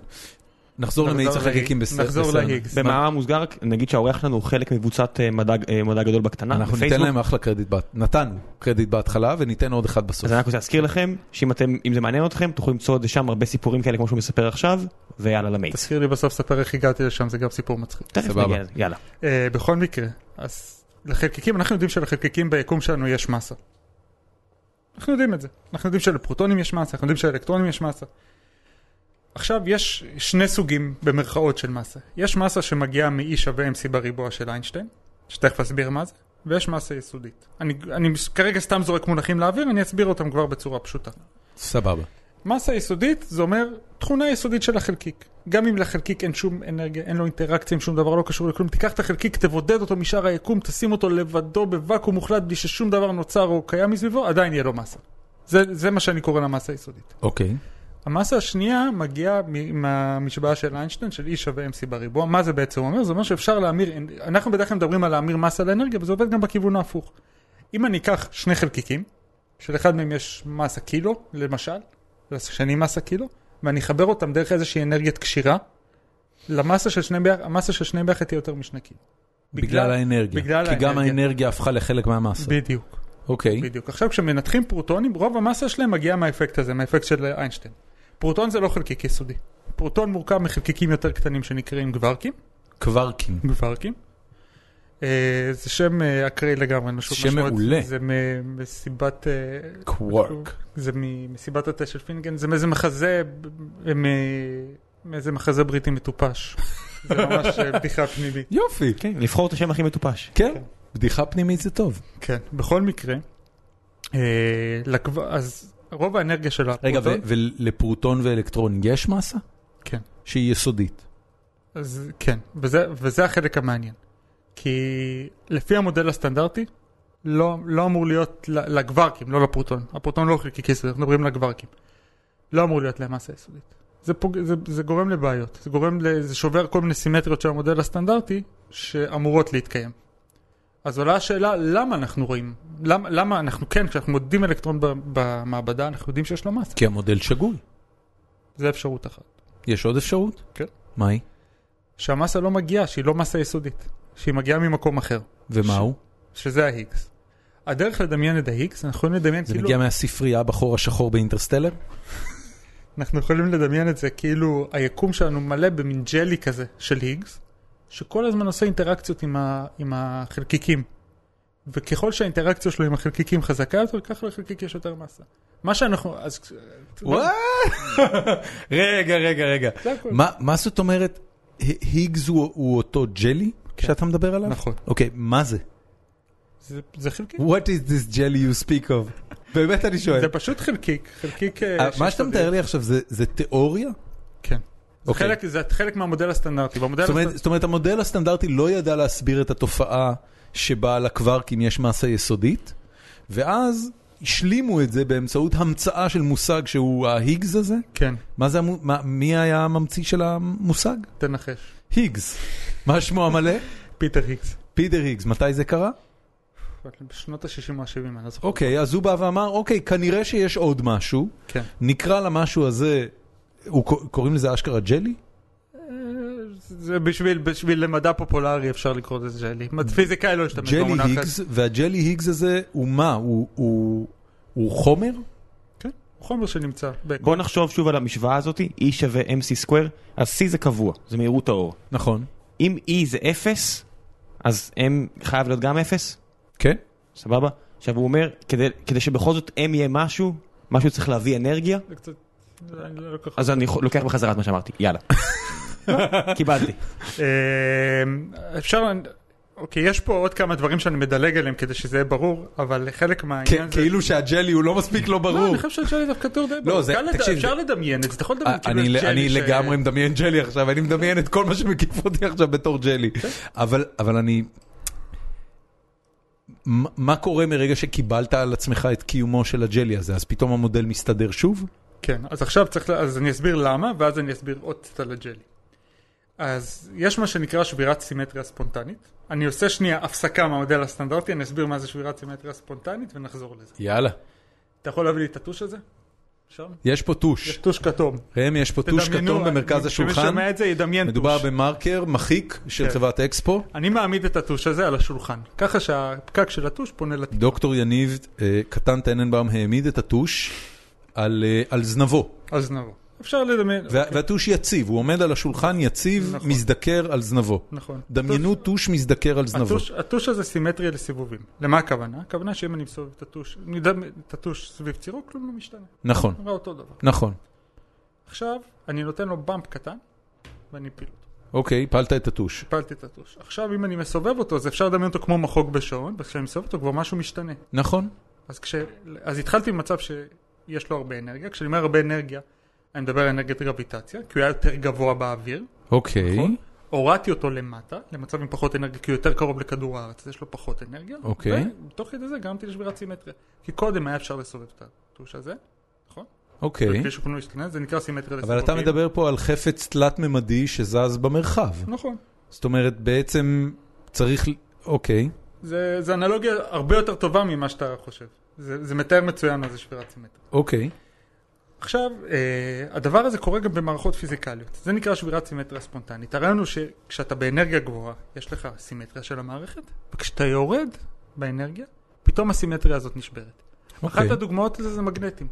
נחזור
נחזור
למאיץ החלקיקים
להיג-
בסרט.
נחזור להיגס.
במאמר מוסגר, נגיד שהאורח שלנו הוא חלק מקבוצת אה, מדע, אה, מדע גדול בקטנה,
אנחנו ניתן
בפייסבוק.
להם אחלה קרדיט, בת- נתנו קרדיט בהתחלה וניתן עוד אחד בסוף.
אז אני רק רוצה להזכיר לכם, שאם אתם, אם זה מעניין אתכם, תוכלו למצוא את זה שם הרבה סיפורים כאלה כמו שהוא מספר עכשיו, ויאללה למאיץ.
תזכיר לי בסוף, ספר איך הגעתי לשם, זה גם סיפור מצחיק.
תכף
סבבה.
נגיע לזה, יאללה.
אה, בכל מקרה, אז לחלקיקים, אנחנו יודעים שלחלקיקים ביקום שלנו יש מסה. אנחנו יודעים את זה. אנחנו יודעים שלפרוטונים יש מסה, אנחנו יודעים שלאלקטרונים יש מסה. עכשיו, יש שני סוגים במרכאות של מסה. יש מסה שמגיעה מ-E שווה MC בריבוע של איינשטיין, שתכף אסביר מה זה, ויש מסה יסודית. אני, אני כרגע סתם זורק מונחים לאוויר, אני אסביר אותם כבר בצורה פשוטה.
סבבה.
מסה יסודית זה אומר תכונה יסודית של החלקיק. גם אם לחלקיק אין שום אנרגיה, אין לו אינטראקציה עם שום דבר, לא קשור לכלום, תיקח את החלקיק, תבודד אותו משאר היקום, תשים אותו לבדו בוואקום מוחלט בלי ששום דבר נוצר או קיים מסביבו, עדיין יהיה לו מסה. זה, זה מה שאני קורא לה מסה יסודית.
אוקיי.
המסה השנייה מגיעה מ- מהמשוואה של איינשטיין של E שווה MC בריבוע. מה זה בעצם אומר? זה אומר שאפשר להמיר, אנחנו בדרך כלל מדברים על להמיר מסה לאנרגיה, וזה עובד גם בכיוון ההפוך. אם אני אקח שני חלקיקים, שלאחד מהם יש מסה קילו, למשל, לשני מסה קילו, ואני אחבר אותם דרך איזושהי אנרגיית קשירה, למסה של שני ביחד, המסה של שני ביחד תהיה יותר משני קילו.
בגלל האנרגיה.
בגלל
כי גם
האנרגיה.
האנרגיה הפכה לחלק מהמסה.
בדיוק.
אוקיי.
בדיוק. עכשיו כשמנתחים פרוטונים, רוב המסה שלהם מגיעה מהאפקט הזה, מהאפקט של איינשטיין. פרוטון זה לא חלקיק יסודי. פרוטון מורכב מחלקיקים יותר קטנים שנקראים גווארקים,
קווארקים.
גווארקים, אה, זה שם אה, אקראי לגמרי, אין לו שום
שם
משמעות.
מעולה.
זה ממסיבת... אה,
קווארק.
זה ממסיבת התה של פינגן, זה מאיזה מחזה, ב- מ- מאיזה מחזה בריטי מטופש. זה ממש אה, בדיחה פנימית.
יופי.
כן, לבחור את השם הכי מטופש.
כן, בדיחה פנימית זה טוב.
כן, בכל מקרה, אה, לקב... אז רוב האנרגיה של
רגע,
הפרוטון,
ו- ולפרוטון ואלקטרון יש מסה?
כן.
שהיא יסודית.
אז כן, וזה, וזה החלק המעניין. כי לפי המודל הסטנדרטי, לא, לא אמור להיות ל- לגווארקים, לא לפרוטון. הפרוטון לא חלקיקי סודי, אנחנו מדברים לגווארקים. לא אמור להיות להם מסה יסודית. זה, פוג... זה, זה גורם לבעיות, זה, גורם ל... זה שובר כל מיני סימטריות של המודל הסטנדרטי שאמורות להתקיים. אז עולה השאלה למה אנחנו רואים, למה, למה אנחנו כן, כשאנחנו מודדים אלקטרון ב- במעבדה, אנחנו יודעים שיש לו מסה.
כי המודל שגוי.
זה אפשרות אחת.
יש עוד אפשרות?
כן.
מה היא?
שהמסה לא מגיעה, שהיא לא מסה יסודית, שהיא מגיעה ממקום אחר.
ומה
ש-
הוא?
שזה ההיגס. הדרך לדמיין את ההיגס, אנחנו יכולים לדמיין
זה
כאילו,
מגיע מהספרייה בחור השחור באינטרסטלר?
אנחנו יכולים לדמיין את זה כאילו היקום שלנו מלא במין ג'לי כזה של היגס, שכל הזמן עושה אינטראקציות עם, ה, עם החלקיקים. וככל שהאינטראקציה שלו עם החלקיקים חזקה יותר, ככה לחלקיק יש יותר מסה. מה שאנחנו, אז...
וואו! לא. רגע, רגע, רגע.
זה הכל.
מה- מה זאת אומרת, ה- היגס הוא הוא אותו ג'לי כשאתה מדבר עליו?
נכון.
אוקיי, מה זה?
זה, זה חלקיק.
What is this jelly you speak of? באמת אני שואל.
זה פשוט חלקיק, חלקיק... אה,
אה, מה
שיש
שאתה
לו-
מתאר לי עכשיו זה- זה תיאוריה?
כן. זה
אוקיי.
חלק- זה חלק מהמודל הסטנדרטי. במודל
זאת אומרת,
הסטנ-
זאת אומרת, המודל הסטנדרטי לא ידע להסביר את התופעה שבה לקווארקים יש מסה יסודית, ואז השלימו את זה באמצעות המצאה של מושג שהוא ההיגס הזה.
כן,
מה זה, המו- מה, מי היה הממציא של המושג?
תנחש.
היגס. מה שמו המלא?
פיטר היגס.
פיטר היגס. מתי זה קרה?
בשנות ה-60 או ה-70, אני לא זוכר.
אוקיי, אז הוא בא ואמר, אוקיי, כנראה שיש עוד משהו.
כן.
נקרא למשהו הזה, הוא, ק- קוראים לזה אשכרה ג'לי?
זה בשביל, בשביל למדע פופולרי אפשר לקרוא לזה ג'לי. מד- פיזיקאי לא ישתמש
Mm-hmm. ג'לי
במונח
היגס,
הזה.
והג'לי היגס הזה הוא מה? הוא, הוא, הוא חומר?
כן, הוא חומר שנמצא. ב-
בוא נחשוב שוב על המשוואה הזאת, E שווה MC סקוואר, אז C זה קבוע, זה מהירות האור.
נכון.
אם E זה 0, אז M חייב להיות גם 0,
כן?
סבבה? עכשיו הוא אומר, כדי, כדי שבכל זאת M יהיה משהו, משהו צריך להביא אנרגיה,
זה קצת... אני לא כל כך-
אז אני יכול- לוקח בחזרה את מה שאמרתי, יאללה. קיבלתי.
אה, אפשר... אוקיי, יש פה עוד כמה דברים שאני מדלג עליהם כדי שזה יהיה ברור, אבל חלק מהעניין זה...
כאילו שהג'לי הוא לא מספיק לא
לא,
ברור.
אני חושב שאפשר דווקא טור די
לא,
ברור.
זה-
קל לד-
תקשיב,
אפשר לדמיין את זה, אתה יכול לדמיין כאילו
אה, אני
ג'לי
אני
ש-
לגמרי מדמיין ג'לי עכשיו, אני מדמיין את כל מה שמקיף אותי עכשיו בתור ג'לי.
כן.
אבל אבל אני... מה- מה קורה מרגע שקיבלת על עצמך את קיומו של הג'לי הזה? אז פתאום המודל מסתדר שוב?
כן, אז עכשיו צריך, לה- אז אני אסביר למה, ואז אני אסביר עוד קצת על הג'לי. אז יש מה שנקרא שבירת סימטריה ספונטנית. אני עושה שנייה הפסקה מהמודל הסטנדרטי, אני אסביר מה זה שבירת סימטריה ספונטנית ונחזור לזה.
יאללה.
אתה יכול להביא לי את הטוש הזה? אפשר?
יש פה
יש
טוש.
טוש כתום.
ראם, יש פה טוש
תדמיינו,
כתום במרכז
מי
השולחן.
ששומע את זה ידמיין
מדובר
טוש.
במרקר מחיק של
כן.
חברת אקספו.
אני מעמיד את הטוש הזה על השולחן, ככה שהפקק של הטוש פונה לטוש.
דוקטור יניב אה, קטן טננבאום העמיד את הטוש על אה, על זנבו.
אז נבוא. אפשר לדמיין.
וה- והטוש יציב, הוא עומד על השולחן יציב,
אוקיי. נכון.
מזדקר על זנבו.
נכון.
דמיינו טוש מזדקר על זנבו.
הטוש, הטוש הזה סימטריה לסיבובים. למה הכוונה? הכוונה שאם אני מסובב את הטוש, אני אדמ- את הטוש סביב צירו, כלום לא משתנה.
נכון,
נראה אותו דבר.
נכון.
עכשיו, אני נותן לו באמפ קטן, ואני אפיל אותו.
אוקיי, הפלת את הטוש.
הפלתי את הטוש. עכשיו, אם אני מסובב אותו, אז אפשר לדמיין אותו כמו מחוג בשעון, וכשאני מסובב אותו כבר משהו משתנה.
נכון.
אז, כש... אז התחלתי במצב שיש לו הרבה אנרגיה. כשאני אומר הרבה אנרגיה, אני מדבר על אנרגיית גרביטציה, כי הוא היה יותר גבוה באוויר.
אוקיי,
נכון. הורדתי אותו למטה, למצב עם פחות אנרגיה, כי הוא יותר קרוב לכדור הארץ, אז יש לו פחות אנרגיה.
אוקיי.
ותוך כדי זה גרמתי לשבירת סימטריה. כי קודם היה אפשר לסובב את הטוש הזה, נכון?
אוקיי.
כפי שכולנו השתנה, זה נקרא סימטריה
אבל אתה
לסיבובים.
מדבר פה על חפץ תלת-ממדי שזז במרחב.
נכון.
זאת אומרת, בעצם צריך... ל- אוקיי.
זה, זה אנלוגיה הרבה יותר טובה ממה שאתה חושב. זה, זה מתאר מצוין מה זה שבירת סימטריה.
אוקיי.
עכשיו, אה, הדבר הזה קורה גם במערכות פיזיקליות. זה נקרא שבירת סימטריה ספונטנית. הרעיון הוא שכשאתה באנרגיה גבוהה, יש לך סימטריה של המערכת, וכשאתה יורד באנרגיה, פתאום הסימטריה הזאת נשברת.
אוקיי.
אחת הדוגמאות לזה זה מגנטים.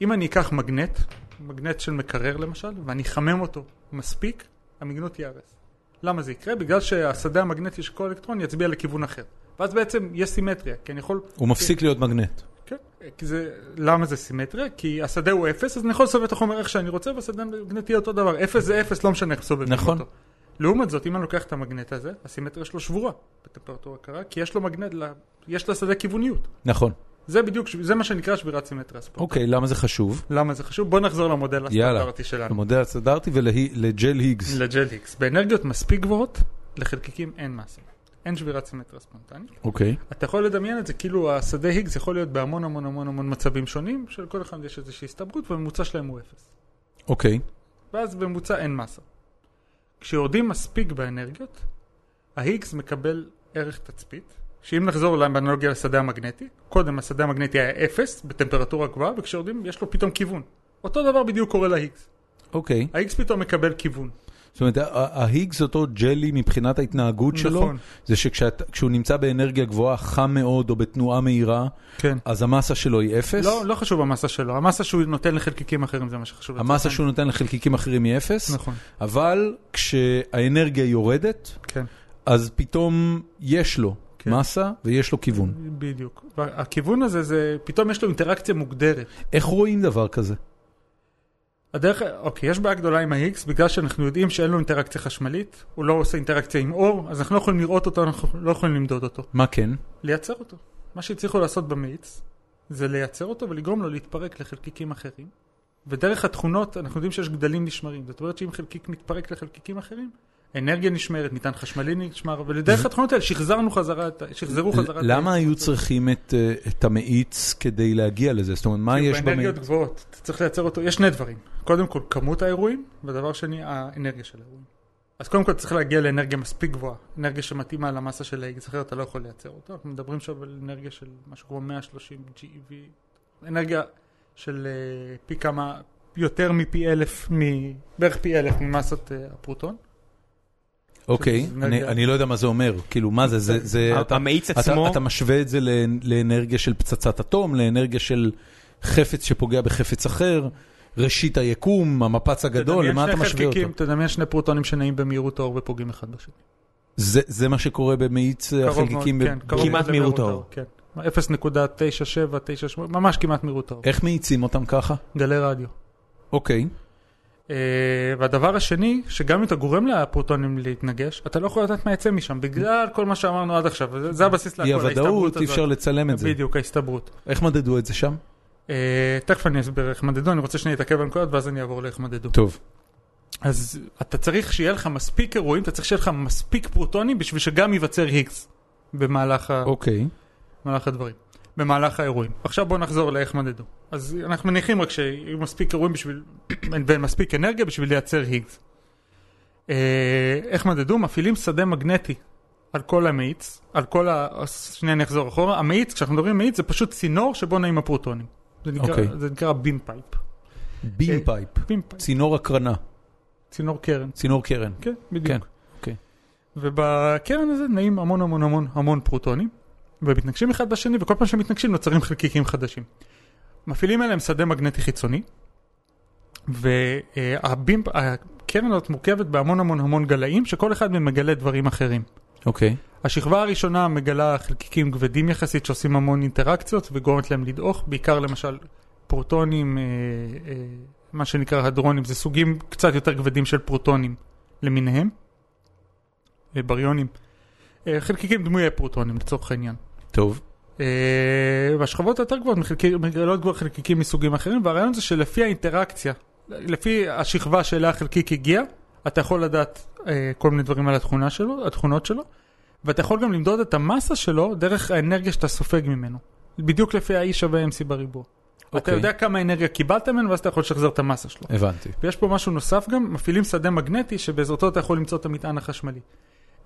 אם אני אקח מגנט, מגנט של מקרר למשל, ואני אחמם אותו מספיק, המגנט ייהרס. למה זה יקרה? בגלל שהשדה המגנטי של כל אלקטרון יצביע לכיוון אחר. ואז בעצם יש סימטריה, כי אני יכול...
הוא מפסיק להיות מגנט.
כן, כי זה... למה זה סימטריה? כי השדה הוא אפס, אז אני יכול לסובב את החומר איך שאני רוצה, והשדה המגנטי יהיה אותו דבר. אפס זה אפס, לא משנה איך סובבים
נכון.
אותו. לעומת זאת, אם אני לוקח את המגנט הזה, הסימטריה שלו שבורה בטמפרטורה קרה, כי יש לו מגנט, ל- יש לשדה כיווניות.
נכון.
זה בדיוק, ש- זה מה שנקרא שבירת סימטריה ספורט.
אוקיי, למה זה חשוב?
למה זה חשוב? בוא נחזור למודל
יאללה.
הסטנדרטי שלנו.
למודל הסטנדרטי ולג'ל היגס.
לג'ל היקס. באנרגיות מספיק גבוהות, לחלקיקים אין מסה. אין שבירת סימטריה ספונטנית.
אוקיי.
אתה יכול לדמיין את זה, כאילו השדה היגס יכול להיות בהמון המון המון המון מצבים שונים, שלכל אחד יש איזושהי הסתברות, והממוצע שלהם הוא אפס.
אוקיי.
ואז בממוצע אין מסה. כשיורדים מספיק באנרגיות, ההיגס מקבל ערך תצפית, שאם נחזור לאנלוגיה לשדה המגנטי, קודם השדה המגנטי היה אפס בטמפרטורה גבוהה, וכשיורדים יש לו פתאום כיוון. אותו דבר בדיוק קורה להיגס.
אוקיי.
ההיגס פתאום מקבל כיוון.
זאת אומרת, ה- ה- ההיגס אותו ג'לי מבחינת ההתנהגות שלו,
נכון.
זה שכשהוא נמצא באנרגיה גבוהה, חם מאוד או בתנועה מהירה,
כן.
אז המסה שלו היא אפס.
לא, לא חשוב המסה שלו, המסה שהוא נותן לחלקיקים אחרים זה מה שחשוב.
המסה
לצורך
שהוא נותן לחלקיקים אחרים היא אפס.
נכון.
אבל כשהאנרגיה יורדת,
העניין.
אז פתאום יש לו
כן.
מסה ויש לו כיוון.
כן, בדיוק. הכיוון הזה זה, פתאום יש לו אינטראקציה מוגדרת.
איך רואים דבר כזה?
הדרך, אוקיי, יש בעיה גדולה עם ה-X, בגלל שאנחנו יודעים שאין לו אינטראקציה חשמלית, הוא לא עושה אינטראקציה עם אור, אז אנחנו לא יכולים לראות אותו, אנחנו לא יכולים למדוד אותו.
מה כן?
לייצר אותו. מה שהצליחו לעשות במאיץ, זה לייצר אותו ולגרום לו להתפרק לחלקיקים אחרים. ודרך התכונות, אנחנו יודעים שיש גדלים נשמרים. זאת אומרת שאם חלקיק מתפרק לחלקיקים אחרים, אנרגיה נשמרת, מטען חשמלי נשמר, ולדרך התכונות האלה שחזרנו חזרה, את ה- שחזרו חזרה. את
למה
ה-
היו צריכים את, אה, את המאיץ כדי להגיע לזה? זאת אומרת, מה אה, יש במאיץ?
באנרגיות גבוהות, אתה צריך לייצר אותו, יש שני דברים. קודם כל, כמות האירועים, ודבר שני, האנרגיה של האירועים. אז קודם כל צריך להגיע לאנרגיה מספיק גבוהה, אנרגיה שמתאימה למסה של האיגס, אחרת אתה לא יכול לייצר אותו. אנחנו מדברים עכשיו על אנרגיה של משהו כמו 130 GeV, E אנרגיה של אה, פי כמה, יותר מפי אלף, מ- בערך פי אלף ממסת אה, הפרוטון.
אוקיי,
שזה
אני,
אנרגיה- אה,
אני לא יודע מה זה אומר. כאילו, מה זה? זה, זה אתה,
המאיץ
אתה,
עצמו,
אתה משווה את זה לאנ- לאנרגיה של פצצת אטום, לאנרגיה של חפץ שפוגע בחפץ אחר, ראשית היקום, המפץ הגדול,
תדמיין
למה
שני
אתה משווה אותו?
חלקיקים, תדמיין שני פרוטונים שנעים במהירות האור ופוגעים אחד בשני.
זה, זה מה שקורה במאיץ אה,
קרוב מאוד,
החלקיקים? ב-
כן, קרוב
כמעט
מאוד
מהירות
למהירות
האור.
כן. 0.9798, ממש כמעט מהירות האור.
איך מאיצים אותם ככה?
גלי רדיו.
אוקיי.
אה, והדבר השני, שגם אם אתה גורם לפרוטונים להתנגש, אתה לא יכול לדעת מה יצא משם, בגלל כל מה שאמרנו עד עכשיו, וזה- זה הבסיס להכל,
אי
ההסתברות
הוודאות, אי
הזאת.
אפשר לצלם את זה.
בדיוק, ההסתברות.
איך מדדו את זה שם?
אה, תכף אני אסביר איך מדדו, אני רוצה שאני אתעכב על נקודות ואז אני אעבור לאיך מדדו.
טוב.
אז אתה צריך שיהיה לך מספיק אירועים, אתה צריך שיהיה לך מספיק פרוטונים בשביל שגם ייווצר היגס במהלך ה...
אוקיי.
במהלך הדברים, במהלך האירועים. עכשיו בואו נחזור לאיך מדדו. אז אנחנו מניחים רק שיהיו מספיק אירועים בשביל, ומספיק אנרגיה בשביל לייצר היגס. אה, איך מדדו? מפעילים שדה מגנטי על כל המאיץ, על כל ה... אז שנייה אני אחזור אחורה. המאיץ, כשאנחנו מדברים מאיץ, זה פשוט צינור שבו נעים הפרוטונים. זה נקרא,
אוקיי.
זה נקרא בים פייפ.
בים
אה,
פייפ,
בים פייפ,
צינור הקרנה,
צינור קרן.
צינור קרן.
כן, בדיוק.
כן, אוקיי.
ובקרן הזה נעים המון המון המון המון פרוטונים, ומתנגשים אחד בשני, וכל פעם שהם מתנגשים נוצרים חלקיקים חדשים. מפעילים עליהם שדה מגנטי חיצוני, והקרן הזאת מורכבת בהמון המון המון גלאים, שכל אחד מהם מגלה דברים אחרים.
אוקיי.
השכבה הראשונה מגלה חלקיקים כבדים יחסית שעושים המון אינטראקציות וגורמת להם לדעוך, בעיקר למשל פרוטונים, אה, אה, מה שנקרא הדרונים, זה סוגים קצת יותר כבדים של פרוטונים למיניהם, אה, בריונים, אה, חלקיקים דמויי פרוטונים לצורך העניין.
טוב.
אה, והשכבות היותר גבוהות מחלקי- מגלות כבר חלקיקים מסוגים אחרים, והרעיון זה שלפי האינטראקציה, לפי השכבה שאליה החלקיק הגיע, אתה יכול לדעת אה, כל מיני דברים על התכונה שלו, התכונות שלו, ואתה יכול גם למדוד את המסה שלו דרך האנרגיה שאתה סופג ממנו. בדיוק לפי ה-E שווה MC בריבוע. אתה
אוקיי.
יודע כמה אנרגיה קיבלת ממנו, ואז אתה יכול לשחזר את המסה שלו.
הבנתי.
ויש פה משהו נוסף גם, מפעילים שדה מגנטי שבעזרתו אתה יכול למצוא את המטען החשמלי.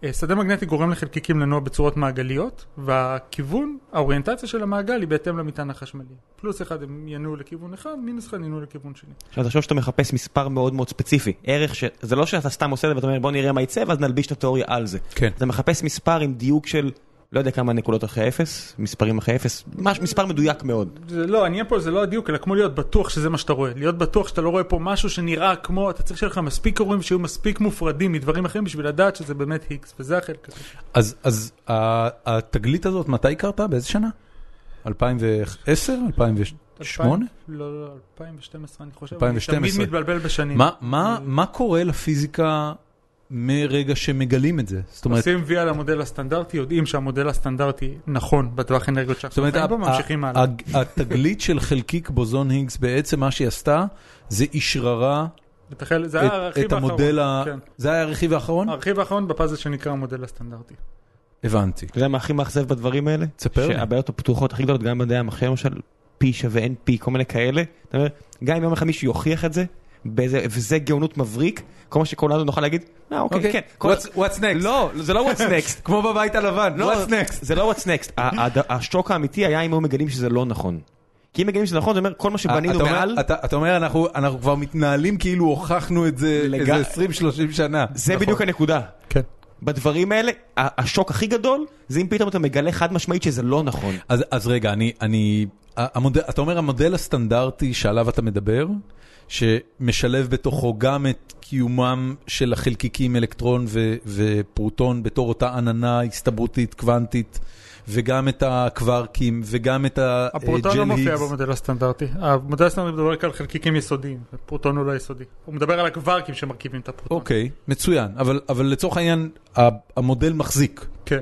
אה, שדה מגנטי גורם לחלקיקים לנוע בצורות מעגליות, והכיוון, האוריינטציה של המעגל היא בהתאם למטען החשמלי. פלוס אחד הם ינועו לכיוון אחד, מינוס אחד ינועו לכיוון שני.
עכשיו תחשוב שאתה מחפש מספר מאוד מאוד ספציפי, ערך ש... זה לא שאתה סתם עושה את זה ואתה אומר בוא נראה מה יצא ואז נלביש את התיאוריה על זה.
כן.
אתה מחפש מספר עם דיוק של לא יודע כמה נקודות אחרי אפס, מספרים אחרי אפס, מש, מספר מדויק מאוד.
זה לא, העניין פה זה לא הדיוק, אלא כמו להיות בטוח שזה מה שאתה רואה. להיות בטוח שאתה לא רואה פה משהו שנראה כמו, אתה צריך שיהיה לך מספיק אירועים שיהיו מספיק מופרדים מדברים אחרים בשביל לדעת שזה באמת היקס, וזה החלק הזה.
אז, אז ה- התגלית הזאת, מתי קרתה? באיזה שנה? 2010? 2008?
לא, לא, 2012 אני חושב. אני
2012.
תמיד מתבלבל בשנים.
מה, מה, מה קורה לפיזיקה מרגע שמגלים את זה? זאת אומרת,
עושים וי על המודל הסטנדרטי, יודעים שהמודל הסטנדרטי נכון בטווח אנרגיות
זאת
שאנחנו
אומרת,
חיים בו,
ה-
ממשיכים
ה-
הלאה.
ה- התגלית של חלקיק בוזון היגס, בעצם מה שהיא עשתה, זה אשררה
את החל- זה היה
את,
הרכיב
את המודל ה...
האחרון, כן.
זה היה הרכיב האחרון?
הרכיב האחרון בפאזל שנקרא המודל הסטנדרטי.
אה, הבנתי.
אתה יודע מה הכי מאכזב בדברים האלה?
תספר לי.
שהבעיות הפתוחות הכי גדולות, גם במדעי המחשב למשל, P שווה NP, כל מיני כאלה. אתה אומר, גם אם יום אחד מישהו יוכיח את זה, באיזה, וזה גאונות מבריק, כל מה שכולנו נוכל להגיד, אה אוקיי,
אוקיי.
כן. כל-
What's- what's next?
לא, זה לא what's next.
כמו בבית הלבן,
לא,
what's next?
זה לא what's next. ה- הד- השוק האמיתי היה אם היו מגלים שזה לא נכון. כי אם מגלים שזה נכון, זה אומר כל מה שבנינו
אתה אומר-
מעל,
אתה אתה אומר, אנחנו- אנחנו כבר מתנהלים כאילו הוכחנו את זה
לג-
איזה 20-30 שנה.
זה
נכון.
בדיוק הנקודה.
כן.
בדברים האלה, ה- השוק הכי גדול, זה אם פתאום אתה מגלה חד משמעית שזה לא נכון.
אז, אז רגע, אני, אני, המודל, אתה אומר המודל הסטנדרטי שעליו אתה מדבר, שמשלב בתוכו גם את קיומם של החלקיקים אלקטרון ו, ופרוטון בתור אותה עננה הסתברותית קוונטית, וגם את הקווארקים, וגם את אה, הג'ל היגס.
הפרוטון לא מופיע במודל הסטנדרטי. המודל הסטנדרטי מדבר רק על חלקיקים יסודיים, הפרוטון הוא לא יסודי. הוא מדבר על הקווארקים שמרכיבים את הפרוטון.
אוקיי, מצוין, אבל, אבל לצורך העניין, ה- המודל מחזיק.
כן.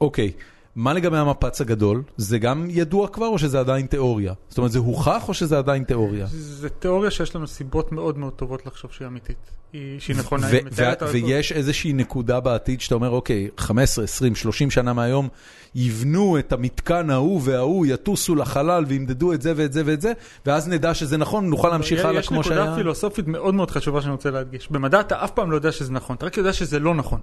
אוקיי, מה לגבי המפץ הגדול? זה גם ידוע כבר או שזה עדיין תיאוריה? זאת אומרת, זה הוכח או שזה עדיין תיאוריה?
זו תיאוריה שיש לנו סיבות מאוד מאוד טובות לחשוב שהיא אמיתית. היא- שהיא נכונה.
ו-
היא מתארת
ו-
הכל.
ויש איזושהי נקודה בעתיד שאתה אומר, אוקיי, 15, 20, 30 שנה מהיום, יבנו את המתקן ההוא וההוא, יטוסו לחלל וימדדו את זה ואת זה ואת זה, ואז נדע שזה נכון, נוכל להמשיך הלאה כמו
יש נקודה
שהיה.
פילוסופית מאוד מאוד חשובה שאני רוצה להדגיש. במדע אתה אף פעם לא יודע שזה נכון, אתה רק יודע שזה לא נכון.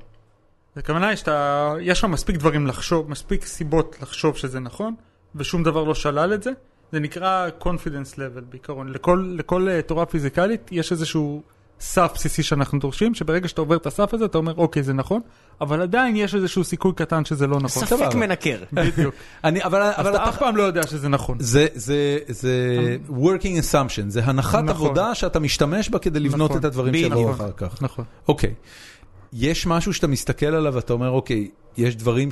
הכוונה היא שאתה, יש לך מספיק דברים לחשוב, מספיק סיבות לחשוב שזה נכון, ושום דבר לא שלל את זה. זה נקרא confidence level בעיקרון. לכל, לכל אה, תורה פיזיקלית יש איזשהו סף בסיסי שאנחנו דורשים, שברגע שאתה עובר את הסף הזה אתה אומר אוקיי זה נכון, אבל עדיין יש איזשהו סיכוי קטן שזה לא נכון.
ספק מנקר.
בדיוק.
אני, אבל,
אבל
אבל
אתה
אתה...
אף פעם לא יודע שזה נכון.
זה, זה, זה working assumption, זה הנחת
נכון.
עבודה שאתה משתמש בה כדי לבנות
נכון.
את הדברים
בדיוק.
שיבואו
נכון.
אחר כך.
נכון.
אוקיי. יש משהו שאתה מסתכל עליו ואתה אומר, אוקיי, יש דברים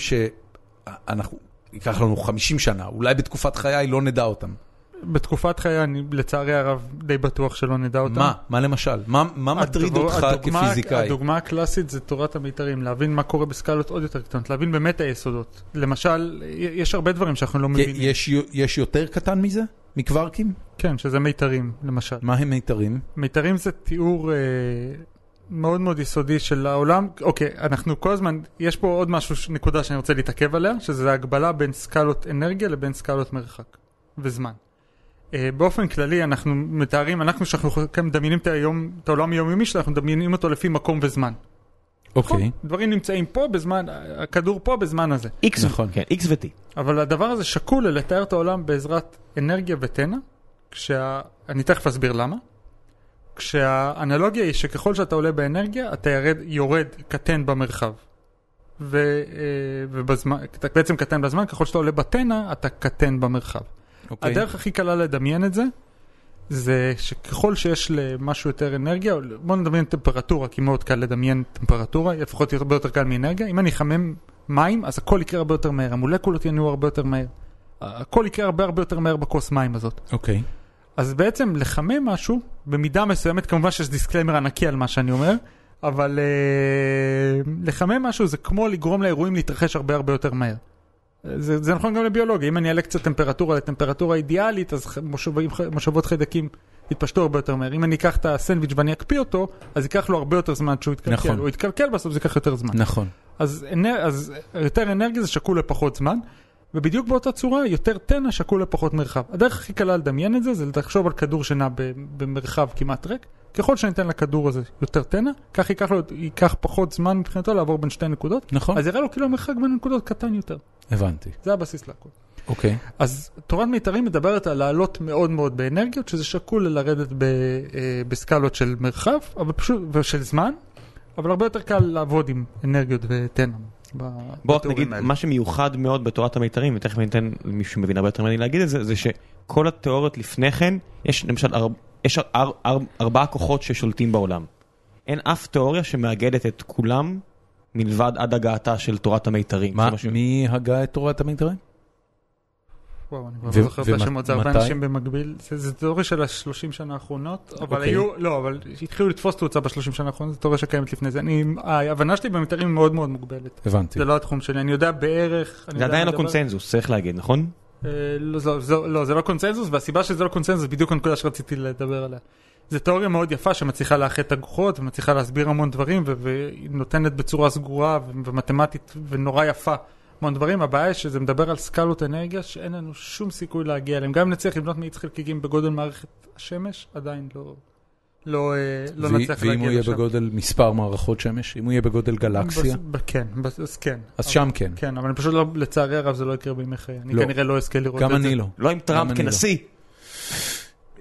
שאנחנו, ייקח לנו 50 שנה, אולי בתקופת חיי לא נדע אותם.
בתקופת חיי אני לצערי הרב די בטוח שלא נדע אותם.
מה? מה למשל? מה, מה מטריד
הדבר-
אותך
הדוגמה-
כפיזיקאי?
הדוגמה הקלאסית זה תורת המיתרים, להבין מה קורה בסקלות עוד יותר קטנות, להבין באמת היסודות. למשל, י- יש הרבה דברים שאנחנו לא
י-
מבינים.
יש, יו- יש יותר קטן מזה? מקווארקים?
כן, שזה מיתרים, למשל.
מה הם מיתרים?
מיתרים זה תיאור אה, מאוד מאוד יסודי של העולם. אוקיי, אנחנו כל הזמן, יש פה עוד משהו, ש- נקודה שאני רוצה להתעכב עליה, שזה ההגבלה בין סקלות אנרגיה לבין סקלות מרחק וזמן. אה, באופן כללי אנחנו מתארים, אנחנו שאנחנו חלקם מדמיינים את, היום, את העולם היומיומי שלנו, אנחנו מדמיינים אותו לפי מקום וזמן. נכון.
אוקיי.
דברים נמצאים פה בזמן, הכדור פה בזמן הזה.
X,
נכון.
כן, X ו-T.
אבל הדבר הזה שקול לתאר את העולם בעזרת אנרגיה וטנא, כשה... אני תכף אסביר למה. כשהאנלוגיה היא שככל שאתה עולה באנרגיה, אתה ירד, יורד קטן במרחב. ו, אה, ובזמן, אתה בעצם קטן בזמן, ככל שאתה עולה בטנא, אתה קטן במרחב.
אוקיי.
הדרך הכי קלה לדמיין את זה, זה שככל שיש למשהו יותר אנרגיה, בוא נדמיין טמפרטורה, כי מאוד קל לדמיין טמפרטורה, לפחות הרבה יותר קל מאנרגיה. אם אני אחמם מים, אז הכל יקרה הרבה יותר מהר, המולקולות ינועו הרבה יותר מהר. הכל יקרה הרבה הרבה יותר מהר בכוס מים הזאת.
אוקיי.
אז בעצם לחמם משהו, במידה מסוימת, כמובן שיש דיסקליימר ענקי על מה שאני אומר, אבל אה, לחמם משהו זה כמו לגרום לאירועים להתרחש הרבה הרבה יותר מהר. זה, זה נכון גם לביולוגיה, אם אני אעלה קצת טמפרטורה לטמפרטורה אידיאלית, אז ח- מושבים, ח- מושבות חיידקים יתפשטו הרבה יותר מהר. אם אני אקח את הסנדוויץ' ואני אקפיא אותו, אז ייקח לו הרבה יותר זמן עד שהוא יתקלקל.
נכון.
הוא יתקלקל בסוף, זה ייקח יותר זמן.
נכון.
אז, אנר, אז יותר אנרגיה זה שקול לפחות זמן, ובדיוק באותה צורה יותר תנא שקול לפחות מרחב. הדרך הכי קלה לדמיין את זה זה לחשוב על כדור שנע ב- במרחב כמעט ריק. ככל שניתן לכדור הזה יותר תנא, כך ייקח, לו, ייקח פחות זמן מבחינתו לעבור בין שתי נקודות,
נכון.
אז יראה לו כאילו המרחק בין הנקודות קטן יותר.
הבנתי.
זה הבסיס להכל.
אוקיי.
אז תורת מיתרים מדברת על לעלות מאוד מאוד באנרגיות, שזה שקול ללרדת ב, אה, בסקלות של מרחב, אבל פשוט, ושל זמן, אבל הרבה יותר קל לעבוד עם אנרגיות וטנא. ב-
בוא רק
בטורים
נגיד,
האלה.
מה שמיוחד מאוד בתורת המיתרים, ותכף אני אתן למישהו שמבין הרבה יותר ממני להגיד את זה, זה שכל התיאוריות לפני כן, יש למשל אר, יש אר, אר, אר, ארבעה כוחות ששולטים בעולם. אין אף תיאוריה שמאגדת את כולם מלבד עד הגעתה של תורת המיתרים.
מה,
זה משהו-
מי הגה את תורת המיתרים?
וואו, אני
ו-
כבר לא זוכר את
ומת-
השמות, זה הרבה
מתי?
אנשים במקביל. זה- זה תיאוריה של השלושים שנה האחרונות, אבל
אוקיי.
היו, לא, אבל התחילו לתפוס תאוצה בשלושים שנה האחרונות, זו תיאוריה שקיימת לפני זה. אני, ההבנה שלי במתארים היא מאוד מאוד מוגבלת.
הבנתי.
זה לא התחום שלי, אני יודע בערך... אני
כן. זה
יודע
עדיין
מה
לא
הדבר-
קונצנזוס, צריך להגיד, נכון?
אה, לא, זה- זה- לא, זה לא קונצנזוס, והסיבה שזה לא קונצנזוס, בדיוק הנקודה שרציתי לדבר עליה. זו תיאוריה מאוד יפה שמצליחה לאחד את הכוחות, ומצליחה להסביר המון דברים, ו- והיא נותנת בצורה סגורה ו- ומתמטית ונורא יפה המון דברים. הבעיה היא שזה מדבר על סקלות אנרגיה שאין לנו שום סיכוי להגיע אליהם. גם אם נצליח לבנות מאיץ חלקיקים בגודל מערכת השמש, עדיין לא, לא, אה, לא
ו-
נצליח
ואם הוא
להגיע
יהיה
לשם.
בגודל מספר מערכות שמש, אם הוא יהיה בגודל גלקסיה,
בס- ב- כן, בס- אז כן.
אז
אבל-
שם כן.
כן, אבל אני פשוט לא, לצערי הרב זה לא יקרה בימי חיי. אני
לא.
כנראה לא אזכה לראות את
גם
זה.
אני לא.
לא עם
אני
טראמפ
לא.
כנשיא.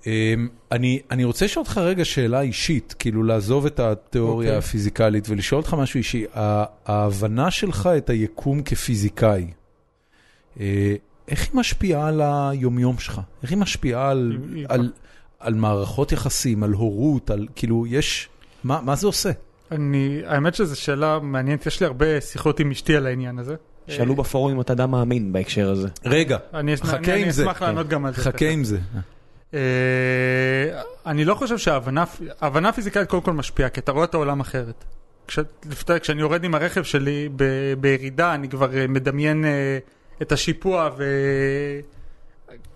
אמ, אני, אני רוצה לשאול אותך רגע שאלה אישית, כאילו לעזוב את התיאוריה okay.
אוקיי.
הפיזיקלית ולשאול אותך משהו אישי. ה- ההבנה שלך את היקום כפיזיקאי, אה, איך היא משפיעה על היומיום שלך? איך היא משפיעה על,
היא- היא-
על, על מערכות יחסים, על הורות, על כאילו, יש... מה, מה זה עושה?
אני, האמת שזו שאלה מעניינת, יש לי הרבה שיחות עם אשתי על העניין הזה.
שאלו בפורום אם אתה אדם מאמין בהקשר הזה.
רגע,
אה, אני אשמח-
חכה
אני-
עם זה. כן.
אני אשמח לענות גם על זה.
חכה עם זה.
אה, אני לא חושב שההבנה ההבנה הפיזיקלית קודם כל משפיעה, כי אתה רואה את העולם אחרת. כש- לפני- כשאני יורד עם הרכב שלי ב- בירידה, אני כבר אה, מדמיין אה, את השיפוע,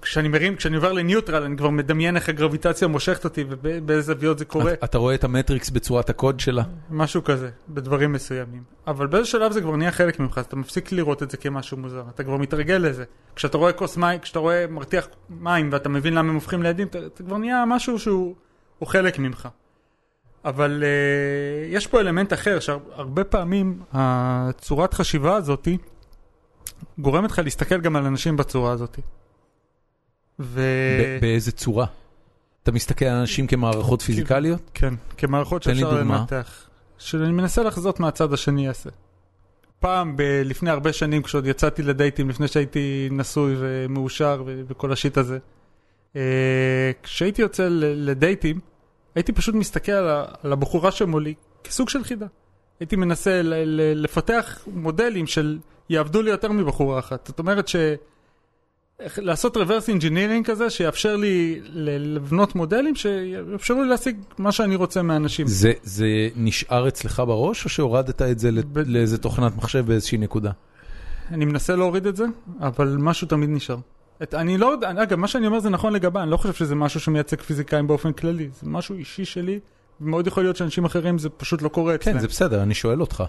וכשאני מרים, כשאני עובר לניוטרל, אני כבר מדמיין איך הגרביטציה מושכת אותי ובאיזה זוויות זה קורה.
אתה, אתה רואה את המטריקס בצורת הקוד שלה?
משהו כזה, בדברים מסוימים. אבל באיזשהו שלב זה כבר נהיה חלק ממך, אז אתה מפסיק לראות את זה כמשהו מוזר, אתה כבר מתרגל לזה. כשאתה רואה כוס מים, כשאתה רואה מרתיח מים ואתה מבין למה הם הופכים לידים, אתה, אתה כבר נהיה משהו שהוא הוא חלק ממך. אבל uh, יש פה אלמנט אחר, שהרבה פעמים הצורת חשיבה הזאת גורמת לך להסתכל גם על אנשים בצורה הזאת. ו...
ב- באיזה צורה? אתה מסתכל על אנשים כמערכות פיזיקליות?
כן, כמערכות
תן לי
שאפשר
דוגמה.
לנתח. שאני מנסה לחזות מה הצד השני יעשה. פעם, ב- לפני הרבה שנים, כשעוד יצאתי לדייטים, לפני שהייתי נשוי ומאושר ו- וכל השיט הזה, אה, כשהייתי יוצא ל- לדייטים, הייתי פשוט מסתכל על, ה- על הבחורה שמולי כסוג של חידה. הייתי מנסה ל- ל- לפתח מודלים של יעבדו לי יותר מבחורה אחת. זאת אומרת ש... איך- לעשות reverse engineering כזה שיאפשר לי ל- לבנות מודלים שיאפשרו לי להשיג מה שאני רוצה מאנשים.
זה, זה נשאר אצלך בראש, או שהורדת את זה ב...
ב-
לאיזה תוכנת מחשב באיזושהי נקודה?
אני מנסה להוריד את זה, אבל משהו תמיד נשאר. את, אני לא יודע, אגב, מה שאני אומר זה נכון לגביי, אני לא חושב שזה משהו שמייצג פיזיקאים באופן כללי, זה משהו אישי שלי, ומאוד יכול להיות שאנשים אחרים זה פשוט לא קורה אצלם.
כן, זה בסדר, אני שואל אותך.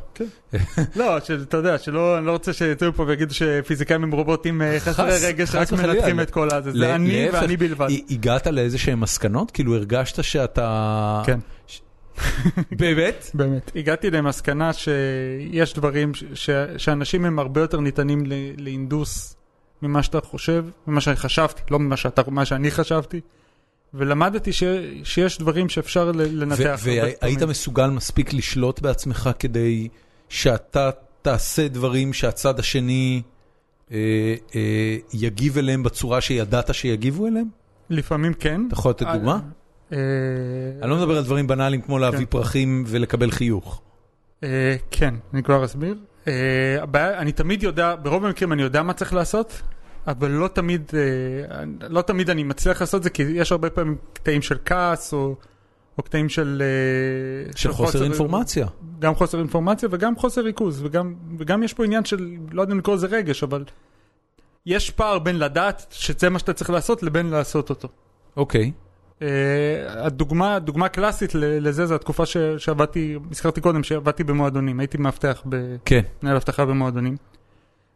לא, שאתה יודע, שלא, אני לא רוצה שיצאו פה ויגידו שפיזיקאים הם רובוטים אה, חסרי
חס-
רגש,
חס
רק
וחלילה.
מנתחים את כל הזה,
ל-
זה אני
להפך,
ואני בלבד.
ה- הגעת לאיזה שהן מסקנות? כאילו הרגשת שאתה...
כן.
באמת?
באמת. הגעתי למסקנה שיש דברים ש- ש- שאנשים הם הרבה יותר ניתנים ל- להינדוס ממה שאתה חושב, ממה שחשבתי, לא ממה שאתה, מה שאני חשבתי, ולמדתי ש- שיש דברים שאפשר ל- לנתח. הרבה
והיית
פעמים.
מסוגל מספיק לשלוט בעצמך כדי שאתה תעשה דברים שהצד השני אה, אה, יגיב אליהם בצורה שידעת שיגיבו אליהם?
לפעמים כן.
אתה יכול לתת
אה,
דוגמה?
אה,
אני לא מדבר על דברים בנאליים כמו
כן.
להביא פרחים ולקבל חיוך.
אה, כן, אני כבר אסביר. אה, הבעיה, אני תמיד יודע, ברוב המקרים אני יודע מה צריך לעשות, אבל לא תמיד, אה, לא תמיד אני מצליח לעשות את זה, כי יש הרבה פעמים קטעים של כעס, או, או קטעים של... אה,
של חוסר אינפורמציה.
גם חוסר אינפורמציה וגם חוסר ריכוז, וגם, וגם יש פה עניין של, לא יודע אם לקרוא לזה רגש, אבל יש פער בין לדעת שזה מה שאתה צריך לעשות, לבין לעשות אותו.
אוקיי.
Uh, הדוגמה, דוגמה קלאסית ל- לזה זה התקופה ש, שעבדתי, הזכרתי קודם שעבדתי במועדונים, הייתי מאבטח, ב-
כן.
מנהל אבטחה במועדונים.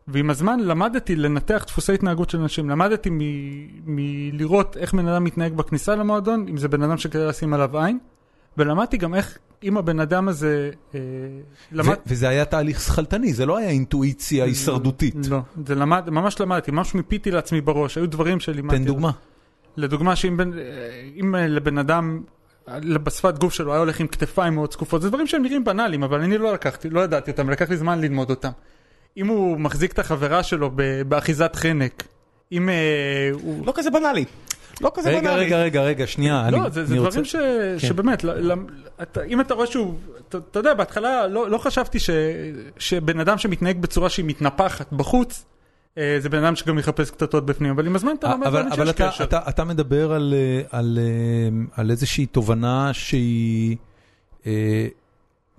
ועם הזמן למדתי לנתח דפוסי התנהגות של אנשים, למדתי מ- מלראות איך בן אדם מתנהג בכניסה למועדון, אם זה בן אדם שכדאי לשים עליו עין, ולמדתי גם איך, אם הבן אדם הזה, אה, למד...
ו- וזה היה תהליך שכלתני, זה לא היה אינטואיציה הישרדותית.
לא, זה למד, ממש למדתי, ממש מיפיתי לעצמי בראש, היו דברים שלימדתי.
תן דוגמה.
לדוגמה שאם בן, אה, אם אה, לבן אדם אה, בשפת גוף שלו היה הולך עם כתפיים מאוד זקופות זה דברים שהם נראים בנאליים אבל אני לא לקחתי לא ידעתי אותם לקח לי זמן ללמוד אותם. אם הוא מחזיק את החברה שלו ב- באחיזת חנק, אם אה, הוא...
לא כזה בנאלי. לא כזה
רגע,
בנאלי.
רגע, רגע, רגע, שנייה.
לא,
אני-
זה,
אני
זה
רוצה- כן.
דברים ש... שבאמת, לא, לא, אתה, אם אתה רואה שהוא, אתה, אתה יודע, בהתחלה לא, לא חשבתי ש, שבן אדם שמתנהג בצורה שהיא מתנפחת בחוץ, אה, זה בן אדם שגם יחפש קטטות בפנים, אבל עם הזמן אתה לומד
אבל,
להאמין
אבל
לא שיש
אתה,
קשר.
אתה, אתה מדבר על, אה, על, אה, על איזושהי תובנה שהיא אה,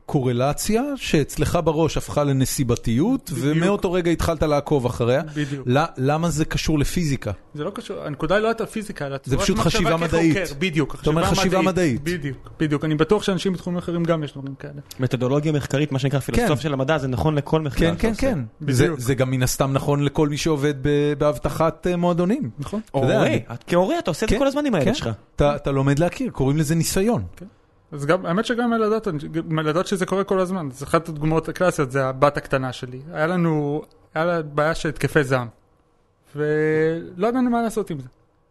קורלציה שאצלך בראש הפכה לנסיבתיות,
בדיוק.
ומאותו רגע התחלת לעקוב אחריה.
בדיוק.
ל- למה זה קשור לפיזיקה?
זה לא קשור, הנקודה היא לא הייתה פיזיקה, אלא צורת
פשוט
מחשבה
חשיבה
כחוקר,
מדעית.
בדיוק,
אתה אומר חשיבה מדעית.
בדיוק, בדיוק, אני בטוח שאנשים בתחומים אחרים גם יש דברים כאלה.
מתודולוגיה מחקרית, מה שנקרא פילוסוף של המדע, זה נכון לכל מחקר.
כן,
שאתה
כן,
עושה.
כן. זה,
בדיוק.
זה גם מן הסתם נכון לכל מי שעובד ב- באבטחת אה, מועדונים.
נכון.
אתה יודע,
הורה,
אני-
את- כהורה אתה עושה את זה
כן,
כל הזמן עם
כן.
הילד שלך.
אתה, אתה לומד להכיר, קוראים לזה ניסיון.
אז גם, האמת שגם ילדות, ילדות שזה קורה כל הזמן, אז אחת הדוגמאות הקלאסיות זה הבת הקטנה שלי. היה לנו, היה לה בעיה של התקפי זעם. ולא ידענו מה לעשות עם זה.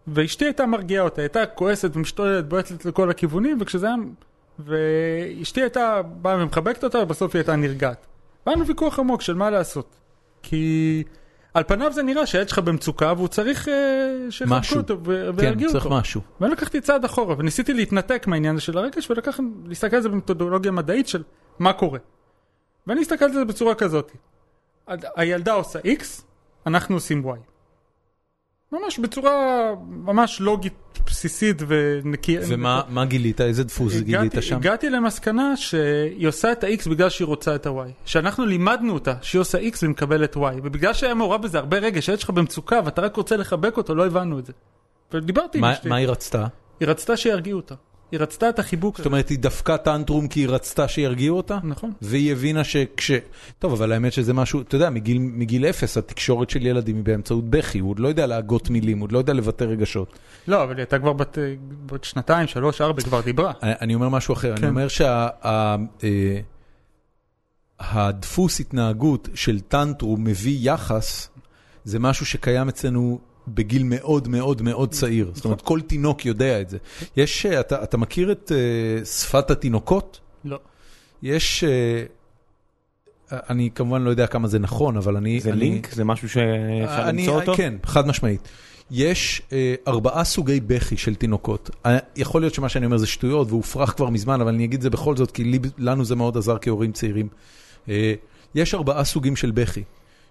ואשתי הייתה מרגיעה אותה, הייתה כועסת ומשתוללת, בועטת לכל הכיוונים, וכשזה היה... ואשתי הייתה באה ומחבקת אותה, ובסוף היא הייתה נרגעת. והיה לנו ויכוח עמוק של מה לעשות. כי על פניו זה נראה שהילד שלך במצוקה, והוא צריך אה, שיחבקו
משהו.
אותו ו-
כן,
וירגיעו
צריך
אותו.
משהו.
ואני לקחתי צעד אחורה וניסיתי להתנתק מהעניין הזה של הרגש ולקח להסתכל על זה במתודולוגיה מדעית של מה קורה. ואני הסתכלתי על זה בצורה כזאת. הד- הילדה עושה X, אנחנו עושים Y. ממש בצורה ממש לוגית בסיסית ונקייה.
ומה מה גילית? איזה דפוס גילית שם?
הגעתי למסקנה שהיא עושה את ה-X בגלל שהיא רוצה את ה-Y. שאנחנו לימדנו אותה שהיא עושה X ומקבלת Y. ובגלל שהיה מעורב בזה הרבה רגש, הילד שלך במצוקה ואתה רק רוצה לחבק אותו, לא הבנו את זה. ודיברתי עם
מה,
אשתי.
מה היא רצתה?
היא רצתה שירגיעו אותה. היא רצתה את החיבוק
זאת
הזה.
אומרת, היא דפקה טנטרום כי היא רצתה שירגיעו אותה?
נכון.
והיא הבינה שכש... טוב, אבל האמת שזה משהו, אתה יודע, מגיל, מגיל אפס התקשורת של ילדים היא באמצעות בכי, הוא עוד לא יודע להגות מילים, הוא עוד לא יודע לבטא רגשות.
לא, אבל היא הייתה כבר בת, אה, בת שנתיים, שלוש, ארבע, כבר דיברה.
אני, אני אומר משהו אחר, כן.
כן.
אני אומר שה... ה, אה, הדפוס התנהגות של טנטרום מביא יחס, זה משהו שקיים אצלנו בגיל מאוד מאוד מאוד צעיר. זאת אומרת, כל תינוק יודע את זה. יש, אה, אתה, אתה מכיר את אה, שפת התינוקות?
לא.
יש, אה, אני כמובן לא יודע כמה זה נכון, אבל אני...
זה
אני-
לינק, זה משהו שאפשר
אני-
אה, למצוא אותו.
כן, חד משמעית. יש אה, ארבעה סוגי בכי של תינוקות. אה, יכול להיות שמה שאני אומר זה שטויות והופרך כבר מזמן, אבל אני אגיד זה בכל זאת, כי לי, לנו זה מאוד עזר כהורים צעירים. אה, יש ארבעה סוגים של בכי,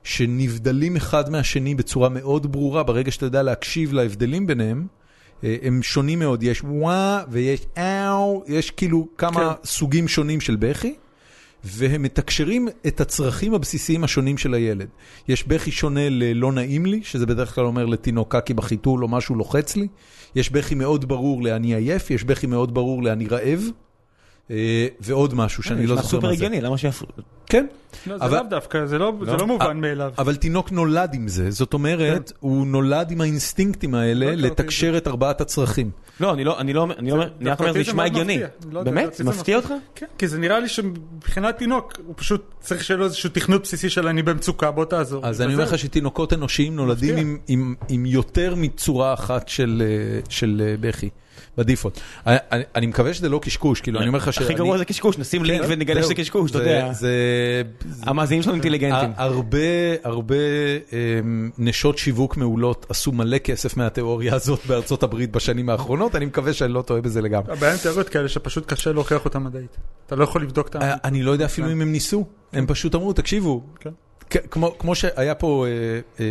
שנבדלים אחד מהשני בצורה מאוד ברורה, ברגע שאתה יודע להקשיב להבדלים ביניהם. אה, הם שונים מאוד, יש וואה ויש אאו, יש כאילו כמה כן. סוגים שונים של בכי. והם מתקשרים את הצרכים הבסיסיים השונים של הילד. יש בכי שונה ללא נעים לי, שזה בדרך כלל אומר לתינוק קקי בחיתול או משהו לוחץ לי. יש בכי מאוד ברור לאני עייף, יש בכי מאוד ברור לאני רעב, אה, ועוד משהו שאני לא
נשמע
זוכר
סופר
מה זה.
הגיוני, למה שיפריעו?
כן,
לא, זה
אבל- אה,
לאו דווקא, זה לא, זה לא מובן מאליו.
אבל תינוק נולד עם זה, זאת אומרת, הוא נולד עם האינסטינקטים
לא
האלה
הכרתי את
לתקשר את ארבעת הצרכים.
לא, אני לא, אני לא, אומר- אני לא, אומר- אני רק אומר, זה
אותי זה
נשמע
מאוד
הגיוני.
מפתיע. לא יודע,
באמת?
אותי
זה
זה
מפתיע אותך?
כן, כי זה נראה לי שמבחינת תינוק, הוא פשוט צריך שיהיה לו איזשהו תכנות בסיסי של אני במצוקה, בוא תעזור.
אז אני אומר לך שתינוקות אנושיים נולדים
מפתיע.
עם, עם, עם יותר מצורה אחת של, אה, של אה, בכי, בדיפולט. אני, אני- אני מקווה שזה לא קשקוש, כאילו, אני אומר לך שאני... כן,
הכי גרוע זה קשקוש, נשים לינק ונגלה
זהו,
שזה קשקוש, אתה
זה-
יודע.
זה... זה- אה,
המאזינים שלנו אינטליגנטים.
ה- הרבה, הרבה אמ, נשות שיווק מעולות עשו מלא כסף מהתיאוריה הזאת בארצות הברית בשנים האחרונות, אני מקווה שאני לא טועה בזה לגמרי.
הבעיה עם תיאוריות כאלה שפשוט קשה להוכיח אותה מדעית. אתה לא יכול לבדוק את ה...
אה, אני לא יודע אפילו אם הם ניסו, הם פשוט אמרו, תקשיבו,
כן.
כ- כמו כמו שהיה פה אה, אה,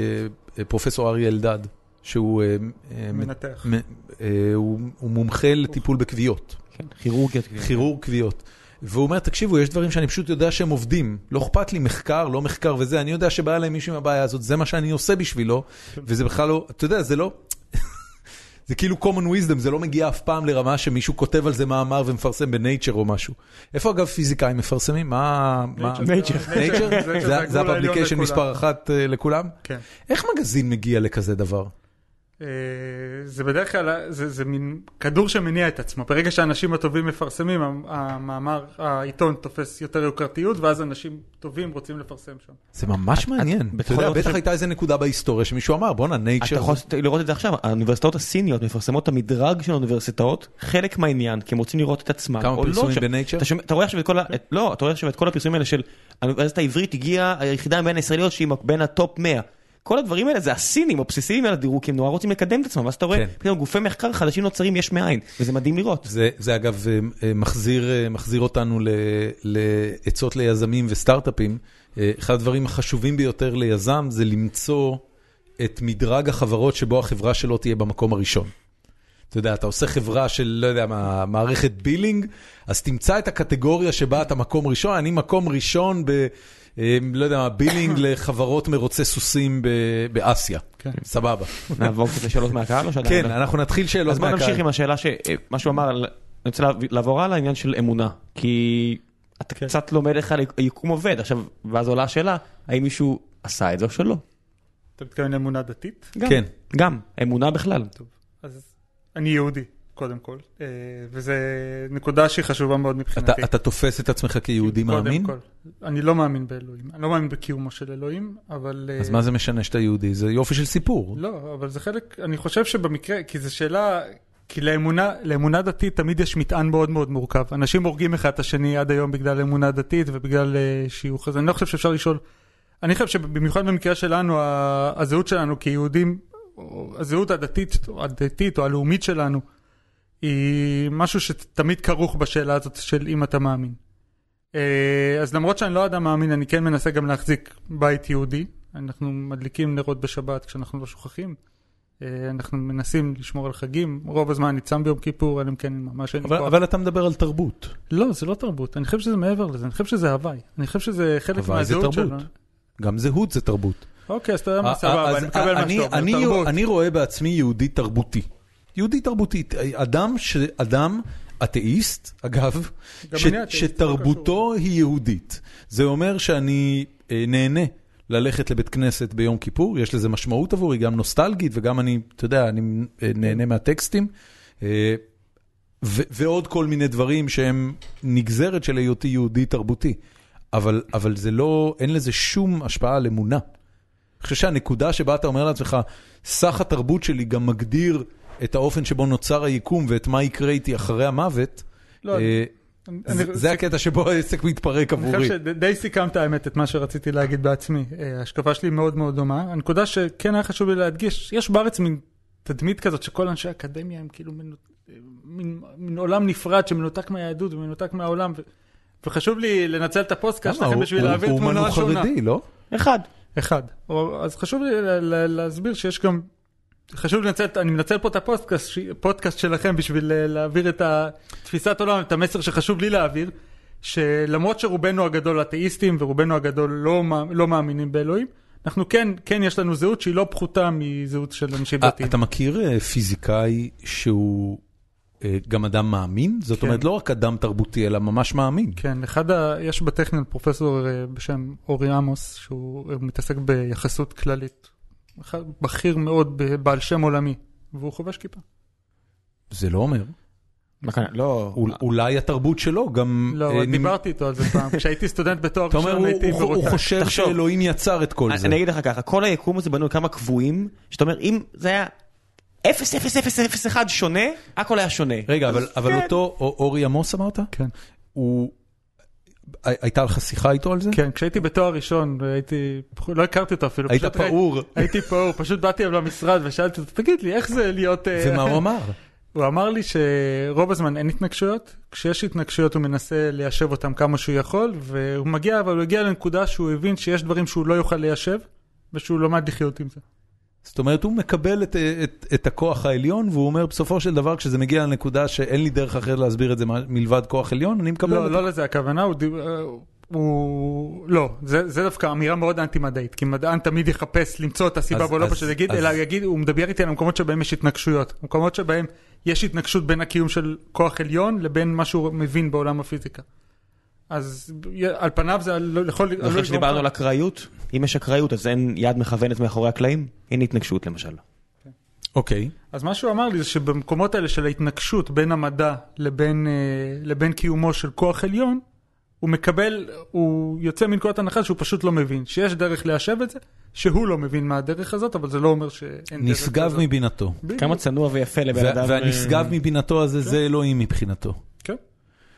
אה, פרופסור אריה אלדד, שהוא אה, אה,
מנתח.
מ- אה, הוא הוא מומחה לטיפול בכוויות,
כן, כירורגיות.
כירורג כוויות. והוא אומר, תקשיבו, יש דברים שאני פשוט יודע שהם עובדים, לא אכפת לי מחקר, לא מחקר וזה, אני יודע שבא אליי מישהו עם הבעיה הזאת, זה מה שאני עושה בשבילו,
כן.
וזה בכלל לא, אתה יודע, זה לא, זה כאילו common wisdom, זה לא מגיע אף פעם לרמה שמישהו כותב על זה מאמר ומפרסם בנייצ'ר או משהו. איפה אגב פיזיקאים מפרסמים? מה...
Nature.
נייצ'ר?
זה- זה
זה
הגבול העליון
הפאבליקיישן
לכולם.
מספר אחת אה, לכולם?
כן.
איך מגזין מגיע לכזה דבר?
אה, זה בדרך כלל, זה, זה מין כדור שמניע את עצמו. ברגע שהאנשים הטובים מפרסמים, המ- המאמר, העיתון תופס יותר יוקרתיות, ואז אנשים טובים רוצים לפרסם שם.
זה ממש מעניין. אתה
בכל
יודע,
זאת
בטח
ש-
הייתה איזה נקודה בהיסטוריה שמישהו אמר, בואנה,
אתה
נייצ'ר.
יכול לראות את זה עכשיו, האוניברסיטאות הסיניות מפרסמות את המדרג של האוניברסיטאות, חלק מהעניין, כי הם רוצים לראות את עצמם.
כמה
או לא
פרסומים
שם.
ב-Nature?
אתה, שומע, אתה רואה עכשיו את כל, ה... את... לא, אתה רואה עכשיו את כל הפרסומים האלה של האוניברסיטה העברית הגיעה היחידה מבין הישראליות שהיא בין הטופ 100. כל הדברים האלה זה הסינים הבסיסיים על הדירוג, כי הם נורא רוצים לקדם את עצמם, ואז אתה רואה,
כן.
פתאום גופי מחקר חדשים נוצרים יש מאין, וזה מדהים לראות.
זה, זה אגב אה, אה, מחזיר, אה, מחזיר אותנו ל- לעצות ליזמים וסטארט-אפים. אה, אחד הדברים החשובים ביותר ליזם זה למצוא את מדרג החברות שבו החברה שלו תהיה במקום הראשון. אתה יודע, אתה עושה חברה של, לא יודע מה, מערכת בילינג, אז תמצא את הקטגוריה שבה אתה מקום ראשון. אני מקום ראשון ב... אה, לא יודע מה, בילינג לחברות מרוצי סוסים ב- באסיה.
כן.
סבבה.
נעבור קצת לשאלות מהקהל או שעדיין?
כן,
לא?
אנחנו נתחיל שאלות
אז בוא
מהקהל.
נמשיך עם השאלה ש... אה, מה שהוא אמר, על- אני רוצה לעב- לעבור הלאה לעניין של אמונה, כי אתה
כן.
קצת לומד איך היקום עובד, עכשיו, ואז עולה השאלה, האם מישהו עשה את זה או שלא?
אתה מתכוון לאמונה דתית?
גם,
כן.
גם, אמונה בכלל.
אז אני יהודי, קודם כל, אה, וזו נקודה שהיא חשובה מאוד מבחינתי. כן,
אתה, אתה תופס את עצמך כיהודי
קודם
מאמין?
כל. אני לא מאמין באלוהים, אני לא מאמין בקיומו של אלוהים, אבל...
אז
אה,
מה זה משנה שאתה יהודי? זה יופי של סיפור.
לא, אבל זה חלק, אני חושב שבמקרה, כי זו שאלה, כי לאמונה, לאמונה דתית תמיד יש מטען מאוד מאוד מורכב. אנשים הורגים אחד את השני עד היום בגלל אמונה דתית ובגלל אה, שיוך, אז אני לא חושב שאפשר לשאול. אני חושב שבמיוחד במקרה שלנו, ה- הזהות שלנו כיהודים, או הזהות הדתית, הדתית או הלאומית שלנו, היא משהו שתמיד כרוך בשאלה הזאת של אם אתה מאמין. אה, אז למרות שאני לא אדם מאמין, אני כן מנסה גם להחזיק בית יהודי. אנחנו מדליקים נרות בשבת כשאנחנו לא שוכחים. אה, אנחנו מנסים לשמור על חגים. רוב הזמן אני צם ביום כיפור, אלא אם כן ממש אין לי
אבל,
כוח.
אבל אתה מדבר על תרבות.
לא, זה לא תרבות. אני חושב שזה מעבר לזה. אני חושב שזה הוואי. אני חושב שזה חלק
הוואי זה
מהזהות שלנו.
תרבות. גם זהות זה תרבות.
אוקיי, אז אתה יודע
אה,
מה,
אה,
סבבה,
אז
אני מקבל מה
אני-
שאתה אומר.
אני-
תרבות.
אני רואה בעצמי יהודי תרבותי. יהודי תרבותי. אדם, ש... אדם אתאיסט, אגב,
גם
ש...
אני אתאיסט, לא
שתרבותו היא יהודית. זה אומר שאני אה, נהנה. ללכת לבית כנסת ביום כיפור, יש לזה משמעות עבורי, גם נוסטלגית וגם אני, אתה יודע, אני אה, נהנה מהטקסטים. אה, ו- ועוד כל מיני דברים שהם נגזרת של היותי יהודי תרבותי. אבל, אבל זה לא, אין לזה שום השפעה על אמונה. אני חושב שהנקודה שבה אתה אומר לעצמך, סך התרבות שלי גם מגדיר את האופן שבו נוצר היקום ואת מה יקרה איתי אחרי המוות,
לא,
אה,
אני-
זה-
אני-
זה הקטע שבו העסק מתפרק
אני חושב
עבורי.
שדי סיכמת האמת את מה שרציתי להגיד בעצמי. אה, ההשקפה שלי מאוד מאוד דומה. הנקודה שכן היה חשוב לי להדגיש, יש בארץ מין תדמית כזאת שכל אנשי האקדמיה הם כאילו מנו- אה, מין, מין עולם נפרד שמנותק מהיהדות ומנותק מהעולם. ו... וחשוב לי לנצל את הפוסטקאסט
למה?
שלכם
הוא-
בשביל
הוא-
להעביר
הוא
תמונה
אומן הוא
שונה.
חרדי, לא?
אחד.
אחד. או- אז חשוב לי ל- ל- להסביר שיש גם, חשוב לי לנצל, אני מנצל פה את הפודקאסט ש- פודקאסט שלכם בשביל אה, להעביר את התפיסת עולם, את המסר שחשוב לי להעביר, שלמרות שרובנו הגדול אתאיסטים ורובנו הגדול לא, מא- לא מאמינים באלוהים, אנחנו כן, כן יש לנו זהות שהיא לא פחותה מזהות של אנשים
אה,
דתיים.
אתה מכיר אה, פיזיקאי שהוא אה, גם אדם מאמין? זאת
כן.
אומרת, לא רק אדם תרבותי, אלא ממש מאמין.
כן, אחד ה... יש בטכניון פרופסור אה, בשם אורי עמוס, שהוא אה, מתעסק ביחסות כללית. אחד בכיר מאוד, ב- בעל שם עולמי, והוא חובש כיפה.
זה לא אומר.
מה כאן? לא...
אול- אולי התרבות שלו גם...
אה. לא,
אה,
אבל
נמ-
דיברתי איתו על זה פעם, כשהייתי סטודנט בתואר
אתה אומר,
ראשון
הוא-
הייתי
הוא- הוא
מרותק.
חושב
תחשוב.
שאלוהים יצר את
אה,
כל
אני
זה.
אני אגיד לך ככה, כל היקום הזה בנוי כמה קבועים, שאתה אומר, אם זה היה 0.0001 שונה, הכל היה שונה.
רגע,
אז
אבל- אבל
כן.
אותו א- אורי עמוס אמרת?
כן.
הוא... הי- הייתה לך שיחה איתו על זה?
כן, כשהייתי בתואר ראשון, הייתי, לא הכרתי אותו אפילו.
היית
פשוט ראיתי-
פעור.
הייתי פעור, פשוט באתי אליו למשרד ושאלתי אותו, תגיד לי, איך זה להיות... אה,
ומה הוא אמר?
הוא אמר לי שרוב הזמן אין התנגשויות, כשיש התנגשויות הוא מנסה ליישב אותם כמה שהוא יכול, והוא מגיע, אבל הוא הגיע לנקודה שהוא הבין שיש דברים שהוא לא יוכל ליישב, ושהוא למד לחיות עם זה.
זאת אומרת, הוא מקבל את- את- את הכוח העליון, והוא אומר, בסופו של דבר, כשזה מגיע לנקודה שאין לי דרך אחרת להסביר את זה מ- מלבד כוח עליון, אני מקבל
לא,
את זה.
לא לזה הכוונה, הוא... דיב- אה, הוא... לא, זה, זה דווקא אמירה מאוד אנטי-מדעית, כי מדען תמיד יחפש למצוא את הסיבה
אז-
ולא
אז-
פשוט יגיד,
אז-
אלא יגיד, הוא מדבר איתי על המקומות שבהם יש התנגשויות. המקומות שבהם יש התנגשות בין הקיום של כוח עליון לבין מה שהוא מבין בעולם הפיזיקה. אז י- על פניו זה עלול- יכול... לא- עלול
זוכר
לגרום-
שדיברנו על אקראיות? אם יש אקראיות אז אין יד מכוונת מאחורי הקלעים? אין התנגשות למשל.
לא.
אוקיי.
אז מה שהוא אמר לי זה שבמקומות האלה של ההתנגשות בין המדע לבין, אה, לבין קיומו של כוח עליון, הוא מקבל, הוא יוצא מנקודת הנחה שהוא פשוט לא מבין, שיש דרך ליישב את זה, שהוא לא מבין מה הדרך הזאת, אבל זה לא אומר שאין דרך כזאת.
נשגב מבינתו.
בדיוק.
כמה צנוע ויפה לבן
וה-
אדם. אה,
אה,
והנשגב מבינתו הזה זה אלוהים מבחינתו.
כן.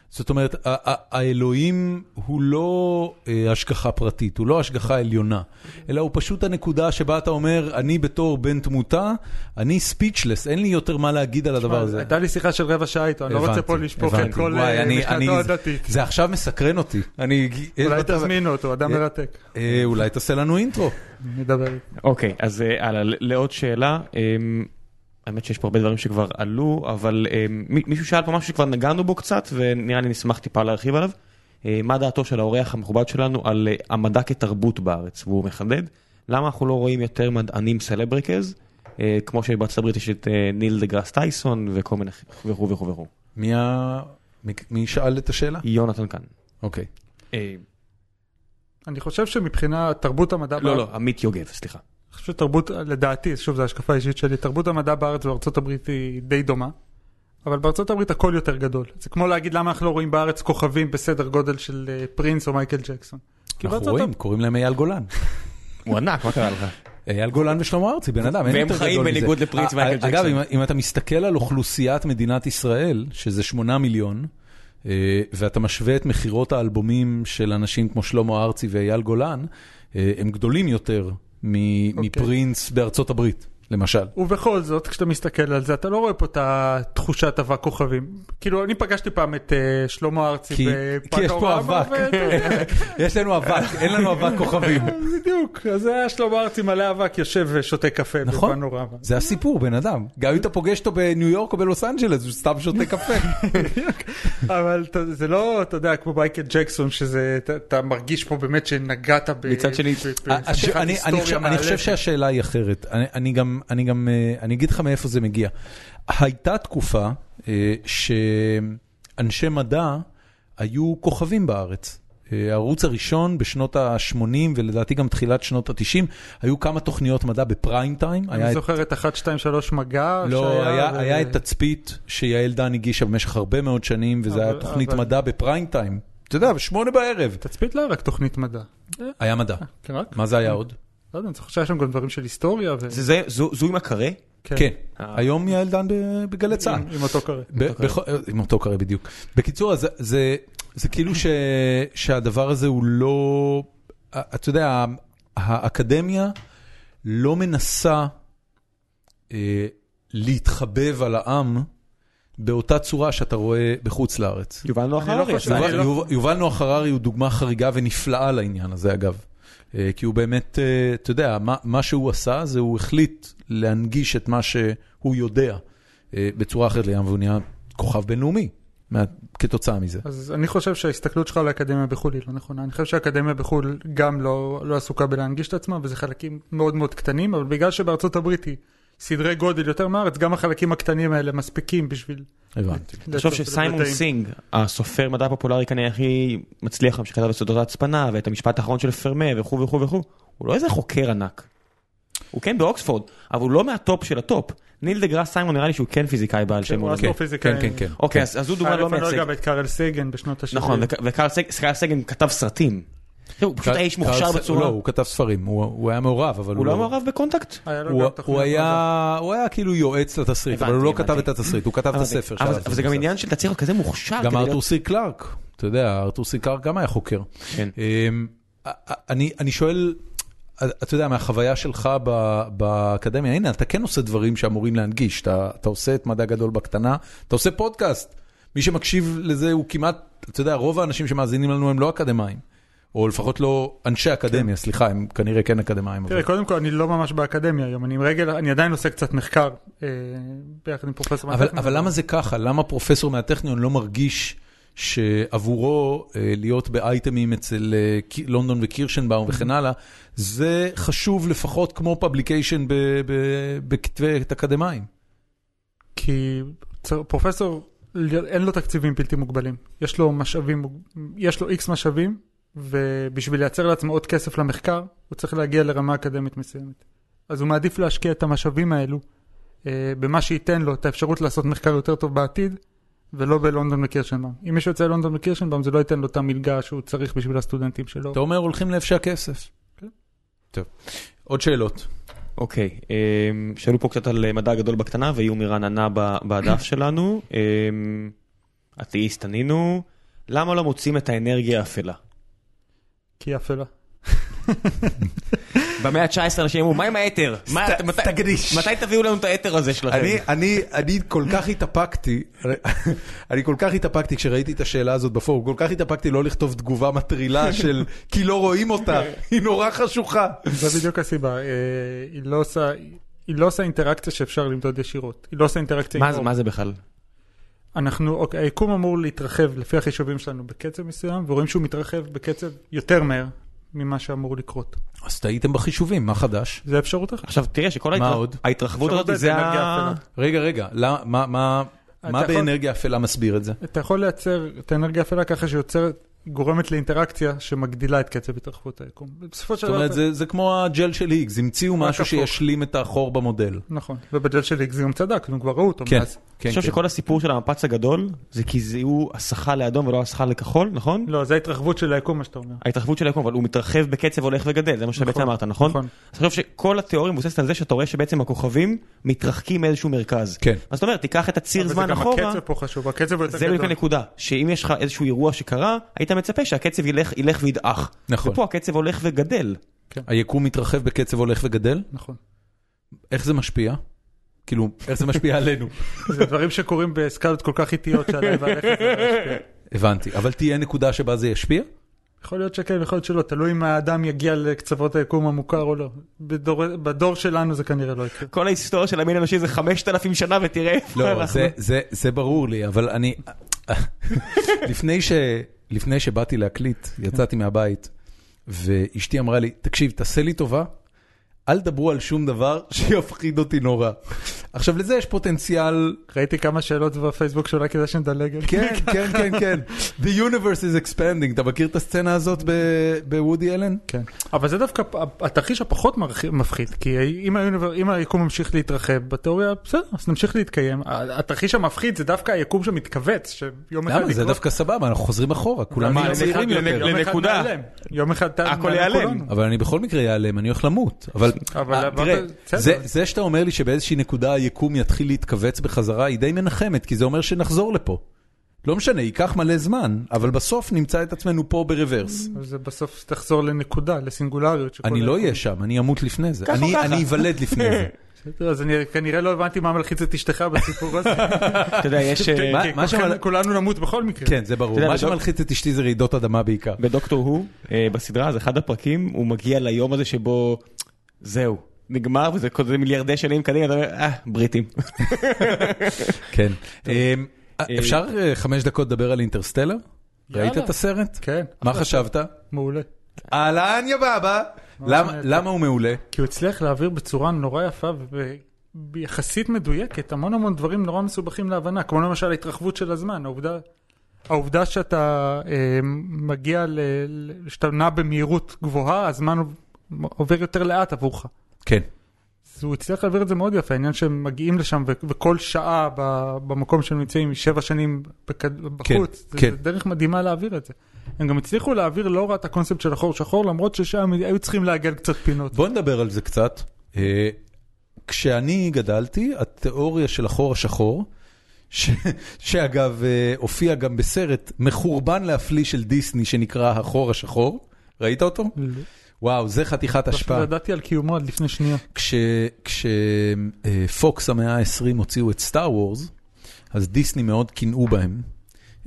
זאת אומרת, ה- ה- האלוהים הוא לא אה, השגחה פרטית, הוא לא השגחה עליונה, אלא הוא פשוט הנקודה שבה אתה אומר, אני בתור בן תמותה, אני ספיצ'לס, אין לי יותר מה להגיד על הדבר הזה.
הייתה לי שיחה של רבע שעה איתו, אני לא רוצה
הבנתי,
פה לשפוך
הבנתי.
את כל
וואי,
אה,
אני-
משנתו
אני-
הדתית.
זה עכשיו מסקרן אותי. אני...
אולי
אתה-
תזמינו אותו, אדם
אה,
מרתק.
אה, אולי תעשה לנו אינטרו.
נדבר. איתו.
אוקיי, אז אה, הלאה, ל- לעוד שאלה. אמ, האמת שיש פה הרבה דברים שכבר עלו, אבל אמ, מי- מישהו שאל פה משהו שכבר נגענו בו קצת, ונראה לי נשמח טיפה להרחיב עליו. אה, מה דעתו של האורח המכובד שלנו על אה, המדע כתרבות בארץ? והוא מחדד, למה אנחנו לא רואים יותר מדענים סלבריקז, אה, כמו שבארצות הברית יש את אה, ניל דה גראס טייסון וכל מיני וכו' וכו' וכו'.
מי ה- מי- מי שאל את השאלה?
יונתן כאן.
אוקיי.
אה,
אני חושב שמבחינה תרבות המדע
לא,
בארץ-
לא, עמית יוגב, סליחה.
אני חושב שתרבות, לדעתי, שוב, זו השקפה האישית שלי, תרבות המדע בארץ ובארצות הברית היא די דומה, אבל בארצות הברית הכל יותר גדול. זה כמו להגיד למה אנחנו לא רואים בארץ כוכבים בסדר גודל של אה, פרינס או מייקל ג'קסון. כי
אנחנו
בארצות
רואים,
הברית-
קוראים להם אייל גולן.
הוא ענק, מה קרה לך?
אייל גולן ושלמה ארצי, בן אדם, אין
והם
יותר גדול מזה.
חיים בניגוד לפרינס
א-
מייקל
א- אגב,
ג'קסון.
אם- אם אתה מסתכל על אוכלוסיית מדינת ישראל, שזה 8 מיליון, אה, ואתה משווה את מכירות האלבומים של אנשים כמו שלמה ארצי ואייל גולן, אה, הם גדולים יותר מ-
אוקיי.
מפרינס בארצות הברית, למשל.
ובכל זאת, כשאתה מסתכל על זה, אתה לא רואה פה את התחושת אבק כוכבים. כאילו, אני פגשתי פעם את אה, שלמה ארצי
כי- כי יש פה
בפאנורמה,
אבק.
ואתה יודע, כן,
יש לנו אבק, אין לנו אבק כוכבים.
בדיוק, אז זה היה שלמה ארצי מלא אבק, יושב ושותה קפה
נכון.
בפנורמה.
זה הסיפור, בן אדם. גם אם אתה פוגש אותו בניו יורק או בלוס אנג'לס, הוא סתם שותה קפה.
כן, אבל אתה- זה לא, אתה יודע, כמו מייקל ג'קסון, שזה, אתה- אתה מרגיש פה באמת שנגעת ב...
מצד שני,
ב-
אני-
בהפיכת
אני- אני
היסטוריה
חושב- אני
מהלכת.
חושב שהשאלה היא אחרת. אני- אני גם, אני גם, אה, אני אגיד לך מאיפה זה מגיע. הייתה תקופה אה, שאנשי מדע היו כוכבים בארץ. אה, הערוץ הראשון בשנות ה-80 ולדעתי גם תחילת שנות ה-90, היו כמה תוכניות מדע בפריים טיים. היה
אני
את-
זוכר את 1, 2, 3 מגע.
לא,
שהיה,
היה,
ו-
היה את תצפית שיעל דן הגישה במשך הרבה מאוד שנים, וזה היה
אבל-
תוכנית
אבל-
מדע בפריים טיים. אתה יודע, בשמונה בערב.
תצפית לא היה רק תוכנית מדע.
היה מדע.
כן, רק?
מה זה היה עוד?
לא יודע, אני זוכר שהיה שם גם דברים של היסטוריה. ו-
זה- זה- זו זו עם הקרה?
כן.
אה.
היום יעל דן ב- בגלי צה"ל.
עם- עם אותו קרא.
ב- בכ- עם אותו קרא בדיוק. בקיצור, אז זה, זה, זה כאילו ש, שהדבר הזה הוא לא... אתה יודע, ה- האקדמיה לא מנסה אה, להתחבב על העם באותה צורה שאתה רואה בחוץ לארץ.
יובל נוח
אני לא
הררי.
חושב-
יובל,
אני לא-
יובל, יובל נוח הררי הוא דוגמה חריגה ונפלאה לעניין הזה, אגב. אה, כי הוא באמת, אה, אתה יודע, מה, מה שהוא עשה זה הוא החליט להנגיש את מה שהוא יודע אה, בצורה אחרת לים, והוא נהיה כוכב בינלאומי מה, כתוצאה מזה.
אז אני חושב שההסתכלות שלך על האקדמיה בחו"ל היא לא נכונה. אני חושב שהאקדמיה בחו"ל גם לא, לא עסוקה בלהנגיש את עצמה, וזה חלקים מאוד מאוד קטנים, אבל בגלל שבארצות הברית היא סדרי גודל יותר מארץ, גם החלקים הקטנים האלה מספיקים בשביל...
הבנתי.
תחשוב
לעשות את
שסיימון
הדברים.
סינג, הסופר מדע פופולרי כנראה הכי מצליח, שכתב את סודות ההצפנה ואת המשפט האחרון של פרמה וכו' וכו' וכו', הוא לא איזה חוקר ענק. הוא כן באוקספורד, אבל הוא לא מהטופ של הטופ. ניל דה גראס סיימון נראה לי שהוא כן fizical בעל שם
הוא
עולמי.
אסטרופיזיקאי.
כן, כן, כן.
אוקיי, אז אז הוא דוגמה לא
אלף, אני
מייצג.
גם את קארל סייגן בשנות ה-70.
נכון, וק- וקרל סג- קרל סגן כתב סרטים. תראו, הוא פשוט
קר-
האיש
קרל
מוכשר
ס-
בצורה...
לא, הוא כתב ספרים, הוא, הוא היה מעורב, אבל הוא,
הוא לא מעורב לא בקונטקט?
היה לו
הוא,
גם
הוא,
תוכניות מדע.
היה, הוא היה כאילו יועץ לתסריט, אבל
הבנתי,
הוא לא
לא הבנתי.
כתב את התסריט, הוא כתב את
הבנתי.
הספר.
אבל
שעליו
זה- אבל זה גם
מבוסס.
עניין של אתה צריך להיות כזה מוכשר.
גם
כדי להיות-
ארתור סי קלארק, אתה יודע, ארתור סי קלארק גם היה חוקר.
כן.
אמ, א- א- אני, אני שואל, אתה יודע, מהחוויה שלך ב, באקדמיה, הנה, אתה כן עושה דברים שאמורים להנגיש, אתה, אתה עושה את מדע גדול בקטנה, אתה עושה פודקאסט. מי שמקשיב לזה הוא כמעט, אתה יודע, רוב האנשים שמאזינים לנו הם לא אקדמאים, או לפחות לא אנשי אקדמיה, סליחה, הם כנראה כן אקדמאים. אבל-
תראה, קודם כל, אני לא ממש באקדמיה היום, אני עם רגל, אני עדיין עושה קצת מחקר, אה, ביחד עם פרופסור
אבל,
מהטכניון.
אבל למה זה ככה? למה פרופסור מהטכניון לא מרגיש שעבורו אה, להיות באייטמים אצל אה, ק- לונדון וקירשנבאום וכן הלאה, זה חשוב לפחות כמו פבליקיישן ב- ב- בכתבי עת אקדמיים?
כי צר- פרופסור, ל- אין לו תקציבים בלתי מוגבלים. יש לו משאבים, מוג- יש לו איקס משאבים, ובשביל לייצר לעצמו עוד כסף למחקר, הוא צריך להגיע לרמה אקדמית מסוימת. אז הוא מעדיף להשקיע את המשאבים האלו אה, במה שייתן לו את האפשרות לעשות מחקר יותר טוב בעתיד, ולא בלונדון וקירשנבאום. אם מישהו יוצא ללונדון וקירשנבאום, זה לא ייתן לו את המלגה שהוא צריך בשביל הסטודנטים שלו.
אתה אומר הולכים לאיפה שהכסף.
כן.
טוב. עוד שאלות.
אוקיי, אמ, שאלו פה קצת על מדע גדול בקטנה, ויומי רעננה ב- בדף שלנו. אמ, אתאיסט ענינו, למה לא מוצאים את האנרגיה האפלה?
כי היא אפלה.
במאה ה-19 אנשים אמרו, מה עם האתר? מה-
סת-
מתי-
סטגניש."
מתי תביאו לנו את האתר הזה שלכם?
אני, אני, אני כל כך התאפקתי, אני כל כך התאפקתי כשראיתי את השאלה הזאת בפורום, כל כך התאפקתי לא לכתוב תגובה מטרילה של כי לא רואים אותה, היא נורא חשוכה.
זו בדיוק הסיבה. אה, היא לא עושה... היא לא עושה אינטראקציה שאפשר למדוד ישירות. היא לא עושה אינטראקציה
מה זה- מה זה בכלל?
אנחנו, אוקיי, היקום אמור להתרחב לפי החישובים שלנו בקצב מסוים, ורואים שהוא מתרחב בקצב יותר מהר ממה שאמור לקרות.
אז טעיתם בחישובים, מה חדש?
זה אפשרות אחת.
עכשיו תראה שכל
מה
ההתרח-
עוד?
ההתרחבות הזאת זה
אפשרות
ה...
רגע,
באנרגיה
רגע, למה- מה- מה
אתה
מה
יכול-
באנרגיה אפלה מסביר את זה?
אתה יכול לייצר את האנרגיה האפלה ככה שיוצרת, גורמת לאינטראקציה שמגדילה את קצב התרחבות היקום. בסופו של
זאת
דבר...
אומרת, זה- זה כמו הג'ל של היגס, המציאו
רק
משהו
הפוך.
שישלים את החור במודל.
נכון, ובג'ל של איקס גם צדק, נו כבר ראו אותו
כן,
מאז.
כן,
אני חושב
כן.
שכל הסיפור של המפץ הגדול זה כי זיהו הסחה לאדום ולא הסחה לכחול, נכון?
לא, זה ההתרחבות של היקום, מה שאתה אומר.
ההתרחבות של היקום, אבל הוא מתרחב בקצב הולך וגדל, זה מה שבעצם אמרת, נכון?
נכון.
אז אני חושב שכל התיאוריה מבוססת על זה שאתה רואה שבעצם הכוכבים מתרחקים מאיזשהו מרכז.
כן.
אז אתה אומר, תיקח את הציר
אבל
זמן
זה גם
אחורה,
הקצב פה חשוב, הקצב הוא יותר
זה בדיוק
גדול.
הנקודה, שאם יש לך איזשהו אירוע שקרה, היית מצפה שהקצב ילך, ילך וידעך.
נכון.
ופה הקצב הולך וגדל.
היקום מתרחב בקצב הולך וגדל?
נכון.
איך זה משפיע? כאילו, איך זה משפיע עלינו?
זה דברים שקורים בסקלות כל כך איטיות שעדיין והלכת
הבנתי, אבל תהיה נקודה שבה זה ישפיע?
יכול להיות שכן, יכול להיות שלא, תלוי אם האדם יגיע לקצוות היקום המוכר או לא. בדור, בדור שלנו זה כנראה לא יקרה.
כל ההיסטוריה של המין האנושי זה 5,000 שנה ותראה איפה
לא,
אוקיי, אנחנו.
זה, זה, זה ברור לי, אבל אני... לפני, ש, לפני שבאתי להקליט, יצאתי מהבית, ואשתי אמרה לי, תקשיב, תעשה לי טובה, אל דברו על שום דבר שיפחיד אותי נורא. עכשיו, לזה יש פוטנציאל...
ראיתי כמה שאלות בפייסבוק שאולי כדאי שנדלג. עליהן.
כן, כן, כן, כן. The universe is expanding. אתה מכיר את הסצנה הזאת ב- בוודי אלן?
כן. אבל זה דווקא פ- התרחיש הפחות מרח- מפחיד, כי אם, היוניבר, אם היקום ממשיך להתרחב בתיאוריה, בסדר, אז נמשיך להתקיים. ה- התרחיש המפחיד זה דווקא היקום שמתכווץ, שיום אחד
למה? זה דווקא סבבה, אנחנו חוזרים אחורה, כולם
יום
נהיים
אחד-
צעירים
יום
יותר.
אחד
לנקודה.
נעלם. יום אחד אתה-
הכל
נעלם
ייעלם.
כולנו.
אבל אני בכל מקרה אעלם, אני הולך למות. אבל
אבל
אה,
אמרת-
תראה,
בסדר.
זה- זה שאתה אומר לי שבאיזושהי נקודה היקום יתחיל להתכווץ בחזרה, היא די מנחמת, כי זה אומר שנחזור לפה. לא משנה, ייקח מלא זמן, אבל בסוף נמצא את עצמנו פה ברוורס.
אז זה בסוף תחזור לנקודה, לסינגולריות. שכל
אני לא
היקום-
אהיה שם, אני אמות לפני זה.
ככה או
אני-
ככה.
אני איוולד לפני זה.
בסדר, אז אני כנראה לא הבנתי מה מלחיץ את אשתך בסיפור הזה.
אתה יודע, יש... אה,
מה-
כי
מה
כולכם-
שמל-
כולנו נמות בכל מקרה.
כן, זה
אתה
ברור.
יודע,
מה
בדוק-
שמלחיץ את אשתי זה רעידות אדמה בעיקר.
בדוקטור הוא, אה, בסדרה, אז אחד הפרקים, הוא מגיע ליום הזה שבו זהו, נגמר, וזה כל זה מיליארדי שנים קדימה, אתה אומר, אה, בריטים.
כן. אמ, אה, אפשר אה, חמש דקות לדבר על אינטרסטלר? ראית את הסרט?
כן,
מה חשבת?
מעולה.
אהלן יא בבא. למה-
נהדר.
למה הוא מעולה?
כי הוא הצליח להעביר בצורה נורא יפה ויחסית מדויקת המון המון דברים נורא מסובכים להבנה, כמו למשל ההתרחבות של הזמן, העובדה, העובדה שאתה אה, מגיע, ל, ל- שאתה נע במהירות גבוהה, הזמן עובר יותר לאט עבורך.
כן.
אז הוא הצליח להעביר את זה מאוד יפה, העניין שהם מגיעים לשם ו- וכל שעה ב- במקום שהם נמצאים היא שבע שנים בכ- בחוץ, זה,
כן.
זה דרך מדהימה להעביר את זה. הם גם הצליחו להעביר לא רע את הקונספט של החור שחור, למרות ששם היו צריכים לעגל קצת פינות.
בוא נדבר על זה קצת. אה, כשאני גדלתי, התיאוריה של החור השחור, ש... שאגב אה, הופיע גם בסרט מחורבן להפליא של דיסני שנקרא החור השחור, ראית אותו?
לא.
וואו, זה חתיכת
אפילו
לא, השפעה.
ידעתי על קיומו עד לפני שנייה.
כשפוקס אה, המאה ה-20 הוציאו את סטאר וורס, אז דיסני מאוד קינאו בהם.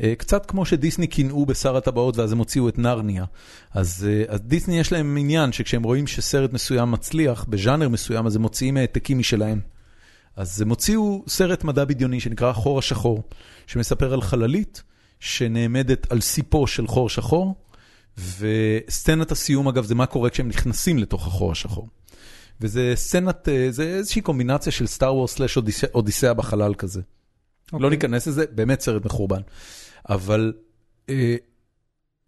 אה, קצת כמו שדיסני קינאו בשר הטבעות ואז הם הוציאו את נרניה. אז, אה, אז דיסני יש להם עניין שכשהם רואים שסרט מסוים מצליח, בז'אנר מסוים, אז הם מוציאים העתקים משלהם. אז הם הוציאו סרט מדע בדיוני שנקרא חור השחור, שמספר על חללית שנעמדת על סיפו של חור שחור, וסצנת הסיום אגב זה מה קורה כשהם נכנסים לתוך החור השחור. וזה סצנת, אה, זה איזושהי קומבינציה של סטאר וורס סלאש אודיסא- אודיסאה בחלל כזה. Okay. לא ניכנס לזה, באמת סרט מחורבן. אבל אה,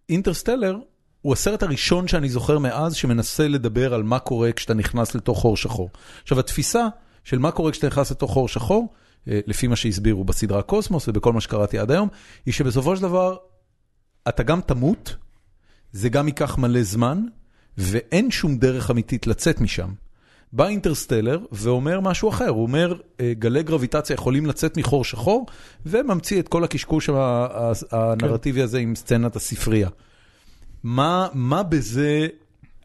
אינטרסטלר הוא הסרט הראשון שאני זוכר מאז שמנסה לדבר על מה קורה כשאתה נכנס לתוך חור שחור. עכשיו התפיסה של מה קורה כשאתה נכנס לתוך חור שחור, אה, לפי מה שהסבירו בסדרה קוסמוס ובכל מה שקראתי עד היום, היא שבסופו של דבר אתה גם תמות, זה גם ייקח מלא זמן, ואין שום דרך אמיתית לצאת משם. בא אינטרסטלר ואומר משהו אחר, הוא אומר אה, גלי גרביטציה יכולים לצאת מחור שחור, וממציא את כל הקשקוש ה- ה- הנרטיבי הזה עם סצנת הספרייה. מה, מה בזה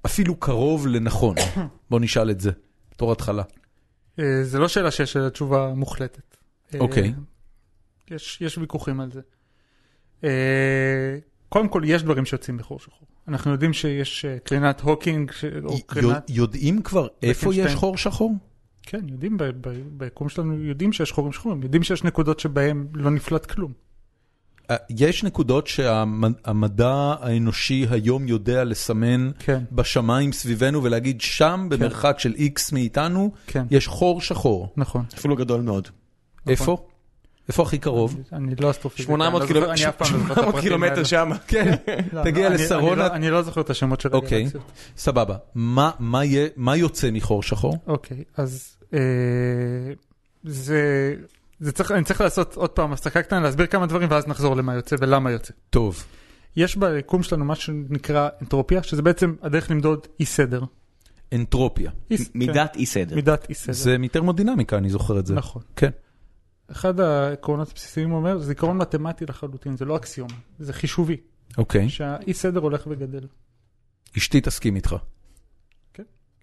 אפילו קרוב לנכון? בוא נשאל את זה, בתור התחלה.
אה, זה לא שאלה שיש לה תשובה מוחלטת. אה,
אוקיי.
יש, יש ויכוחים על זה. אה, קודם כל, יש דברים שיוצאים בחור שחור. אנחנו יודעים שיש אה, קרינת הוקינג, ש- או
יודע-
קרינת...
יודעים כבר איפה יש
פינקשטיין.
חור שחור?
כן, יודעים, ב- ב- ביקום שלנו יודעים שיש חורים שחורים, יודעים שיש נקודות שבהן לא נפלט כלום.
אה, יש נקודות שהמדע האנושי היום יודע לסמן
כן,
בשמיים סביבנו ולהגיד שם במרחק של איקס מאיתנו
כן,
יש חור שחור.
נכון.
אפילו גדול מאוד.
איפה? איפה הכי קרוב?
אני לא אסטרופיזיק.
800
אני לא
קילומ-
זוכר- אני אף פעם לא זוכר את
800
הפרטים
קילומטר
האלה.
שם.
כן,
לא,
תגיע
לא, אני-
לשרונה.
אני לא- אני לא זוכר את השמות של
אוקיי.
הגלקסיות.
סבבה. מה- מה יהיה- מה יוצא מחור שחור?
אוקיי, אז אה, זה... זה צריך, אני צריך לעשות עוד פעם הפסקה קטנה, להסביר כמה דברים ואז נחזור למה יוצא ולמה יוצא.
טוב.
יש ביקום שלנו מה שנקרא אנטרופיה, שזה בעצם הדרך למדוד אי סדר.
אנטרופיה.
אי ס-
מידת אי סדר.
כן, מידת אי סדר.
זה מתרמודינמיקה, אני זוכר את זה.
נכון.
כן.
אחד העקרונות הבסיסיים אומר, זה עיקרון מתמטי לחלוטין, זה לא אקסיום, זה חישובי,
אוקיי.
שהאי סדר הולך וגדל.
אשתי תסכים איתך.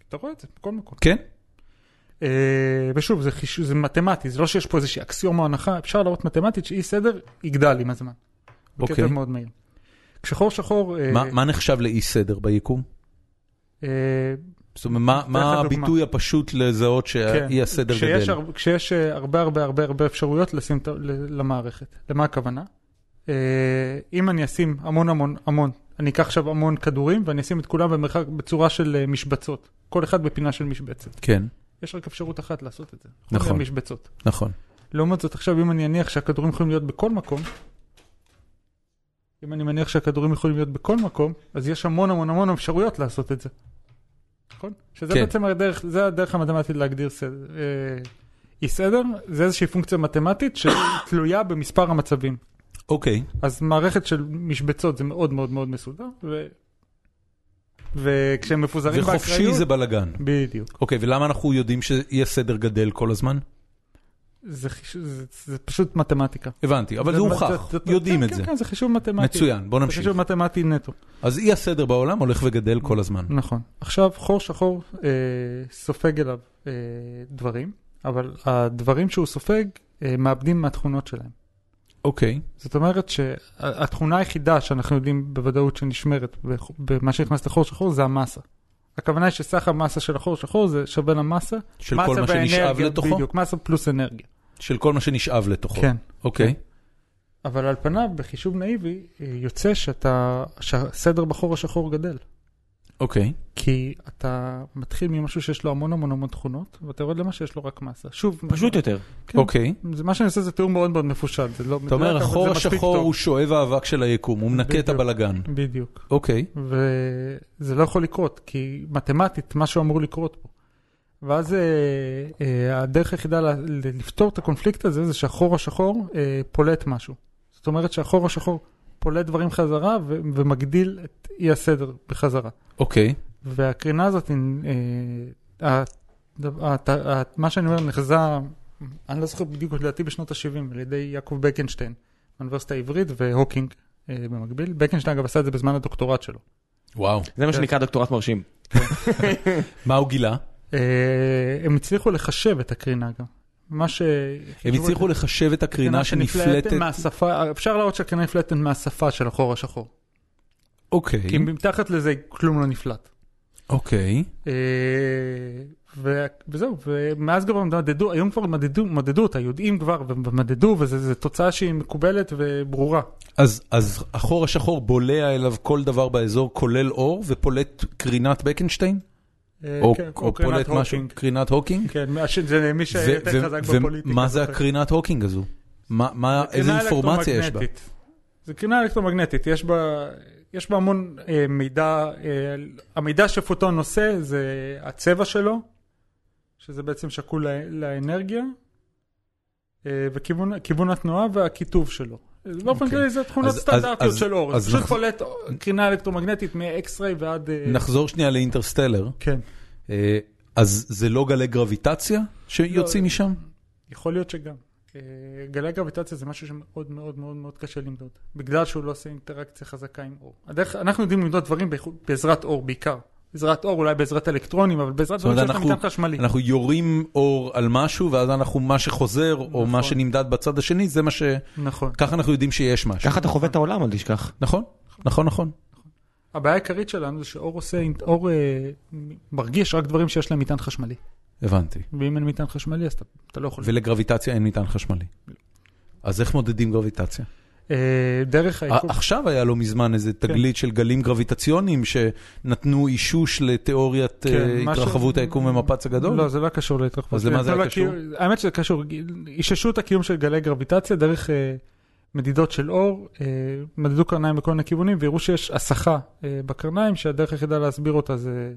אתה רואה את זה בכל מקום.
כן?
אה, ושוב, זה, חיש... זה מתמטי, זה לא שיש פה איזושהי אקסיומה או הנחה, אפשר להראות מתמטית שאי סדר יגדל עם הזמן.
אוקיי.
בקצב מאוד מהיר. כשחור שחור, אה,
מה- מה נחשב לאי סדר ביקום?
אה,
זאת אומרת, מה-
לך
מה
דוגמה.
הביטוי הפשוט לזהות
כן.
שהאי הסדר
כשיש,
גדל?
הר... כשיש אה, הרבה הרבה הרבה הרבה אפשרויות לשים את... ה- ל- למערכת. למה הכוונה? אה, אם אני אשים המון המון המון, אני אקח עכשיו המון כדורים ואני אשים את כולם במרחק בצורה של אה, משבצות. כל אחד בפינה של משבצת.
כן,
יש רק אפשרות אחת לעשות את זה.
נכון.
משבצות.
נכון.
לעומת זאת לא עכשיו אם אני אניח שהכדורים יכולים להיות בכל מקום, אם אני מניח שהכדורים יכולים להיות בכל מקום, אז יש המון המון המון אפשרויות לעשות את זה. נכון? שזה
כן.
כן. בעצם הדרך, זה הדרך המתמטית להגדיר סדר. אה, אי סדר זה איזושהי פונקציה מתמטית שתלויה במספר המצבים.
אוקיי,
אז מערכת של משבצות זה מאוד מאוד מאוד מסודר, ו... וכשהם מפוזרים
וחופשי זה בלאגן.
בדיוק.
אוקיי, ולמה אנחנו יודעים שאי הסדר גדל כל הזמן?
זה, חיש... זה, זה פשוט מתמטיקה.
הבנתי, אבל זה הוכח,
זה-
יודעים
כן,
את זה.
כן, כן, זה חישוב מתמטי.
מצוין, בוא
זה
נמשיך.
חישוב מתמטי נטו.
אז אי הסדר בעולם הולך וגדל כל הזמן.
נכון. עכשיו חור שחור אה, סופג אליו אה, דברים, אבל הדברים שהוא סופג אה, מאבדים מהתכונות שלהם.
אוקיי,
זאת אומרת שהתכונה היחידה שאנחנו יודעים בוודאות שנשמרת בח- במה שנכנס לחור שחור זה המסה. הכוונה היא שסך המסה של החור שחור זה שווה למסה.
של כל
מסה
מה שנשאב
ואנרגיה,
לתוכו?
בדיוק, מסה פלוס אנרגיה.
של כל מה שנשאב לתוכו.
כן.
אוקיי,
אבל על פניו, בחישוב נאיבי, אה, יוצא שאתה, שהסדר בחור השחור גדל.
אוקיי.
כי אתה מתחיל ממשהו שיש לו המון המון המון תכונות, ואתה יורד למה שיש לו רק מסה. שוב,
פשוט יותר.
כן.
אוקיי.
זה מה שאני עושה זה תיאור מאוד מאוד מפושט, זה לא...
אתה אומר,
מדויק, אבל זה
החור
מספיק
השחור
טוב.
הוא שואב האבק של היקום, הוא מנקה את
בדיוק.
הבלגן.
בדיוק.
אוקיי,
וזה לא יכול לקרות, כי מתמטית, משהו אמור לקרות פה. ואז אה, אה, הדרך היחידה ל- ל- לפתור את הקונפליקט הזה, זה שהחור השחור אה, פולט משהו. זאת אומרת שהחור השחור פולט דברים חזרה ו- ומגדיל את אי הסדר בחזרה.
אוקיי,
והקרינה הזאת, אה, ה- ה- ה- מה שאני אומר נחזה, אני לא זוכר בדיוק, לדעתי בשנות ה-70, על ידי יעקב בקנשטיין, האוניברסיטה העברית והוקינג אה, במקביל. בקנשטיין אגב עשה את זה בזמן הדוקטורט שלו.
וואו.
זה מה שנקרא דוקטורט מרשים.
מה הוא גילה?
אה, הם הצליחו לחשב את הקרינה גם. מה ש...
הם הצליחו לחשב את הקרינה שנפלטת.
מהשפה, אפשר להראות שהקרינה נפלטת מהשפה של החור השחור.
אוקיי,
כי מתחת לזה כלום לא נפלט.
אוקיי.
אה, ו- וזהו, ומאז כבר מדדו, היום כבר מדדו, מדדו אותה, יודעים כבר, ומדדו, וזו תוצאה שהיא מקובלת וברורה.
אז, אז החור השחור בולע אליו כל דבר באזור, כולל אור, ופולט קרינת בקנשטיין?
אה,
או,
כן,
או
קרינת
פולט משהו,
הוקינג.
קרינת הוקינג?
כן, מה ש- זה מי
ו-
שהיה יותר
ו-
חזק
ו-
בפוליטיקה.
מה זה
זוכר.
הקרינת הוקינג הזו? מה, מה,
קרינה
איזה אינפורמציה יש בה?
אלקטרומגנטית. זה קרינה אלקטרומגנטית, יש בה, יש בה המון אה, מידע, אה, המידע שפוטון עושה זה הצבע שלו, שזה בעצם שקול לא- לאנרגיה, אה, וכיוון כיוון התנועה והקיטוב שלו. אז באופן
אוקיי.
כללי זה תכונות
אז-
סטנדרטיות
אז-
של אור,
אז
זה פשוט
נחז-
פולט קרינה אלקטרומגנטית מ-X-ray ועד... אה,
נחזור שנייה לאינטרסטלר.
כן,
אה, אז זה לא גלי גרביטציה שיוצאים
לא.
משם?
יכול להיות שגם. אה, גלי גרביטציה זה משהו שמאוד מאוד מאוד מאוד קשה למדוד, בגלל שהוא לא עושה אינטראקציה חזקה עם אור. הדרך, אנחנו יודעים למדוד דברים באיכו- בעזרת אור בעיקר. בעזרת אור, אולי בעזרת אלקטרונים, אבל בעזרת
זאת אומרת,
דברים שיש להם
אנחנו-
מטען חשמלי.
אנחנו יורים אור על משהו, ואז אנחנו, מה שחוזר, או מה
נכון.
שנמדד בצד השני, זה מה ש...
נכון.
ככה אנחנו יודעים שיש משהו.
ככה אתה חווה את העולם, אל תשכח.
נכון, נכון, נכון.
הבעיה העיקרית שלנו זה שאור עושה, אור אה, מרגיש רק דברים שיש להם מטען חשמלי.
הבנתי.
ואם אין מטען חשמלי אז אתה, אתה לא יכול.
ולגרביטציה אין מטען חשמלי. אז איך מודדים גרביטציה?
לא. אה, כן. דרך
ע-
העיכוב,
עכשיו היה לא מזמן איזה תגלית של גלים גרביטציוניים שנתנו אישוש לתיאוריית
כן,
אה,
מה ש-
התרחבות היקום במפץ הגדול.
לא, זה לא קשור להתרחבות.
אז למה זה
לא
היה קשור?
כי- האמת שזה קשור, איששו את הקיום של גלי גרביטציה דרך אה, מדידות של אור, אה, מדדו קרניים בכל מיני כיוונים והראו שיש הסחה אה, בקרניים שהדרך היחידה להסביר אותה זה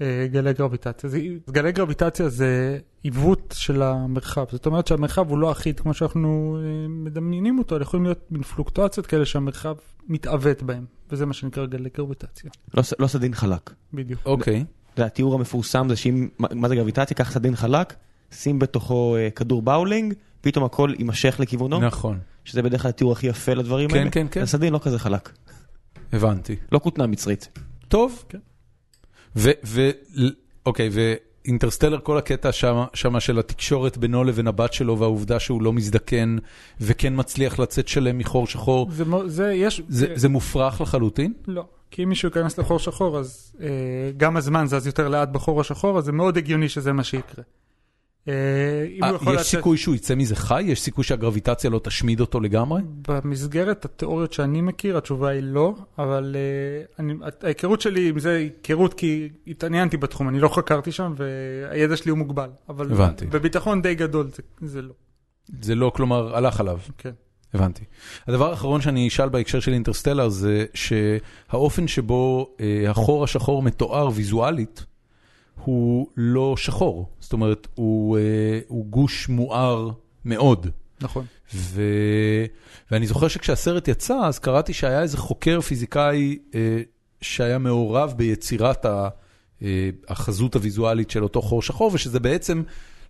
אה, גלי גרביטציה. זה, גלי גרביטציה זה עיוות של המרחב, זאת אומרת שהמרחב הוא לא אחיד כמו שאנחנו אה, מדמיינים אותו, אלא יכולים להיות מין פלוקטואציות כאלה שהמרחב מתעוות בהם, וזה מה שנקרא גלי גרביטציה,
לא ס- לא סדין חלק.
בדיוק.
אוקיי,
אתה יודע, התיאור המפורסם זה שאם, מה- מה זה גרביטציה? קח סדין חלק, שים בתוכו אה, כדור באולינג, פתאום הכל יימשך לכיוונו,
לא.
נכון,
שזה בדרך כלל התיאור הכי יפה לדברים
כן,
האלה.
כן, כן.
הסדין לא כזה חלק,
הבנתי.
לא כותנה מצרית.
טוב.
כן.
ו... ו- ל- אוקיי, ואינטרסטלר, כל הקטע שמה- שמה של התקשורת בינו לבין הבת שלו והעובדה שהוא לא מזדקן וכן מצליח לצאת שלם מחור שחור,
זה, מו- זה, יש,
זה זה מופרך לחלוטין?
לא, כי אם מישהו ייכנס לחור שחור, אז אה, גם הזמן זז יותר לאט בחור השחור, אז זה מאוד הגיוני שזה מה שיקרה. אה, אם
אה,
הוא יכול
יש
לצאת-
סיכוי שהוא יצא מזה חי? יש סיכוי שהגרביטציה לא תשמיד אותו לגמרי?
במסגרת התיאוריות שאני מכיר, התשובה היא לא, אבל אה, אני, ההיכרות שלי עם זה היא היכרות כי התעניינתי בתחום, אני לא חקרתי שם והידע שלי הוא מוגבל. אבל
הבנתי.
בביטחון די גדול זה, זה לא,
זה לא, כלומר, הלך עליו.
כן.
הבנתי. הדבר האחרון שאני אשאל בהקשר של אינטרסטלר זה שהאופן שבו אה, החור השחור מתואר ויזואלית הוא לא שחור, זאת אומרת הוא, אה, הוא גוש מואר מאוד.
נכון.
ו... ואני זוכר שכשהסרט יצא אז קראתי שהיה איזה חוקר פיזיקאי אה, שהיה מעורב ביצירת ה... אה, החזות הוויזואלית של אותו חור שחור ושזה בעצם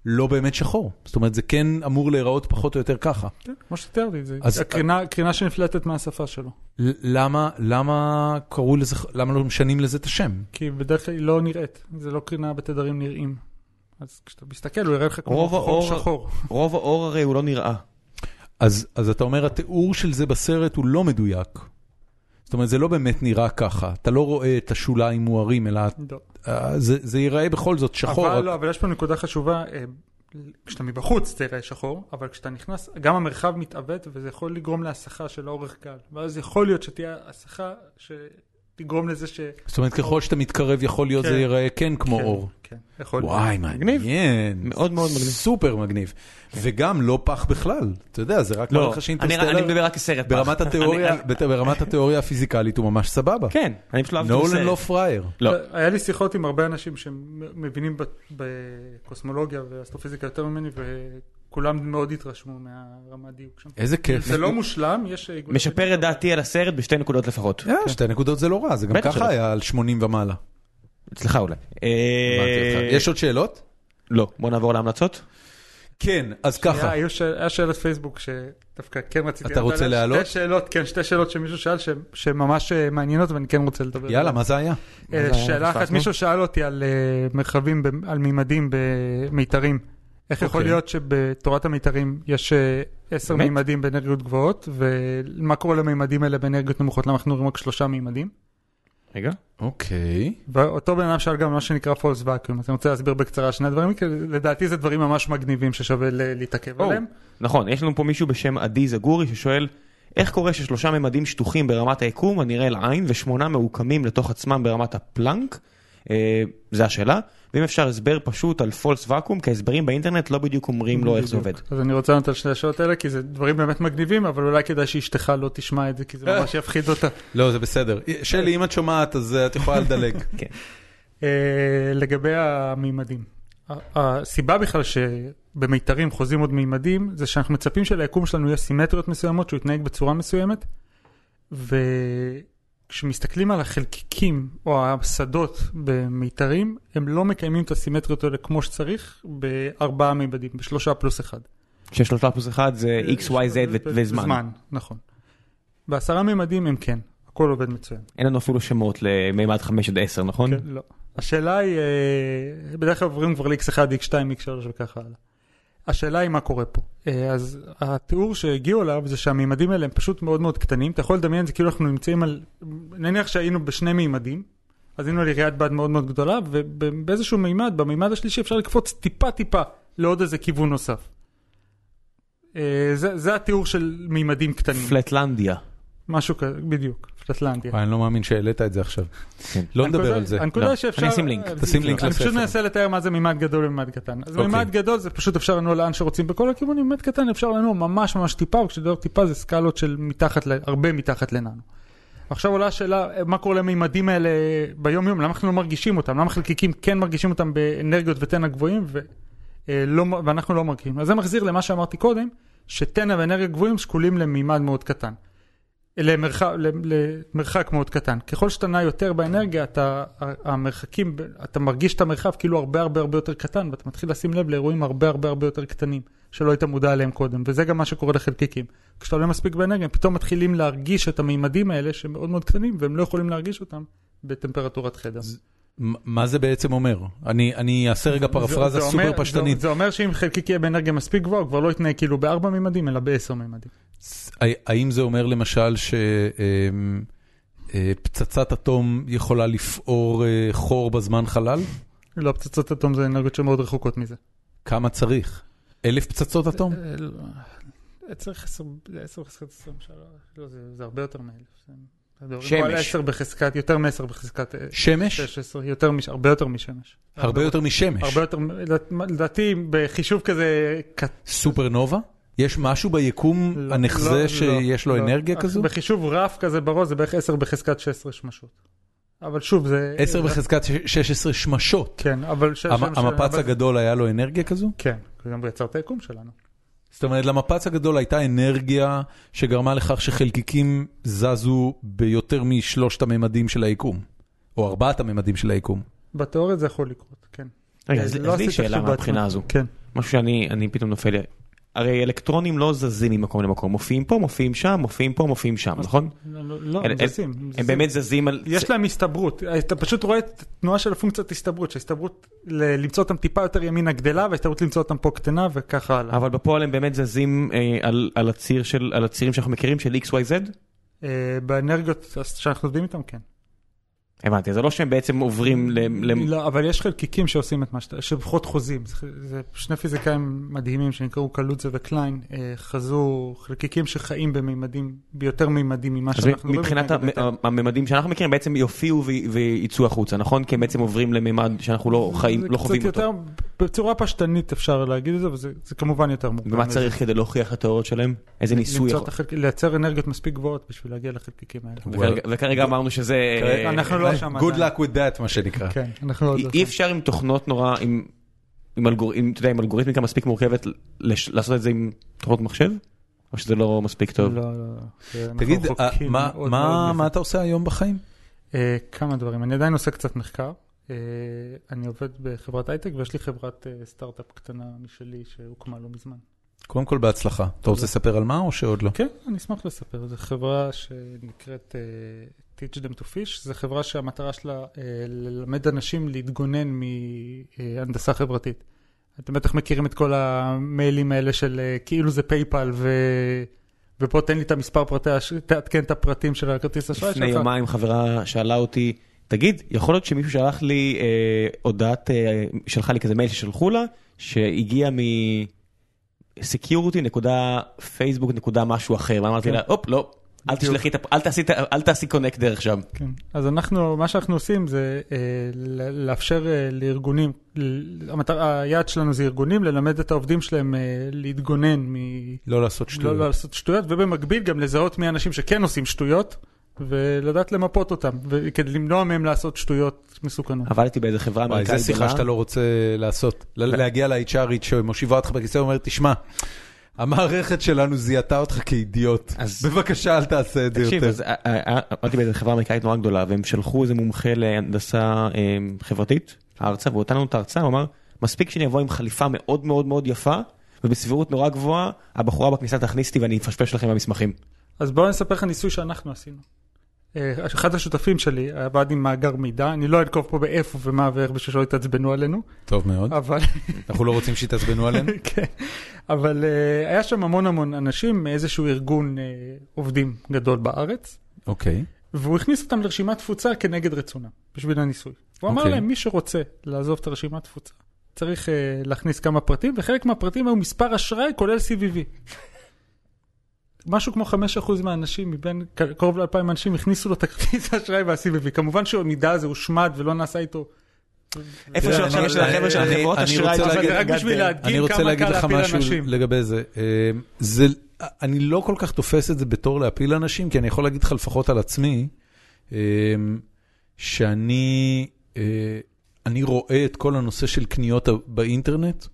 לא באמת שחור, זאת אומרת זה כן אמור להיראות פחות או יותר ככה.
כן, כמו שתיארתי, זה
אז-
הקרינה, הקרינה שנפלטת מהשפה שלו.
ל- למה, למה קראו לזה, למה לא משנים לזה את השם?
כי בדרך כלל היא לא נראית, זה לא קרינה בתדרים נראים. אז כשאתה מסתכל הוא יראה לך כמו
רוב
חור
האור-
שחור.
רוב האור הרי הוא לא נראה.
אז, אז אתה אומר, התיאור של זה בסרט הוא לא מדויק. זאת אומרת, זה לא באמת נראה ככה. אתה לא רואה את השוליים מוארים, אלא
לא.
אה, זה, זה ייראה בכל זאת שחור.
אבל
רק-
לא, אבל יש פה נקודה חשובה, אה, כשאתה מבחוץ זה יראה שחור, אבל כשאתה נכנס, גם המרחב מתעוות וזה יכול לגרום להסחה של האורך גל. ואז יכול להיות שתהיה הסחה שתגרום לזה ש...
זאת אומרת, ככל שאתה מתקרב, יכול להיות
כן.
זה ייראה כן כמו
כן,
אור.
כן, יכול להיות.
וואי, מעניין.
מאוד מאוד מגניב.
סופר מגניב. וגם לא פח בכלל. אתה יודע, זה רק מראה לך
לא. אני
שאינטרסטלר,
אני מדבר רק כסרט.
לא- ברמת
אני-
התיאוריה-
אני-
ברמת התיאוריה הפיזיקלית הוא ממש סבבה.
כן, אני פשוט לא אהבתי את הסרט.
נולן לא פראייר.
לא.
היה לי שיחות עם הרבה אנשים שמבינים בקוסמולוגיה ואסטרופיזיקה יותר ממני, וכולם מאוד התרשמו מהרמת דיוק שם.
איזה כיף.
זה לא מושלם, יש... עיגולים.
משפר את דעתי על הסרט בשתי נקודות לפחות.
אה,
כן.
שתי נקודות זה לא רע, זה גם
בטח שלא.
ככה היה על 80 ומעלה.
אה,
אצלך אולי. אה,
הבנתי אותך. יש עוד שאלות?
לא, בוא נעבור להמלצות.
כן, אז ככה.
היה, היו ש... היה שאלת פייסבוק שדווקא כן רציתי...
אתה רוצה
לדעת עליהן.
להעלות?
שתי שאלות, כן, שתי שאלות שמישהו שאל ש... שממש אה, מעניינות ואני כן רוצה לדבר.
יאללה,
עליהן.
מה זה היה?
אה,
מה זה היה?
שאלה אחת,
פספסנו?
מישהו שאל אותי על אה, מרחבים, ב- על מימדים במיתרים. איך יכול
אוקיי.
להיות שבתורת המיתרים יש אה, עשר
באמת?
מימדים באנרגיות גבוהות, ומה קורה למימדים האלה באנרגיות נמוכות? למה אנחנו רואים רק שלושה מימדים?
רגע.
אוקיי.
ואותו בן אדם שאל גם מה שנקרא false vacuum. אז אני רוצה להסביר בקצרה שני דברים, כי לדעתי זה דברים ממש מגניבים ששווה ל- להתעכב
או.
עליהם.
נכון, יש לנו פה מישהו בשם עדי זגורי ששואל, איך קורה ששלושה ממדים שטוחים ברמת היקום הנראה לעין ושמונה מעוקמים לתוך עצמם ברמת הפלנק? אה, זה השאלה. ואם אפשר הסבר פשוט על פולס ואקום, כי ההסברים באינטרנט לא בדיוק אומרים לו איך זה עובד.
בדיוק. אז אני רוצה לענות על שני השאלות האלה, כי זה דברים באמת מגניבים, אבל אולי כדאי שאשתך לא תשמע את זה, כי זה ממש יפחיד אותה.
לא, זה בסדר. שלי, אם את שומעת, אז אה, את יכולה לדלג.
אה, לגבי המימדים. ה- הסיבה בכלל שבמיתרים חוזים עוד מימדים, זה שאנחנו מצפים שליקום שלנו יהיה סימטריות מסוימות, שהוא יתנהג בצורה מסוימת, וכשמסתכלים על החלקיקים או השדות במיתרים, הם לא מקיימים את הסימטריות האלה כמו שצריך בארבעה מימדים, בשלושה פלוס אחד.
ששלושה פלוס אחד זה x, y, z ו- וזמן.
אה, זמן, נכון. בעשרה מימדים הם כן, הכל עובד מצוין.
אין לנו אפילו שמות למימד 5 עד 10, נכון?
כן, לא. השאלה היא, אה, בדרך כלל עוברים כבר ל-X1, X2, X3 וככה הלאה. השאלה היא מה קורה פה. אה, אז התיאור שהגיעו אליו זה שהמימדים האלה הם פשוט מאוד מאוד קטנים. אתה יכול לדמיין את זה כאילו אנחנו נמצאים על... נניח שהיינו בשני מימדים, אז היינו על יריעת בד מאוד מאוד גדולה, ובאיזשהו מימד, במימד השלישי אפשר לקפוץ טיפה טיפה לעוד איזה כיוון נוסף. אה, זה, זה התיאור של מימדים קטנים.
פלטלנדיה.
משהו כזה, בדיוק, פלטלנדיה.
וואי, אני לא מאמין שהעלית את זה עכשיו.
כן.
לא
הנקודה-
נדבר על זה.
הנקודה
לא.
שאפשר...
אני אשים לינק,
תשים לינק
אני
לספר.
פשוט מנסה לתאר מה זה מימד גדול ומימד קטן. אז
אוקיי.
מימד גדול זה פשוט אפשר לנוע לאן שרוצים בכל הכיוונים, מימד קטן אפשר לנוע ממש ממש טיפה, וכשדבר טיפה זה סקלות של מתחת, ל- הרבה מתחת לננו. עכשיו עולה השאלה, מה קורה למימדים האלה ביום יום, למה אנחנו לא מרגישים אותם, למה חלקיקים כן מרגישים אותם באנרגיות וטנא גבוהים, ו- אה, לא מ- ואנחנו לא מרגישים. אז זה מחזיר למה שאמרתי קודם, שטנא ואנרגיה גבוהים שקולים למימד מאוד קטן. למרחק, למרחק מאוד קטן. ככל שאתה נע יותר באנרגיה, אתה, ה- המרחקים, ב- אתה מרגיש את המרחב כאילו הרבה הרבה הרבה יותר קטן, ואתה מתחיל לשים לב לאירועים הרבה הרבה הרבה יותר קטנים, שלא היית מודע אליהם קודם, וזה גם מה שקורה לחלקיקים. כשאתה עולה מספיק באנרגיה, הם פתאום מתחילים להרגיש את המימדים האלה, שהם מאוד מאוד קטנים, והם לא יכולים להרגיש אותם בטמפרטורת חדר.
מ- מה זה בעצם אומר? אני אני אעשה רגע פרפרזה
זה- זה אומר-
סופר פשטנית.
זה, זה אומר שאם חלקיק יהיה באנרגיה מספיק גבוהה, הוא כבר לא יתנהג כאילו בארבע מימדים, אלא בעשר מימדים.
האי- האם זה אומר למשל שפצצת אטום יכולה לפעור אה, חור בזמן חלל?
לא, פצצות אטום זה אנרגיות שמאוד רחוקות מזה.
כמה צריך? אלף פצצות אטום?
אה, לא. אה, צריך עשר- זה עשר בחזקת 23, לא, זה זה הרבה יותר מאלף.
שמש.
שמש. בחזקת, יותר מ-10 בחזקת אה,
שמש?
16, יותר מש- הרבה יותר משמש.
הרבה יותר משמש.
הרבה יותר, לדעתי בחישוב כזה קט-
סופרנובה? יש משהו ביקום
לא,
הנחזה
לא,
שיש לו
לא, לא.
אנרגיה
אך-
כזו?
בחישוב רף כזה בראש זה בערך 10 בחזקת 16 שמשות. אבל שוב זה...
10
זה-
בחזקת ש- 16 שמשות.
כן, אבל... ש- שם-
המ-
ש-
המפץ
אבל-
הגדול היה לו אנרגיה כזו?
כן, זה גם יצר את היקום שלנו.
זאת אומרת, למפץ הגדול הייתה אנרגיה שגרמה לכך שחלקיקים זזו ביותר משלושת הממדים של היקום, או ארבעת הממדים של היקום.
בתיאוריה זה יכול לקרות, כן.
רגע, אז
לא
אז לי
עשית
שאלה
חישוב
מהבחינה
בעצמך.
הזו.
כן.
משהו שאני אני פתאום נופל לי. הרי אלקטרונים לא זזים ממקום למקום, מופיעים פה, מופיעים שם, מופיעים פה, מופיעים שם, נכון?
לא, לא, לא,
אל-
הם
אל-
זזים, הם
הם
זזים.
באמת זזים על...
יש להם הסתברות, אתה פשוט רואה את התנועה של הפונקציית הסתברות, שההסתברות ל- למצוא אותם טיפה יותר ימינה גדלה וההסתברות למצוא אותם פה קטנה וככה הלאה.
אבל בפועל הם באמת זזים אה, על- על הציר של, על הצירים שאנחנו מכירים של x, y, z?
אה, באנרגיות שאנחנו עובדים איתם כן.
הבנתי, זה לא שהם בעצם עוברים ל... ל-
לא, אבל יש חלקיקים שעושים את מה שאתה, שבחות חוזים, זה- זה שני פיזיקאים מדהימים שנקראו קלוצה וקליין, אה, חזו חלקיקים שחיים במימדים, ביותר מימדים ממה
אז
שאנחנו... לא
מבחינת
יודעים להגיד
המ-
אותם.
הממדים שאנחנו מכירים בעצם יופיעו ו- ויצאו החוצה, נכון? כי הם בעצם עוברים לממד שאנחנו לא חיים,
זה
לא חווים
קצת
אותו.
יותר- בצורה פשטנית אפשר להגיד את זה, אבל זה- זה כמובן יותר מורכב.
ומה
מזה.
צריך כדי להוכיח את התיאוריות שלהם? איזה ניסוי
למצוא
יכול...
את החלק- לייצר אנרגיות מספיק גבוהות בשביל להגיע לחלקיקים האלה.
וכרגע- וכרגע אמרנו שזה... אה,
כרגע-
אנחנו לא שם
אה, Good
עדיין.
luck with that, מה שנקרא.
כן, אנחנו עוד
אי-
לא
אי
שם.
אפשר עם תוכנות נורא, עם, עם, אלגור, עם, אתה יודע, עם אלגוריתמיקה מספיק מורכבת לש, לעשות את זה עם תוכנות מחשב? או שזה לא מספיק טוב?
לא, לא, לא. אנחנו
תגיד, אה,
רחוקים
מה-
מאוד מאוד
מה
מזה.
מה אתה עושה היום בחיים?
אה, כמה דברים. אני עדיין עושה קצת מחקר. אה, אני עובד בחברת הייטק ויש לי חברת אה, סטארט-אפ קטנה משלי שהוקמה לא מזמן.
קודם כל בהצלחה. אתה רוצה לספר על מה או שעוד לא?
כן, אני אשמח לספר. זו חברה שנקראת אה, Teach them to fish. זו חברה שהמטרה שלה אה, ללמד אנשים להתגונן מהנדסה חברתית. אתם בטח מכירים את כל המיילים האלה של אה, כאילו זה פייפל ו... ופה תן לי את המספר פרטי, הש- תעדכן את הפרטים של הכרטיס אשראי שלך.
לפני יומיים חברה שאלה אותי, תגיד, יכול להיות שמישהו שלח לי אה, הודעת, אה, שלחה לי כזה מייל ששלחו לה, שהגיע מ... security נקודה פייסבוק נקודה משהו אחר, ואמרתי לה, הופ, לא, אל
כן. בדיוק.
תשלחי, את הפ- אל תעשי את ה- אל תעשי קונקטר עכשיו.
כן. אז אנחנו, מה שאנחנו עושים זה אה, ל- לאפשר אה, לארגונים, ל- המטרה, היעד שלנו זה ארגונים, ללמד את העובדים שלהם אה, להתגונן מ...
לא לעשות
לא, לא
שטויות.
לעשות שטויות, ובמקביל גם לזהות מי האנשים שכן עושים שטויות, ולדעת למפות אותם, וכדי למנוע מהם לעשות שטויות מסוכנות.
עבדתי באיזה חברה
וואי,
אמריקאית
זו
גדולה.
שיחה שאתה לא רוצה לעשות.
כן.
ל- להגיע ל-HRית שמושיבה אותך בכיסא ואומרת, תשמע, המערכת שלנו זיהתה אותך כאידיוט.
אז-
בבקשה, אל תעשה את זה
תקשיב,
יותר.
אז אה, אה, עבדתי באיזה חברה אמריקאית נורא גדולה, והם שלחו איזה מומחה להנדסה אה, חברתית ארצה, והוא נתן לנו את ההרצאה, הוא אמר, מספיק שאני אבוא עם חליפה מאוד מאוד מאוד יפה, ובסבירות נורא גבוהה, הבחורה בכניסה תכניס אותי ואני אפשפש לכם במסמכים.
אז בואו אני אספר לך ניסוי שאנחנו עשינו. אה, אחד השותפים שלי עבד עם מאגר מידע, אני לא אנקוב פה באיפה ומה ואיך בשביל שלא יתעצבנו עלינו,
טוב מאוד,
אבל
אוקיי.
אנחנו לא רוצים שיתעצבנו עלינו.
כן. אבל אה, היה שם המון המון אנשים מאיזשהו ארגון אה, עובדים גדול בארץ,
אוקיי.
והוא הכניס אותם לרשימת תפוצה כנגד רצונם, בשביל הניסוי. הוא אמר
אוקיי.
להם, מי שרוצה לעזוב את הרשימת תפוצה, צריך אה, להכניס כמה פרטים, וחלק מהפרטים היו מספר אשראי כולל CVV. משהו כמו 5% מהאנשים, מבין ק- קרוב ל-2,000 אנשים, הכניסו לו את הכרטיס האשראי וה-CVV. כמובן שהמידע הזה הושמד ולא נעשה איתו.
איפה
תראה,
שעכשיו
אני-
יש לחבר'ה של
אני-
החברות
אני
אשראי,
רוצה
אבל
להגיד-
זה רק
אני
בשביל
רוצה
להד-
אני
כמה
רוצה
קל
להגיד לך
להפיל
משהו
אנשים.
לגבי זה. אה, זה. אני לא כל כך תופס את זה בתור להפיל אנשים, כי אני יכול להגיד לך לפחות על עצמי, אה, שאני אה, אני רואה את כל הנושא של קניות ה- באינטרנט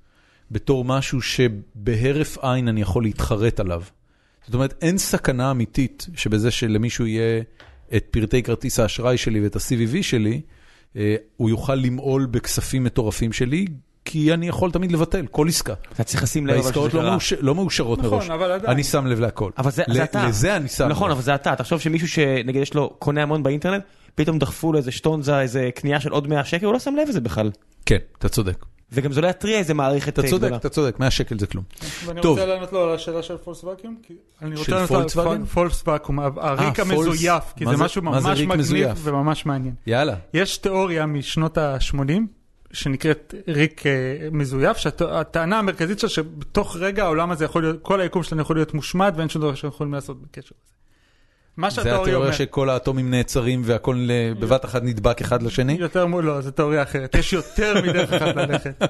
בתור משהו שבהרף עין אני יכול להתחרט עליו. זאת אומרת, אין סכנה אמיתית שבזה שלמישהו יהיה את פרטי כרטיס האשראי שלי ואת ה-CVV שלי, אה, הוא יוכל למעול בכספים מטורפים שלי, כי אני יכול תמיד לבטל כל עסקה.
אתה צריך לשים לב לא, אבל שזה
העסקאות לא,
קרה.
מאוש... לא מאושרות
נכון,
מראש.
אבל עדיין.
אני שם לב להכל.
אבל זה,
ל-
זה אתה.
לזה אני שם
נכון,
לב.
אבל זה אתה. תחשוב שמישהו שנגיד יש לו, קונה המון באינטרנט, פתאום דחפו לו איזה שטונזה, איזה קנייה של עוד 100 שקל, הוא לא שם לב לזה בכלל.
כן, אתה צודק.
וגם זה לא יתריע איזה מערכת
אתה
אה,
צודק,
גדולה.
אתה צודק, 100 שקל זה כלום.
ואני
טוב.
רוצה לענות לו על השאלה של פולסוואקיום. אני
של
רוצה לענות לו על
פולקסווגן?
פול- פולסוואקום, הריק
אה, פולס-
המזויף, כי
מה
זה
זה-
משהו
מה זה
ממש
ריק
מגניב
מזויף?
וממש מעניין.
יאללה.
יש תיאוריה משנות ה-80 שנקראת ריק אה, מזויף, שהטענה המרכזית שלה שבתוך רגע העולם הזה יכול להיות, כל היקום שלנו יכול להיות מושמד ואין שום דבר שאנחנו יכולים לעשות בקשר לזה. מה
זה
שהתיאוריה
התיאוריה
אומרת,
שכל האטומים נעצרים והכל ל- בבת אחת נדבק אחד לשני.
יותר מול, לא, זו תיאוריה אחרת, יש יותר מדרך אחת ללכת.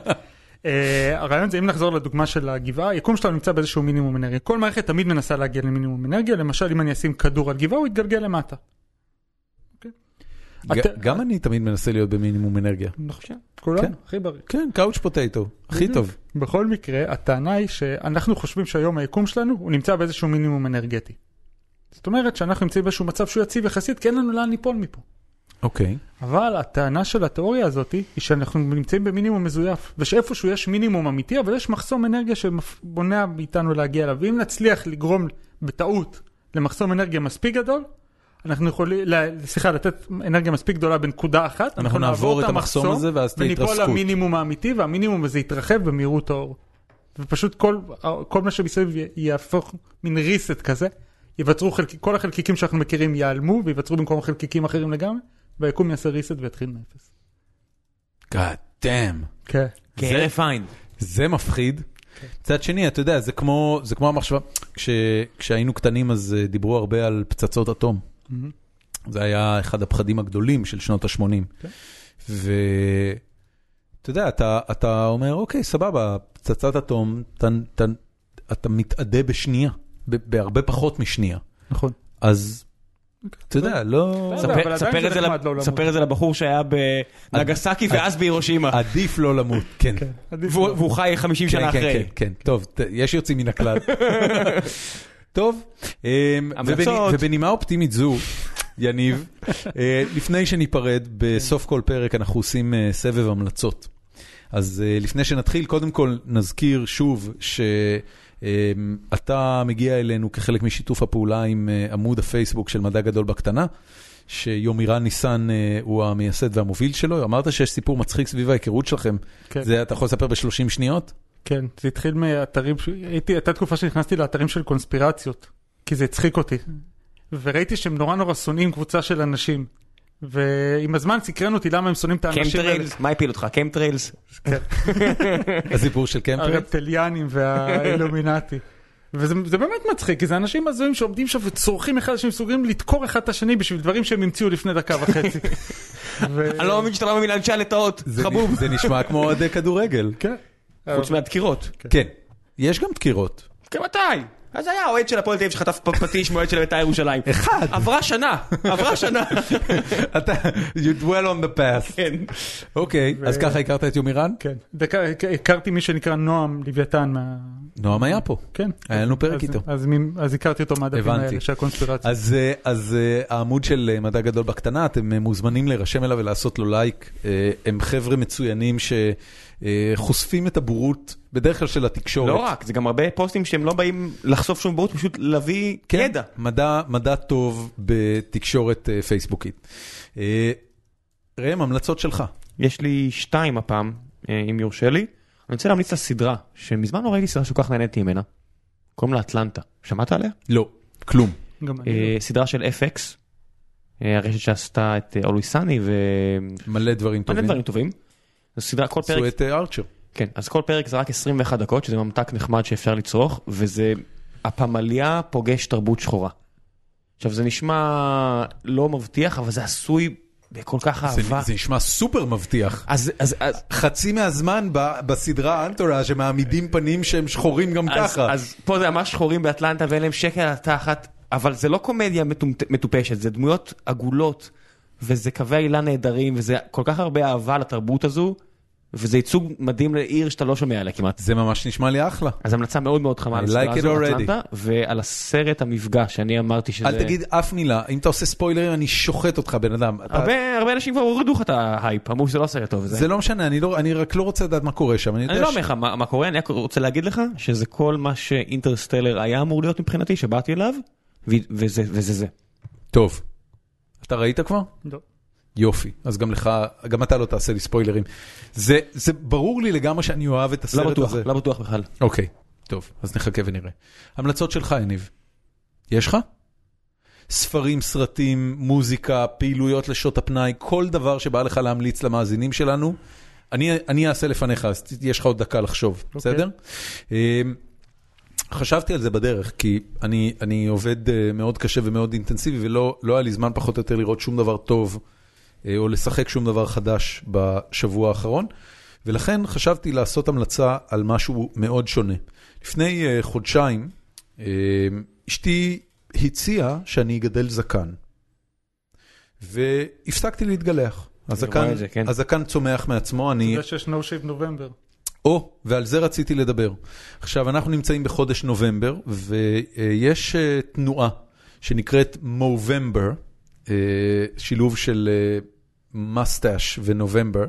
אה, הרעיון זה אם נחזור לדוגמה של הגבעה, היקום שלנו נמצא באיזשהו מינימום אנרגיה. כל מערכת תמיד מנסה להגיע למינימום אנרגיה, למשל אם אני אשים כדור על גבעה הוא יתגלגל למטה.
ג-
אתה-
גם אני תמיד מנסה להיות במינימום אנרגיה.
אני חושב, כולנו,
כן.
הכי בריא.
כן, קאוץ' פוטטו, הכי
בדיוק.
טוב.
בכל מקרה, הטענה היא שאנחנו חושבים שהיום היקום שלנו, הוא נמצא באיזשהו מינימום אנרגטי. זאת אומרת שאנחנו נמצאים באיזשהו מצב שהוא יציב יחסית, כי אין לנו לאן ליפול מפה.
אוקיי.
אבל הטענה של התיאוריה הזאת היא שאנחנו נמצאים במינימום מזויף, ושאיפשהו יש מינימום אמיתי, אבל יש מחסום אנרגיה שמונע מאיתנו להגיע אליו. ואם נצליח לגרום בטעות למחסום אנרגיה מספיק גדול, אנחנו יכולים, ל- סליחה, לתת אנרגיה מספיק גדולה בנקודה אחת, אנחנו,
נעבור את המחסום הזה ואז תהיה
וניפול
התרסקות.
למינימום האמיתי, והמינימום הזה יתרחב במהירות האור. ופשוט כל, כל מה שמסביב י- יהפוך מין ריסט כזה, ייווצרו חלק, כל החלקיקים שאנחנו מכירים ייעלמו וייווצרו במקום חלקיקים אחרים לגמרי, והיקום יעשה ריסט ויתחיל מאפס.
God damn.
כן.
כהרף עין.
זה מפחיד. מצד שני, אתה יודע, זה כמו, זה כמו המחשבה, כש, כשהיינו קטנים אז אה, דיברו הרבה על פצצות אטום.
מהמם.
זה היה אחד הפחדים הגדולים של שנות ה-80.
כן.
ואתה יודע, אתה, אתה אומר, אוקיי, סבבה, פצצת אטום, אתה, אתה, אתה מתאדה בשנייה, ב- בהרבה פחות משנייה.
נכון.
אז, אתה יודע, לא...
בסדר.
ספר-
אבל עדיין
ספר
זה
את זה
נחמד
לב-
לא למות.
ספר את זה לבחור שהיה בנגסקי ואז בהירושימה,
עדיף לא למות, כן.
עדיף
והוא
לא.
והוא חי 50 שנה
כן, כן, כן,
אחרי.
כן, טוב, ת- יש יוצאים מן הכלל. טוב, אמ,
המלצות.
ובני- ובנימה אופטימית זו, יניב, אה, לפני שניפרד, בסוף כל פרק אנחנו עושים אה, סבב המלצות. אז אה, לפני שנתחיל, קודם כל נזכיר שוב שאתה מגיע אלינו כחלק משיתוף הפעולה עם אה, עמוד הפייסבוק של מדע גדול בקטנה. שיומירן ניסן אה, הוא המייסד והמוביל שלו, אמרת שיש סיפור מצחיק סביב ההיכרות שלכם,
כן.
זה אתה יכול לספר ב-30 שניות?
כן, זה התחיל מאתרים, ש- הייתי, הייתה תקופה שנכנסתי לאתרים של קונספירציות, כי זה הצחיק אותי. וראיתי שהם נורא נורא שונאים קבוצה של אנשים. ועם הזמן סקרן אותי למה הם שונאים את האנשים האלה.
קמטריילס, מה הפיל אותך? קמטריילס?
הסיפור של קמפרס?
אוקיי.
הרפטליאנים והאילומינטי. וזה זה באמת מצחיק, כי זה אנשים הזויים שעומדים שם וצורכים אחד לשני, מסוגלים לדקור אחד את השני בשביל דברים שהם המציאו לפני דקה וחצי. ו-
אני לא מאמין שאתה לא מאמין לאנשי הלטאות,
זה
חבוב.
נ- זה נשמע כמו אוהדי כדורגל.
כן.
חוץ מהדקירות.
כן. יש גם דקירות.
כמתי? אז היה אוהד של הפועל תל אביב שחטף פ- פטיש מאוהד של בית"ר ירושלים.
אחד.
עברה שנה, עברה שנה.
אתה, you dwell on the past.
כן.
אוקיי, אז ככה הכרת את יומירן?
כן. דקה, הכ- הכרתי מישהו שנקרא נועם לוויתן מה...
נועם היה פה.
כן.
היה לנו פרק
אז-
איתו.
אז מי- אז הכרתי אותו מהדפים
הבנתי.
האלה של הקונספירציה.
אז, אה, אז אה, העמוד של אה, מדע גדול בקטנה, אתם אה, מוזמנים להירשם אליו ולעשות לו לייק. אה, הם חבר'ה מצוינים שחושפים את הבורות, בדרך כלל של התקשורת.
לא רק, זה גם הרבה פוסטים שהם לא באים לחשוף שום בורות, פשוט להביא
כן,
ידע.
מדע, מדע טוב בתקשורת אה, פייסבוקית. אה, ראם, המלצות שלך.
יש לי שתיים הפעם, אה, אם יורשה לי. אני רוצה להמליץ לסדרה, שמזמן לא ראיתי סדרה שכל כך נהניתי ממנה. קוראים לה אטלנטה. שמעת עליה?
לא, כלום.
גם אני.
לא.
אה, סדרה של FX, אה, הרשת שעשתה את אה, Always Sunny ו...
מלא דברים
מלא
טובים.
דברים טובים. זו סדרה, כל פרק...
עשו את אה, ארצ'ר.
כן, אז כל פרק זה רק 21 דקות, שזה ממתק נחמד שאפשר לצרוך, וזה הפמליה פוגש תרבות שחורה. עכשיו, זה נשמע לא מבטיח, אבל זה עשוי בכל כך
זה-
אהבה.
זה נשמע סופר מבטיח.
אז, אז, אז,
חצי מהזמן ב- בסדרה אנטורה שמעמידים פנים שהם שחורים גם
אז,
ככה.
אז פה זה ממש שחורים באטלנטה ואין להם שקל על התחת, אבל זה לא קומדיה מטומט- מטופשת, זה דמויות עגולות, וזה קווי עילה נהדרים, וזה כל כך הרבה אהבה לתרבות הזו, וזה ייצוג מדהים לעיר שאתה לא שומע עליה כמעט.
זה ממש נשמע לי אחלה.
אז המלצה מאוד מאוד חמה
I
על הסדרה
like it
הזו,
already.
אטלנטה, ועל הסרט המפגש, שאני אמרתי שזה...
אל תגיד אף מילה, אם אתה עושה ספוילרים אני שוחט אותך בן אדם. אתה-
הרבה, הרבה אנשים כבר הורידו לך את ההייפ, אמרו שזה לא סרט טוב.
זה לא משנה, אני לא- אני רק לא רוצה לדעת מה קורה שם. יודע
אני לא
ש-
אומר לך מה מה קורה, אני רק רוצה להגיד לך שזה כל מה שאינטרסטלר היה אמור להיות מבחינתי, שבאתי אליו, ו- וזה וזה זה.
טוב. אתה ראית כבר?
לא.
יופי. אז גם לך, גם אתה לא תעשה לי ספוילרים. זה זה ברור לי לגמרי שאני אוהב את
לא
הסרט
בטוח,
הזה.
לא בטוח בכלל.
אוקיי, טוב, אז נחכה ונראה. המלצות שלך, יניב. יש לך? ספרים, סרטים, מוזיקה, פעילויות לשעות הפנאי, כל דבר שבא לך להמליץ למאזינים שלנו, אני, אני אעשה לפניך, אז ת- יש לך עוד דקה לחשוב, okay. בסדר? אמ, חשבתי על זה בדרך, כי אני, אני עובד אה, מאוד קשה ומאוד אינטנסיבי, ולא לא היה לי זמן פחות או יותר לראות שום דבר טוב, אה, או לשחק שום דבר חדש בשבוע האחרון, ולכן חשבתי לעשות המלצה על משהו מאוד שונה. לפני אה, חודשיים, אה, אשתי הציעה שאני אגדל זקן, והפסקתי להתגלח. הזקן,
רואה את זה, כן.
הזקן צומח מעצמו, אני...
אתה יודע שיש no shave נובמבר.
או, ועל זה רציתי לדבר. עכשיו, אנחנו נמצאים בחודש נובמבר, ויש אה, תנועה שנקראת מובמבר, אה, שילוב של מסטאש ונובמבר,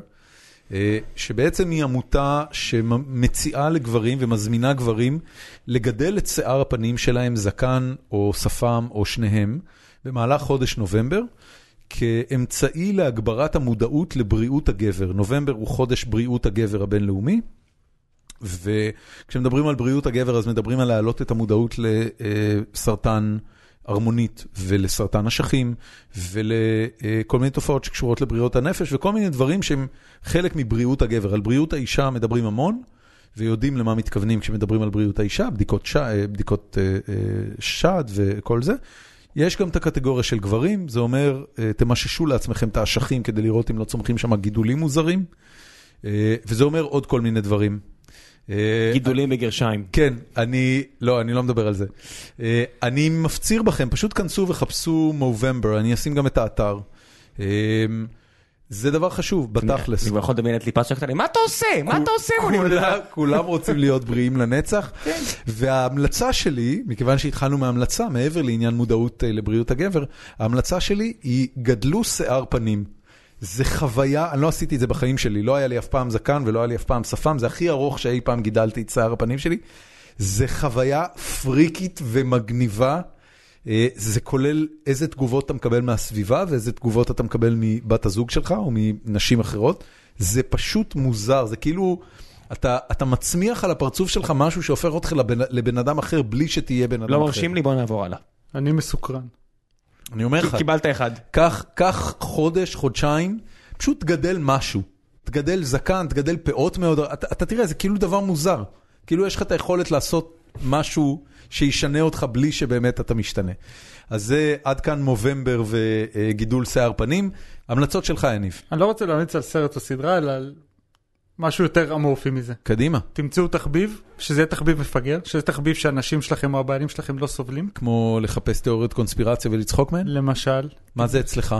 אה, שבעצם היא עמותה שמציעה לגברים ומזמינה גברים לגדל את שיער הפנים שלהם, זקן או שפם או שניהם, במהלך חודש נובמבר. כאמצעי להגברת המודעות לבריאות הגבר. נובמבר הוא חודש בריאות הגבר הבינלאומי, וכשמדברים על בריאות הגבר, אז מדברים על להעלות את המודעות לסרטן ערמונית ולסרטן אשכים ולכל מיני תופעות שקשורות לבריאות הנפש וכל מיני דברים שהם חלק מבריאות הגבר. על בריאות האישה מדברים המון ויודעים למה מתכוונים כשמדברים על בריאות האישה, בדיקות, ש... אה, בדיקות אה, אה, שד וכל זה. יש גם את הקטגוריה של גברים, זה אומר, אה, תמששו לעצמכם את האשכים כדי לראות אם לא צומחים שם גידולים מוזרים, אה, וזה אומר עוד כל מיני דברים. אה,
גידולים בגרשיים.
כן, אני, לא, אני לא מדבר על זה. אה, אני מפציר בכם, פשוט כנסו וחפשו מובמבר, אני אשים גם את האתר. אה, זה דבר חשוב, בתכלס.
אני כבר יכול לדמיין את ליפת שלכת עליהם, מה אתה עושה? מה אתה עושה? מולי?" לא
כולם- כולם רוצים להיות בריאים לנצח. וההמלצה שלי, מכיוון שהתחלנו מהמלצה, מעבר לעניין מודעות אה, לבריאות הגבר, ההמלצה שלי היא גדלו שיער פנים. זה חוויה, אני לא עשיתי את זה בחיים שלי, לא היה לי אף פעם זקן ולא היה לי אף פעם שפם, זה הכי ארוך שאי פעם גידלתי את שיער הפנים שלי. זה חוויה פריקית ומגניבה. אה, זה כולל איזה תגובות אתה מקבל מהסביבה ואיזה תגובות אתה מקבל מבת הזוג שלך או מנשים אחרות. זה פשוט מוזר, זה כאילו, אתה, אתה מצמיח על הפרצוף שלך משהו שהופך אותך לבן, לבן אדם אחר בלי שתהיה בן אדם אחר.
לא מרשים לי, בוא נעבור הלאה.
אני מסוקרן.
אני אומר לך,
קיבלת אחד.
קח, קח חודש, חודשיים, פשוט תגדל משהו. תגדל זקן, תגדל פאות מאוד, אתה, אתה תראה, זה כאילו דבר מוזר. כאילו יש לך את היכולת לעשות משהו שישנה אותך בלי שבאמת אתה משתנה. אז זה עד כאן מובמבר וגידול שיער פנים. המלצות שלך, יניב.
אני לא רוצה להמליץ על סרט או סדרה, אלא על משהו יותר אמורפי מזה.
קדימה,
תמצאו תחביב, שזה יהיה תחביב מפגר, שזה תחביב שהאנשים שלכם או הבעלים שלכם לא סובלים.
כמו לחפש תיאוריות קונספירציה ולצחוק מהן?
למשל,
מה זה אצלך?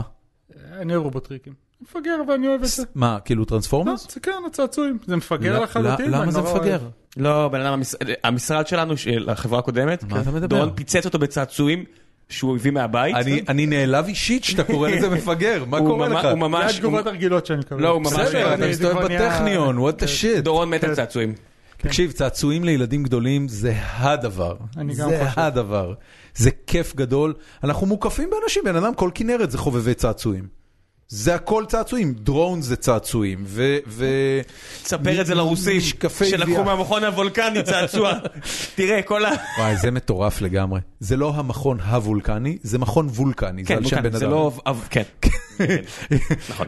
אני אוהב רובוטריקים. מפגר, אבל אני אוהב את זה.
מה, כאילו
לא,
טרנספורמרס?
זה כן, הצעצועים. זה מפגר
ל-
לחלוטין.
ל- למה
ואני
זה
נורא
מפגר?
אוהב.
לא, בן אדם, המש- המשרד שלנו, של החברה הקודמת,
מה אתה מדבר?
דורון פיצץ אותו בצעצועים שהוא הביא מהבית.
אני- אני נעלב אישית שאתה קורא לזה מפגר, מה
הוא
קורה
ממ-
לך?
הוא
זה
ממש,
התגובות הרגילות שאני מקבל.
לא, הוא ממש-
בסדר, אתה
אני- זה
מסתובב
כבר נהיה- כן,
בטכניון, what
כן.
the shit.
דורון מת על צעצועים.
תקשיב, צעצועים לילדים גדולים זה הדבר.
אני גם
זה
חושב.
הדבר. זה כיף גדול. אנחנו מוקפים באנשים, בן אדם, כל כנרת זה חובבי צעצועים. זה הכל צעצועים, דרון זה צעצועים, ו... ו-
תספר את זה לרוסים,
משקפי
שלקחו
גבייה.
מהמכון הוולקני צעצוע. תראה, כל ה...
וואי, זה מטורף לגמרי. זה לא המכון הוולקני, זה מכון וולקני, זה
כן,
על שם בן
זה
אדם.
לא... אבל- כן.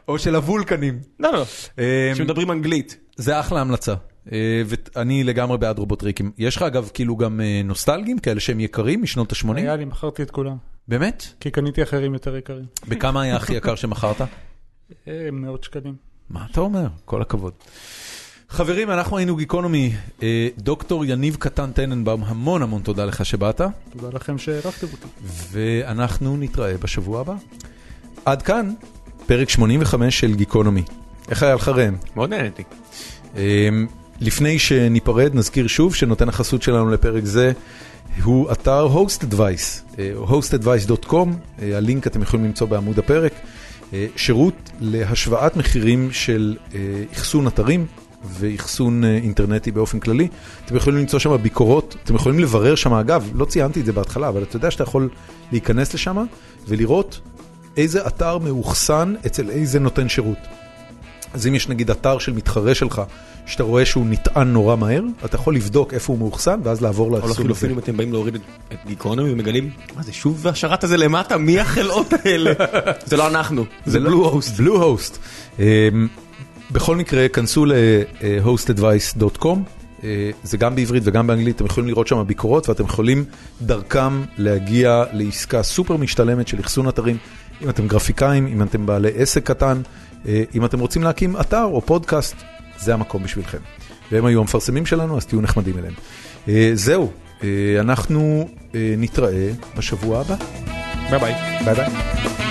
או של הוולקנים.
לא, לא, לא.
אמ,
שמדברים אנגלית.
זה אחלה המלצה, אה, ואני לגמרי בעד רובוטריקים. יש לך אגב כאילו גם אה, נוסטלגים, כאלה שהם יקרים משנות ה-80?
היה לי, מכרתי את כולם.
באמת?
כי קניתי אחרים יותר יקרים.
בכמה היה הכי יקר שמכרת?
אה, מאות שקלים.
מה אתה אומר? כל הכבוד. חברים, אנחנו היינו גיקונומי. אה, דוקטור יניב קטן טננבאום, המון המון תודה לך שבאת,
תודה לכם שהערכתם אותי.
ואנחנו נתראה בשבוע הבא. עד כאן, פרק 85 של גיקונומי. איך היה לך ראם?
מאוד נהניתי.
אמ, לפני שניפרד, נזכיר שוב שנותן החסות שלנו לפרק זה הוא אתר hostadvice, אה, hostadvice.com, אה, הלינק אתם יכולים למצוא בעמוד הפרק, אה, שירות להשוואת מחירים של אה, אחסון אתרים. ואחסון אה, אינטרנטי באופן כללי. אתם יכולים למצוא שם ביקורות, אתם יכולים לברר שם, אגב, לא ציינתי את זה בהתחלה, אבל אתה יודע שאתה יכול להיכנס לשם ולראות איזה אתר מאוחסן אצל איזה נותן שירות. אז אם יש נגיד אתר של מתחרה שלך, שאתה רואה שהוא נטען נורא מהר, אתה יכול לבדוק איפה הוא מאוחסן, ואז לעבור
או
לאחסון הזה.
לחילופין אם אתם באים להוריד את- את גיקונומי ומגלים, מה זה שוב השרת הזה למטה? מי החלאות האלה? זה לא אנחנו, זה בלו הוסט.
בלו הוסט. אמ, בכל מקרה, כנסו ל-hostadvice.com, אה, זה גם בעברית וגם באנגלית, אתם יכולים לראות שם ביקורות ואתם יכולים דרכם להגיע לעסקה סופר משתלמת של אחסון אתרים. אם אתם גרפיקאים, אם אתם בעלי עסק קטן, אה, אם אתם רוצים להקים אתר או פודקאסט, זה המקום בשבילכם. והם היו המפרסמים שלנו, אז תהיו נחמדים אליהם. אה, זהו, אה, אנחנו אה, נתראה בשבוע הבא.
ביי ביי.
ביי ביי.